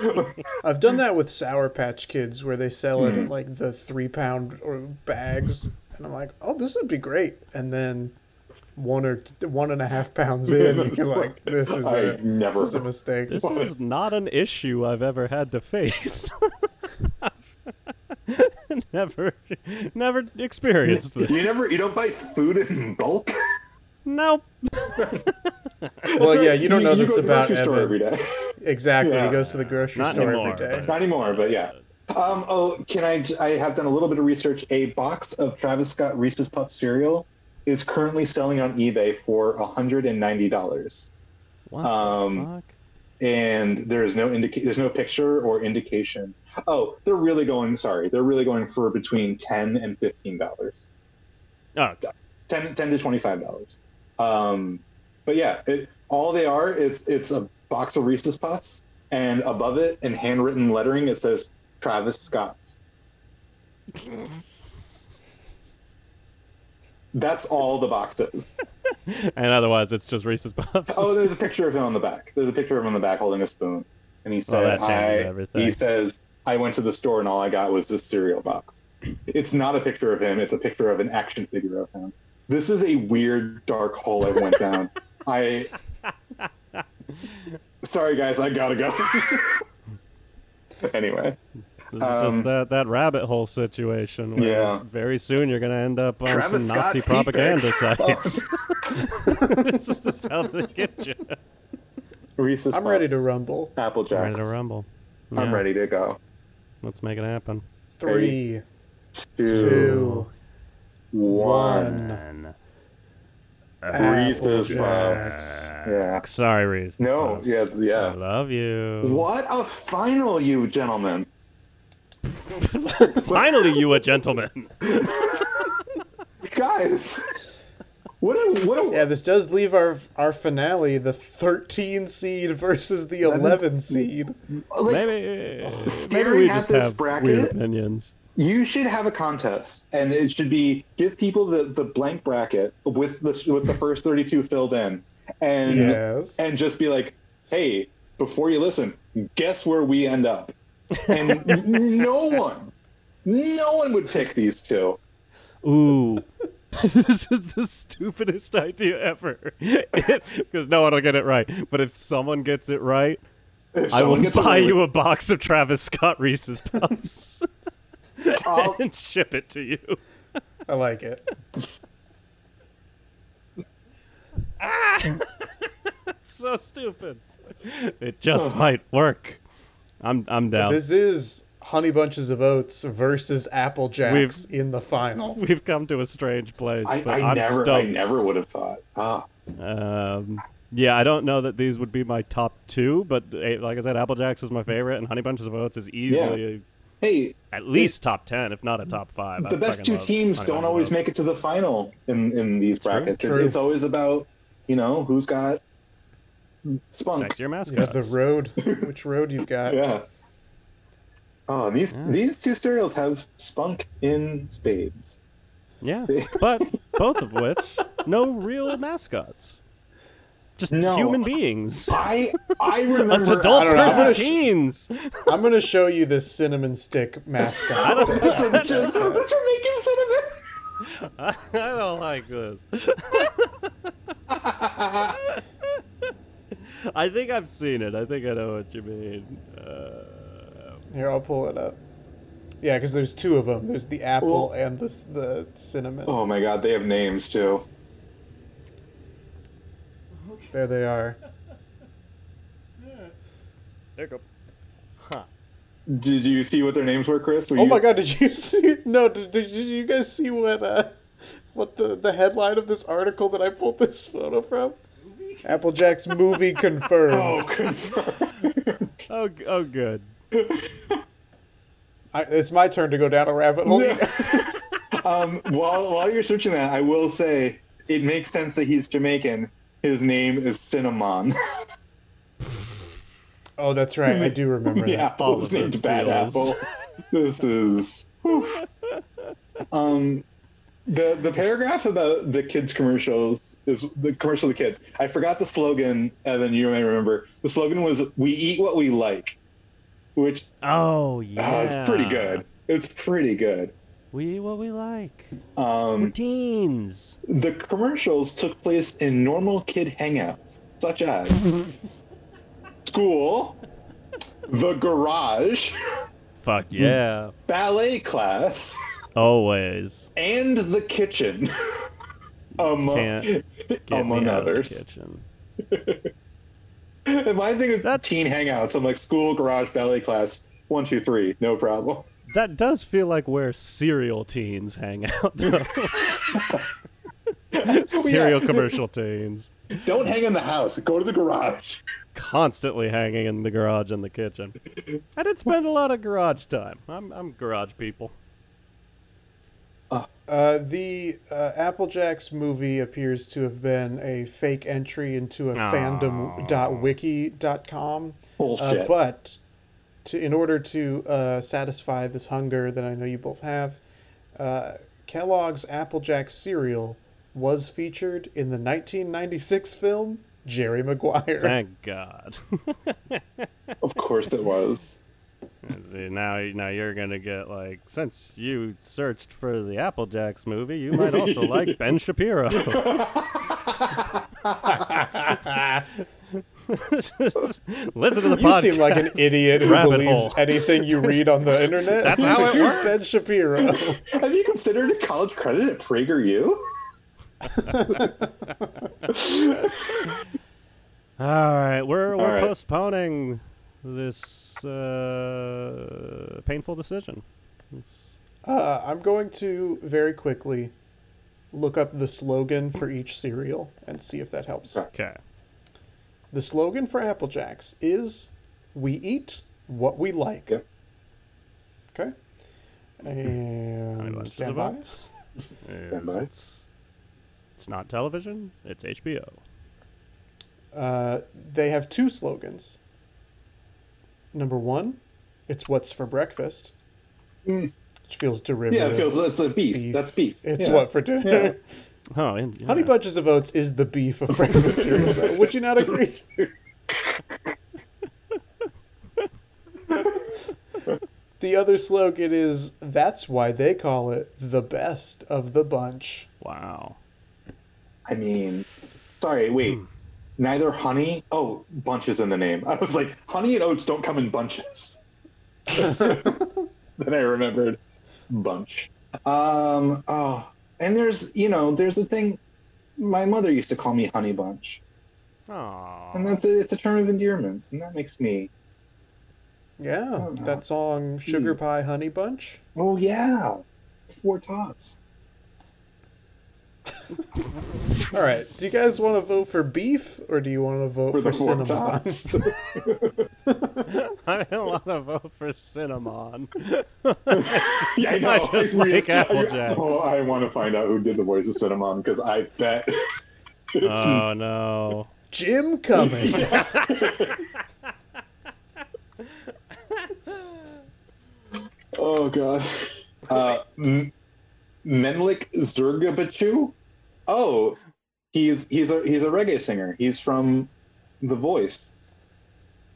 Speaker 2: [laughs]
Speaker 1: [laughs]
Speaker 2: I've done that with Sour Patch Kids where they sell it
Speaker 3: Hmm.
Speaker 2: in like the three pound or bags, and I'm like, oh, this would be great, and then one or t- one and a half pounds in, [laughs] you're like, this is
Speaker 3: I
Speaker 2: a
Speaker 3: never-
Speaker 2: this is a mistake.
Speaker 1: This is not an issue I've ever had to face. [laughs] never, never experienced this.
Speaker 3: you never, you don't buy food in bulk.
Speaker 1: Nope.
Speaker 2: Well, yeah, you don't know
Speaker 3: you
Speaker 2: this
Speaker 3: go to the
Speaker 2: about
Speaker 3: grocery store
Speaker 2: Evan.
Speaker 3: every day.
Speaker 2: Exactly,
Speaker 3: Yeah.
Speaker 2: he goes to the grocery
Speaker 1: Not
Speaker 2: store
Speaker 1: anymore,
Speaker 2: every day.
Speaker 1: but-
Speaker 3: Not anymore, but yeah. [laughs] Um, oh, can I? I have done a little bit of research. A box of Travis Scott Reese's Puff cereal is currently selling on eBay for hundred and ninety dollars,
Speaker 1: What
Speaker 3: Um,
Speaker 1: the fuck?
Speaker 3: and there is no indica- There's no picture or indication. Oh, they're really going. Sorry, they're really going for between ten and fifteen dollars.
Speaker 1: Oh, [laughs]
Speaker 3: 10, 10 to twenty five dollars. Um, but yeah, it, all they are is it's a box of Reese's Puffs, and above it in handwritten lettering it says Travis Scott's. That's all the box is.
Speaker 1: and otherwise it's just Reese's Puffs.
Speaker 3: Oh,
Speaker 1: [laughs]
Speaker 3: there's a picture of him on the back. There's a picture of him on the back holding a spoon, and he said,
Speaker 1: Oh, that changes
Speaker 3: "I."
Speaker 1: everything.
Speaker 3: He says, "I went to the store and all I got was this cereal box." It's not a picture of him. It's a picture of an action figure of him. This is a weird dark hole I went down. I. Sorry, guys, I gotta go. [laughs] anyway,
Speaker 1: This is just
Speaker 3: Um,
Speaker 1: that, that rabbit hole situation. Where
Speaker 3: Yeah.
Speaker 1: Very soon you're going to end up on
Speaker 3: Travis
Speaker 1: some
Speaker 3: Scott
Speaker 1: Nazi
Speaker 3: feet
Speaker 1: propaganda
Speaker 3: pics.
Speaker 1: sites. [laughs]
Speaker 3: [laughs]
Speaker 1: this is just how they get you.
Speaker 3: Reese's.
Speaker 2: I'm ready to
Speaker 3: Puffs,
Speaker 2: rumble.
Speaker 3: Apple Jacks.
Speaker 1: Ready to rumble.
Speaker 3: I'm
Speaker 1: Yeah,
Speaker 3: ready to go.
Speaker 1: Let's make it happen.
Speaker 2: Three,
Speaker 3: Two,
Speaker 2: two,
Speaker 3: one.
Speaker 2: one.
Speaker 1: Man.
Speaker 2: ah,
Speaker 3: Reese's
Speaker 2: Apple
Speaker 3: Puffs.
Speaker 2: Jacks.
Speaker 3: Yeah.
Speaker 1: Sorry, Reese. Oh,
Speaker 3: No, yeah, it's- yeah.
Speaker 1: I love you.
Speaker 3: What a final, you gentlemen.
Speaker 1: Finally, you a gentleman.
Speaker 3: Guys, [laughs] what a what a
Speaker 2: Yeah, this does leave our our finale the 13 seed versus the 11 seed.
Speaker 3: [laughs] like,
Speaker 1: Maybe, maybe
Speaker 3: staring
Speaker 1: we
Speaker 3: at
Speaker 1: just
Speaker 3: this
Speaker 1: have weird
Speaker 3: bracket-
Speaker 1: opinions.
Speaker 3: you should have a contest, and it should be give people the, the blank bracket with the with the first thirty two filled in, and
Speaker 2: Yes.
Speaker 3: and just be like, hey, before you listen, guess where we end up, and no one, no one would pick these two.
Speaker 1: Ooh. [laughs] this is the stupidest idea ever. [laughs] Because no one will get it right. But if someone gets it right,
Speaker 3: If
Speaker 1: I
Speaker 3: someone
Speaker 1: will
Speaker 3: gets a
Speaker 1: buy
Speaker 3: really-
Speaker 1: you a box of Travis Scott Reese's
Speaker 3: [laughs]
Speaker 1: Puffs
Speaker 3: I'll-
Speaker 1: [laughs] and ship it to you.
Speaker 2: I like it.
Speaker 1: It's [laughs] so stupid. It just might work. I'm I'm down.
Speaker 2: This is Honey Bunches of Oats versus Apple Jacks in
Speaker 1: [laughs]
Speaker 2: the
Speaker 1: [laughs]
Speaker 2: final.
Speaker 1: We've come to a strange place.
Speaker 3: I,
Speaker 1: but
Speaker 3: I
Speaker 1: am
Speaker 3: never, I
Speaker 1: stoked.
Speaker 3: never would have thought. Ah,
Speaker 1: Um, yeah, I don't know that these would be my top two, but eh, like I said, Apple Jacks is my favorite, and Honey Bunches of Oats is easily
Speaker 3: hey,
Speaker 1: at least top ten, if not a top five. I
Speaker 3: the best
Speaker 1: fucking
Speaker 3: two
Speaker 1: love
Speaker 3: teams
Speaker 1: Honey
Speaker 3: don't
Speaker 1: Bunches of
Speaker 3: always
Speaker 1: Oats.
Speaker 3: make it to the final in in these
Speaker 1: true.
Speaker 3: brackets.
Speaker 2: True.
Speaker 3: It's, it's always about you know who's got spunk.
Speaker 1: sexier
Speaker 2: Yeah,
Speaker 1: mascots.
Speaker 2: the road. Which road you've got?
Speaker 3: Yeah. Oh, these
Speaker 1: Yeah.
Speaker 3: these two cereals have spunk in spades. [laughs]
Speaker 1: Yeah, but both of which no real mascots, just
Speaker 3: No.
Speaker 1: human beings.
Speaker 3: I I
Speaker 1: [laughs] That's
Speaker 3: remember.
Speaker 1: adults
Speaker 3: I don't know.
Speaker 2: I'm gonna
Speaker 1: versus
Speaker 2: sh-
Speaker 1: teens.
Speaker 2: I'm gonna show you this cinnamon stick mascot.
Speaker 1: don't-
Speaker 3: [laughs] [laughs] That's
Speaker 1: [laughs]
Speaker 3: what, that's what making cinnamon.
Speaker 1: I don't like this. I think I've seen it. I think I know what you mean. Uh,
Speaker 2: Here, I'll pull it up. Yeah, because there's two of them. There's the apple
Speaker 3: Well-
Speaker 2: and the s- the cinnamon.
Speaker 3: [laughs] Oh my god, they have names too.
Speaker 2: There they are.
Speaker 1: there you go. Huh.
Speaker 3: Did you see what their names were, Chris? Were
Speaker 2: Oh
Speaker 3: you-
Speaker 2: my god, did you [laughs] see? No, did, did you guys see what uh, what the the headline of this article that I pulled this photo from? Applejack's
Speaker 3: [laughs]
Speaker 2: movie confirmed.
Speaker 3: Oh, confirmed.
Speaker 1: Oh, g- oh, good.
Speaker 2: I, it's my turn to go down a rabbit hole.
Speaker 3: [laughs] um, while while you're searching that, I will say it makes sense that he's Jamaican. His name is Cinnamon.
Speaker 2: Oh, that's right. I do remember
Speaker 3: [laughs] the
Speaker 2: that.
Speaker 3: apple
Speaker 1: all of
Speaker 3: is named
Speaker 1: this
Speaker 3: Bad
Speaker 1: feels-
Speaker 3: Apple. This is. whew. Um, the the paragraph about the kids commercials is the commercial of the kids. I forgot the slogan, Evan. You may remember the slogan was "We eat what we like," which
Speaker 1: [laughs] Oh yeah.
Speaker 3: uh, it's pretty good. It's pretty good.
Speaker 1: We eat what we like. We're
Speaker 3: Um, [laughs]
Speaker 1: teens.
Speaker 3: The commercials took place in normal kid hangouts, such as school, the garage,
Speaker 1: Fuck yeah.
Speaker 3: ballet class,
Speaker 1: Always.
Speaker 3: and the kitchen, [laughs] among,
Speaker 1: Can't Get
Speaker 3: among
Speaker 1: me out of the
Speaker 3: [laughs] others.
Speaker 1: kitchen.
Speaker 3: And my thing with
Speaker 1: That's-
Speaker 3: teen hangouts, I'm like school, garage, ballet class, One, two, three, no problem. [laughs]
Speaker 1: That does feel like where serial teens hang out,
Speaker 3: [laughs] Oh,
Speaker 1: though. serial
Speaker 3: Yeah.
Speaker 1: commercial teens.
Speaker 3: Don't hang in the house. Go to the garage.
Speaker 1: Constantly hanging in the garage and the
Speaker 2: [laughs]
Speaker 1: kitchen. I did spend a lot of garage time. I'm, I'm garage people.
Speaker 2: Uh, the uh, Applejacks movie appears to have been a fake entry into a fandom.wiki.com. Uh,
Speaker 3: Bullshit.
Speaker 2: but to, in order to uh, satisfy this hunger that I know you both have, uh, Kellogg's Applejack cereal was featured in the 1996 film Jerry Maguire.
Speaker 1: Thank
Speaker 2: [laughs]
Speaker 1: God. [laughs]
Speaker 3: of course it was.
Speaker 1: See, now, now you're gonna get like since you searched for the Applejacks movie, you might also like Ben Shapiro. [laughs] Listen to the
Speaker 2: [laughs] You
Speaker 1: podcast.
Speaker 2: seem like an idiot who
Speaker 1: Rabbit
Speaker 2: believes
Speaker 1: hole.
Speaker 2: anything you read on the internet.
Speaker 1: That's how it
Speaker 2: Who's
Speaker 1: works.
Speaker 2: Ben Shapiro.
Speaker 3: Have you considered a college credit at PragerU?
Speaker 1: [laughs] All right, we're we're
Speaker 3: right.
Speaker 1: postponing this uh, painful decision. It's-
Speaker 2: Uh, I'm going to very quickly look up the slogan for each cereal and see if that helps.
Speaker 1: okay.
Speaker 2: The slogan for Apple Jacks is "We eat what we like."
Speaker 3: Yep.
Speaker 2: Okay.
Speaker 1: How many
Speaker 2: And
Speaker 1: buttons
Speaker 2: stand
Speaker 1: is it? [laughs]
Speaker 2: by.
Speaker 1: Is
Speaker 3: Stand by.
Speaker 1: It's, it's not television. It's HBO.
Speaker 2: Uh, they have two slogans. Number one, it's "What's for breakfast,"
Speaker 3: Mm.
Speaker 2: which feels derivative.
Speaker 3: Yeah, it feels it's a beef.
Speaker 2: Beef.
Speaker 3: That's beef.
Speaker 2: It's
Speaker 3: Yeah.
Speaker 2: what for dinner.
Speaker 3: Yeah.
Speaker 1: Oh, and, yeah.
Speaker 2: [laughs] Honey Bunches of Oats is the beef of breakfast cereal. though. Would you
Speaker 3: [laughs]
Speaker 2: not agree? The other slogan is that's why they call it the best of the
Speaker 3: [laughs]
Speaker 2: bunch.
Speaker 1: Wow.
Speaker 3: [laughs] I mean, sorry, wait.
Speaker 1: Hmm.
Speaker 3: Neither honey. Oh, bunch is in the name. I was like, honey and oats don't come in bunches. then I remembered bunch. Um. Oh, and there's you know there's a thing. My mother used to call me honey bunch,
Speaker 1: Aww.
Speaker 3: and that's a, it's a term of endearment, and that makes me.
Speaker 2: Yeah,
Speaker 3: Oh,
Speaker 2: that song Sugar
Speaker 3: Jeez.
Speaker 2: Pie Honey Bunch.
Speaker 3: Oh yeah, four tops.
Speaker 2: All right, do you guys want to vote for beef or do you want to vote
Speaker 3: For
Speaker 2: for,
Speaker 3: the four
Speaker 2: cinnamon?
Speaker 3: tops.
Speaker 1: [laughs] I want to vote for
Speaker 3: [laughs]
Speaker 1: Cinnamon.
Speaker 3: [laughs] yeah, I know.
Speaker 1: I
Speaker 3: [laughs]
Speaker 1: just
Speaker 3: really-
Speaker 1: like Applejacks.
Speaker 3: Oh, I want to find out who did the voice of Cinnamon because I bet. [laughs]
Speaker 1: [laughs]
Speaker 3: It's,
Speaker 1: oh no.
Speaker 2: [laughs] Jim Cummings.
Speaker 3: Oh god. [laughs] Uh, M- Memlik Zergabachu. Oh, he's he's a he's a reggae singer. He's from The Voice.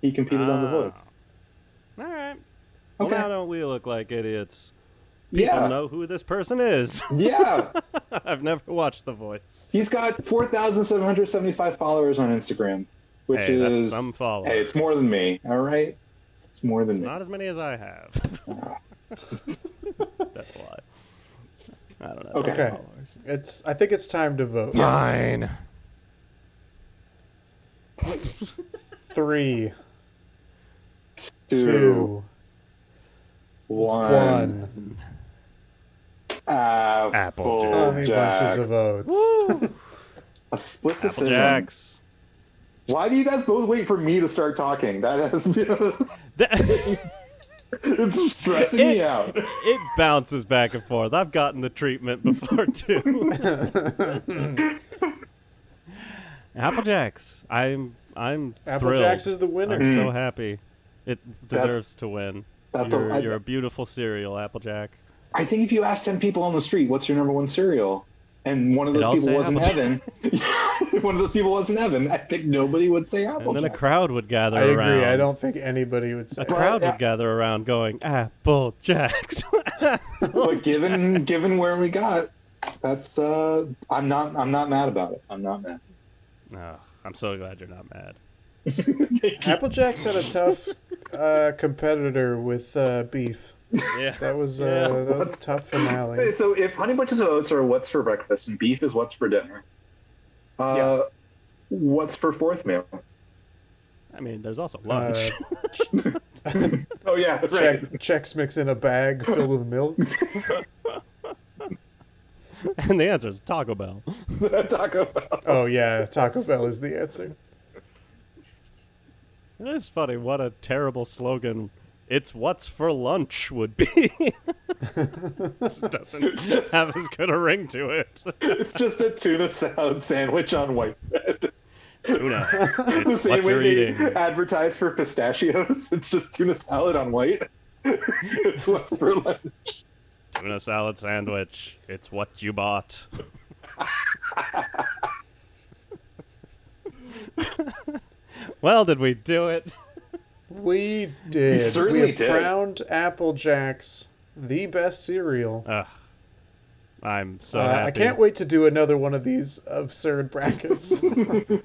Speaker 3: He competed on The
Speaker 1: Ah.
Speaker 3: Voice.
Speaker 1: All right. Well,
Speaker 3: Okay.
Speaker 1: now don't we look like idiots? People
Speaker 3: yeah,
Speaker 1: know who this person is. [laughs]
Speaker 3: yeah.
Speaker 1: I've never watched The Voice.
Speaker 3: He's got four thousand seven hundred seventy-five followers on Instagram, which
Speaker 1: hey, that's
Speaker 3: is
Speaker 1: some follow.
Speaker 3: hey, it's more than me. All right, it's more than me. Uh,
Speaker 1: Not as many as I have. that's a lie. I don't know.
Speaker 3: Okay.
Speaker 2: Okay.
Speaker 1: Followers.
Speaker 2: It's I think it's time to vote.
Speaker 1: Fine.
Speaker 2: Three,
Speaker 3: Two,
Speaker 2: two,
Speaker 3: one.
Speaker 2: one. Honey
Speaker 3: Applejacks.
Speaker 2: Bunches of Oats.
Speaker 1: Woo!
Speaker 3: A split decision.
Speaker 1: Applejacks.
Speaker 3: Why do you guys both wait for me to start talking? That has been.
Speaker 1: That-
Speaker 3: [laughs]
Speaker 1: [laughs]
Speaker 3: it's stressing me
Speaker 1: It-
Speaker 3: out.
Speaker 1: it bounces back and forth. I've gotten the treatment
Speaker 3: [laughs]
Speaker 1: before too.
Speaker 2: [laughs]
Speaker 1: Applejacks. I'm I'm thrilled.
Speaker 2: Applejacks is the winner.
Speaker 1: I'm so happy. It
Speaker 3: Mm. That's-
Speaker 1: deserves to win.
Speaker 3: That's
Speaker 1: you're,
Speaker 3: a,
Speaker 1: you're
Speaker 3: I,
Speaker 1: a beautiful cereal, Applejack.
Speaker 3: I think if you asked 10 people on the street, what's your number one cereal? And one of
Speaker 1: They'd
Speaker 3: those
Speaker 1: all
Speaker 3: people
Speaker 1: say
Speaker 3: wasn't Evan. [laughs] one of those people wasn't Evan. I think nobody would say
Speaker 1: And then a
Speaker 3: Applejack.
Speaker 1: crowd would gather
Speaker 2: I
Speaker 1: around.
Speaker 2: agree. I don't think anybody would say.
Speaker 3: [laughs]
Speaker 1: A crowd
Speaker 3: Well,
Speaker 1: would gather around going,
Speaker 3: [laughs]
Speaker 1: Applejacks.
Speaker 3: but given [laughs] given where we got, that's uh, I'm not I'm not mad about it. I'm not mad.
Speaker 1: [laughs] oh, I'm so glad you're not mad.
Speaker 3: Thank you.
Speaker 2: Applejacks had a tough uh, competitor with uh, beef.
Speaker 3: [laughs]
Speaker 1: Yeah.
Speaker 2: That was uh,
Speaker 1: Yeah.
Speaker 2: that was
Speaker 3: What's-
Speaker 2: a tough
Speaker 3: Hey,
Speaker 2: finale.
Speaker 3: so if honey bunches of oats are what's for breakfast and beef is what's for dinner, uh, what's for fourth meal?
Speaker 2: Uh,
Speaker 3: [laughs]
Speaker 1: I mean, there's also lunch.
Speaker 3: oh yeah, that's right.
Speaker 2: Chex, Chex Mix in a bag filled with
Speaker 3: [laughs]
Speaker 2: milk.
Speaker 1: [laughs] and the answer is Taco Bell.
Speaker 3: [laughs] Taco Bell.
Speaker 2: Oh yeah, Taco Bell is the answer. [laughs]
Speaker 1: It's funny what a terrible slogan. It's what's for lunch would be. [laughs] It doesn't
Speaker 3: It's just-
Speaker 1: have as good a ring to it.
Speaker 3: It's just a tuna salad sandwich on white bread.
Speaker 1: Tuna.
Speaker 3: [laughs] the
Speaker 1: It's
Speaker 3: same
Speaker 1: what
Speaker 3: way
Speaker 1: you're
Speaker 3: they
Speaker 1: eating.
Speaker 3: [laughs] advertise for pistachios. [laughs] It's just tuna salad on white. [laughs] it's what's for lunch.
Speaker 1: Tuna salad sandwich. It's what you
Speaker 3: [laughs]
Speaker 1: bought. [laughs] well, did we do it?
Speaker 2: We did.
Speaker 3: certainly
Speaker 2: we have
Speaker 3: did.
Speaker 2: crowned Apple Jacks the best cereal.
Speaker 1: Ugh. I'm so
Speaker 2: Uh,
Speaker 1: happy.
Speaker 2: I can't wait to do another one of these absurd brackets.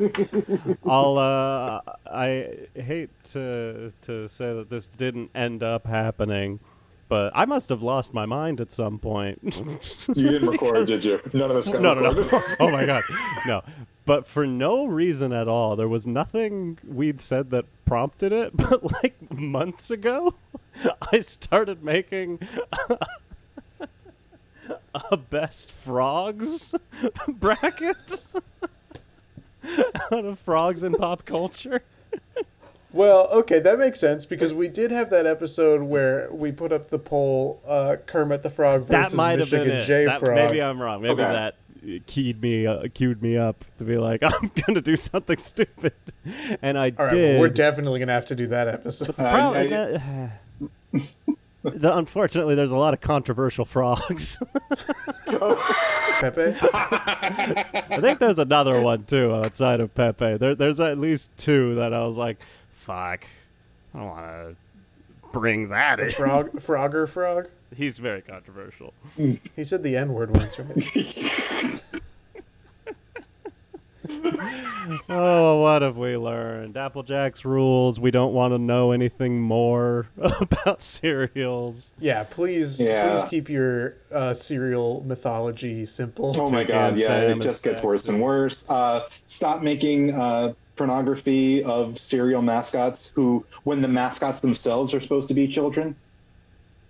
Speaker 2: [laughs]
Speaker 1: I'll. Uh, I hate to to say that this didn't end up happening, but I must have lost my mind at some point.
Speaker 3: You
Speaker 1: [laughs]
Speaker 3: didn't record, did you? None of us got
Speaker 1: no, no, no.
Speaker 3: recorded.
Speaker 1: [laughs] oh my god, no. But for no reason at all, there was nothing we'd said that prompted it. [laughs] But like months ago, I started making a best frogs [laughs] bracket out of frogs in pop culture.
Speaker 2: well, okay, that makes sense because we did have that episode where we put up the poll uh, Kermit the Frog versus
Speaker 1: that might have
Speaker 2: Michigan
Speaker 1: been it.
Speaker 2: J
Speaker 1: That-
Speaker 2: Frog.
Speaker 1: maybe I'm wrong. Maybe
Speaker 3: Okay.
Speaker 1: that keyed me, uh, cued me up to be like, [laughs] I'm gonna do something stupid, and I
Speaker 2: All right,
Speaker 1: did.
Speaker 2: well, we're definitely gonna have to do
Speaker 1: [laughs]
Speaker 2: that episode.
Speaker 3: I-
Speaker 1: Prob-
Speaker 3: I-
Speaker 1: that- the, [sighs] unfortunately, there's a lot of controversial frogs. [laughs]
Speaker 2: Pepe,
Speaker 1: I think there's another one too outside of Pepe. There, there's at least two that I was like, "Fuck, I don't want to bring that in." [laughs]
Speaker 2: Frog, Frogger Frog.
Speaker 1: He's very controversial.
Speaker 2: He said the N word once. Right?
Speaker 1: Oh, what have we learned? Applejack's rules. We don't want to know anything more [laughs] about cereals.
Speaker 2: Yeah, please,
Speaker 3: Yeah.
Speaker 2: please keep your uh, cereal mythology simple.
Speaker 3: Oh
Speaker 2: [laughs]
Speaker 3: my
Speaker 1: Toucan
Speaker 3: god, yeah,
Speaker 1: Sam
Speaker 3: it
Speaker 1: is
Speaker 3: just gets
Speaker 1: sexy.
Speaker 3: worse and worse. Uh, stop making uh, pornography of serial mascots who, when the mascots themselves are supposed to be children.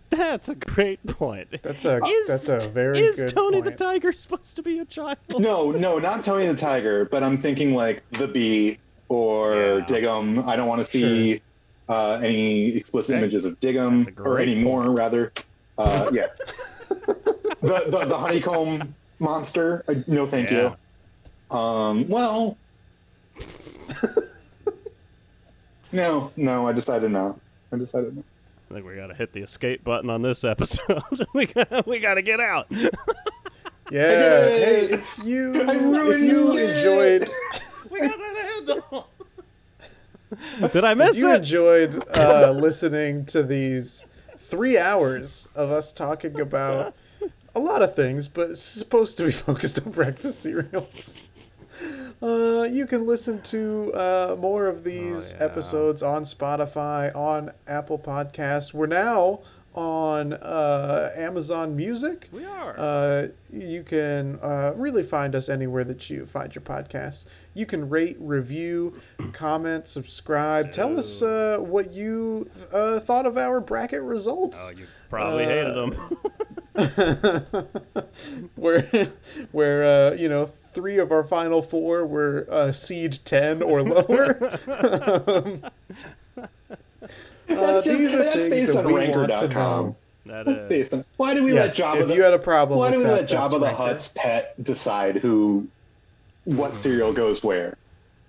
Speaker 1: That's a great point.
Speaker 2: That's a
Speaker 1: Is-
Speaker 2: that's a very
Speaker 1: is
Speaker 2: good
Speaker 1: Tony
Speaker 2: point.
Speaker 1: the Tiger supposed to be a child?
Speaker 3: [laughs] No, no, not Tony the Tiger, but I'm thinking like the Bee or
Speaker 1: Yeah.
Speaker 3: Diggum. I don't want to see uh, any explicit
Speaker 1: Okay.
Speaker 3: images of Diggum
Speaker 1: That's a
Speaker 3: or
Speaker 1: great
Speaker 3: any more, rather. Uh,
Speaker 1: [laughs]
Speaker 3: yeah, the, the the honeycomb monster. Uh, no, thank
Speaker 1: Yeah.
Speaker 3: you. Um,
Speaker 1: [laughs]
Speaker 3: well, no, no, I decided not. I decided not.
Speaker 1: I think we gotta hit the escape button on this episode. [laughs] we gotta, we gotta get out.
Speaker 2: Yeah. Hey,
Speaker 3: did it!
Speaker 2: if you
Speaker 3: [laughs] I
Speaker 2: if
Speaker 3: ruined
Speaker 2: you
Speaker 3: it!
Speaker 2: enjoyed
Speaker 1: we gotta handle. [laughs] Did I miss
Speaker 2: if you
Speaker 1: it?
Speaker 2: enjoyed uh, listening to these three hours of us talking about a lot of things, but it's supposed to be [laughs] focused on breakfast cereals. Uh, you can listen to uh, more of these
Speaker 1: Oh, yeah.
Speaker 2: episodes on Spotify, on Apple Podcasts. We're now on uh, Amazon Music.
Speaker 1: we are.
Speaker 2: Uh, you can uh, really find us anywhere that you find your podcasts. You can rate, review,
Speaker 1: [clears throat]
Speaker 2: comment, subscribe. Tell us uh, what you uh, thought of our bracket results.
Speaker 1: oh, you probably
Speaker 2: uh,
Speaker 1: hated them. Oh,
Speaker 2: [laughs] where, where uh, you know, three of our final four were uh, seed
Speaker 1: [laughs]
Speaker 2: ten or lower. um, uh,
Speaker 3: That's, just,
Speaker 2: these are
Speaker 3: that's
Speaker 2: things
Speaker 3: based
Speaker 2: that
Speaker 3: on
Speaker 2: we want to
Speaker 3: Ranker.com.
Speaker 2: know.
Speaker 1: That
Speaker 3: That's
Speaker 1: is-
Speaker 3: based on. Why do we
Speaker 2: Yes,
Speaker 3: let Jabba
Speaker 2: if
Speaker 3: the
Speaker 2: you had a problem,
Speaker 3: Why
Speaker 2: with
Speaker 3: do we
Speaker 2: that,
Speaker 3: let
Speaker 2: that's
Speaker 3: Jabba the
Speaker 2: Ranker.
Speaker 3: Hutt's pet decide who,
Speaker 2: Hmm.
Speaker 3: what cereal goes where?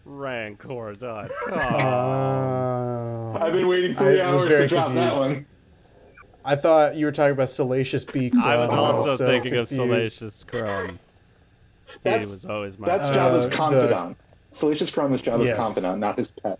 Speaker 1: Rancor.com.
Speaker 2: Uh,
Speaker 3: I've been waiting
Speaker 2: I
Speaker 3: three
Speaker 2: was
Speaker 3: hours
Speaker 2: very
Speaker 3: to drop that
Speaker 2: confused.
Speaker 3: one.
Speaker 2: I thought you were talking about Salacious Beak.
Speaker 1: I was
Speaker 2: Rob.
Speaker 1: also
Speaker 2: So
Speaker 1: thinking of
Speaker 2: confused.
Speaker 1: Salacious Crumb. He
Speaker 3: That's-
Speaker 1: was always my.
Speaker 3: That's
Speaker 2: Uh,
Speaker 3: Jabba's
Speaker 2: the-
Speaker 3: confidant. Salacious Crumb is Jabba's
Speaker 2: Yes.
Speaker 3: confidant, not his pet.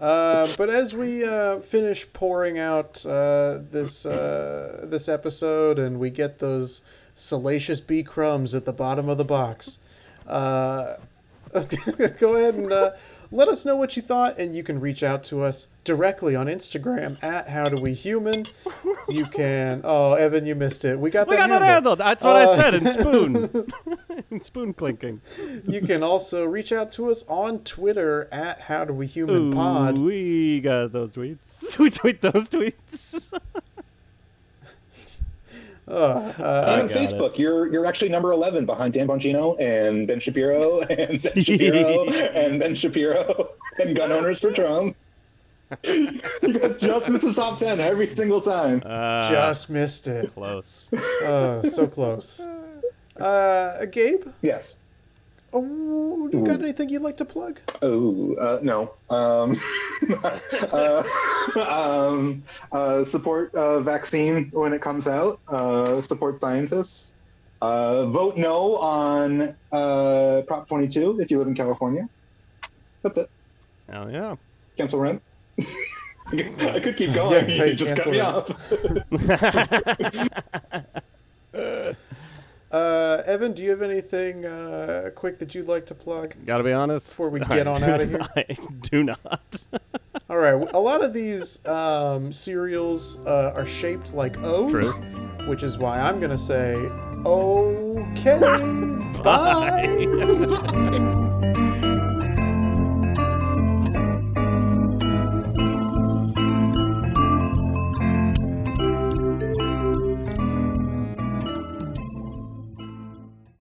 Speaker 2: Uh, but as we uh, finish pouring out uh, this uh, this episode, and we get those Salacious Bee crumbs at the bottom of the box, uh, [laughs] go ahead and uh, let us know what you thought, and you can reach out to us directly on Instagram at How Do We Human. You can. Oh, Evan, you missed it. We got
Speaker 1: we
Speaker 2: that
Speaker 1: got it handled. That's what I
Speaker 2: Uh,
Speaker 1: said in Spoon. [laughs] and spoon clinking.
Speaker 2: You can also reach out to us on Twitter at How Do We Human
Speaker 1: Ooh,
Speaker 2: Pod.
Speaker 1: we got those tweets. [laughs] we tweet those tweets.
Speaker 2: Uh, uh,
Speaker 1: I
Speaker 3: and on
Speaker 1: got it.
Speaker 3: Facebook, you're you're actually number eleven behind Dan Bongino and Ben Shapiro [laughs]
Speaker 2: [laughs]
Speaker 3: and Ben Shapiro and Ben Shapiro and Gun Owners for Trump. [laughs] you guys just miss the top ten every single time.
Speaker 1: Uh,
Speaker 2: just missed it.
Speaker 1: close.
Speaker 2: Oh, so close. Uh, Gabe,
Speaker 3: Yes.
Speaker 2: oh, you got
Speaker 3: Ooh.
Speaker 2: anything you'd like to plug?
Speaker 3: Oh uh, no. Um, [laughs] uh, [laughs] um, uh, support uh, vaccine when it comes out. Uh, support scientists. Uh, vote no on uh, Prop 22 if you live in California. That's it.
Speaker 1: Oh yeah.
Speaker 3: Cancel rent. [laughs] I could keep going.
Speaker 2: [laughs]
Speaker 3: [laughs]
Speaker 2: Yeah,
Speaker 3: you just cut
Speaker 2: cancel
Speaker 3: me
Speaker 2: rent.
Speaker 3: off.
Speaker 1: [laughs]
Speaker 2: Uh, Evan, do you have anything uh, quick that you'd like to plug?
Speaker 1: Gotta be honest.
Speaker 2: Before we
Speaker 1: I
Speaker 2: get on
Speaker 1: do-
Speaker 2: outta
Speaker 1: [laughs]
Speaker 2: here.
Speaker 1: I do not. [laughs]
Speaker 2: All right, a lot of these um, cereals uh, are shaped like O's,
Speaker 1: True.
Speaker 2: which is why I'm gonna say, okay, bye.
Speaker 1: Bye.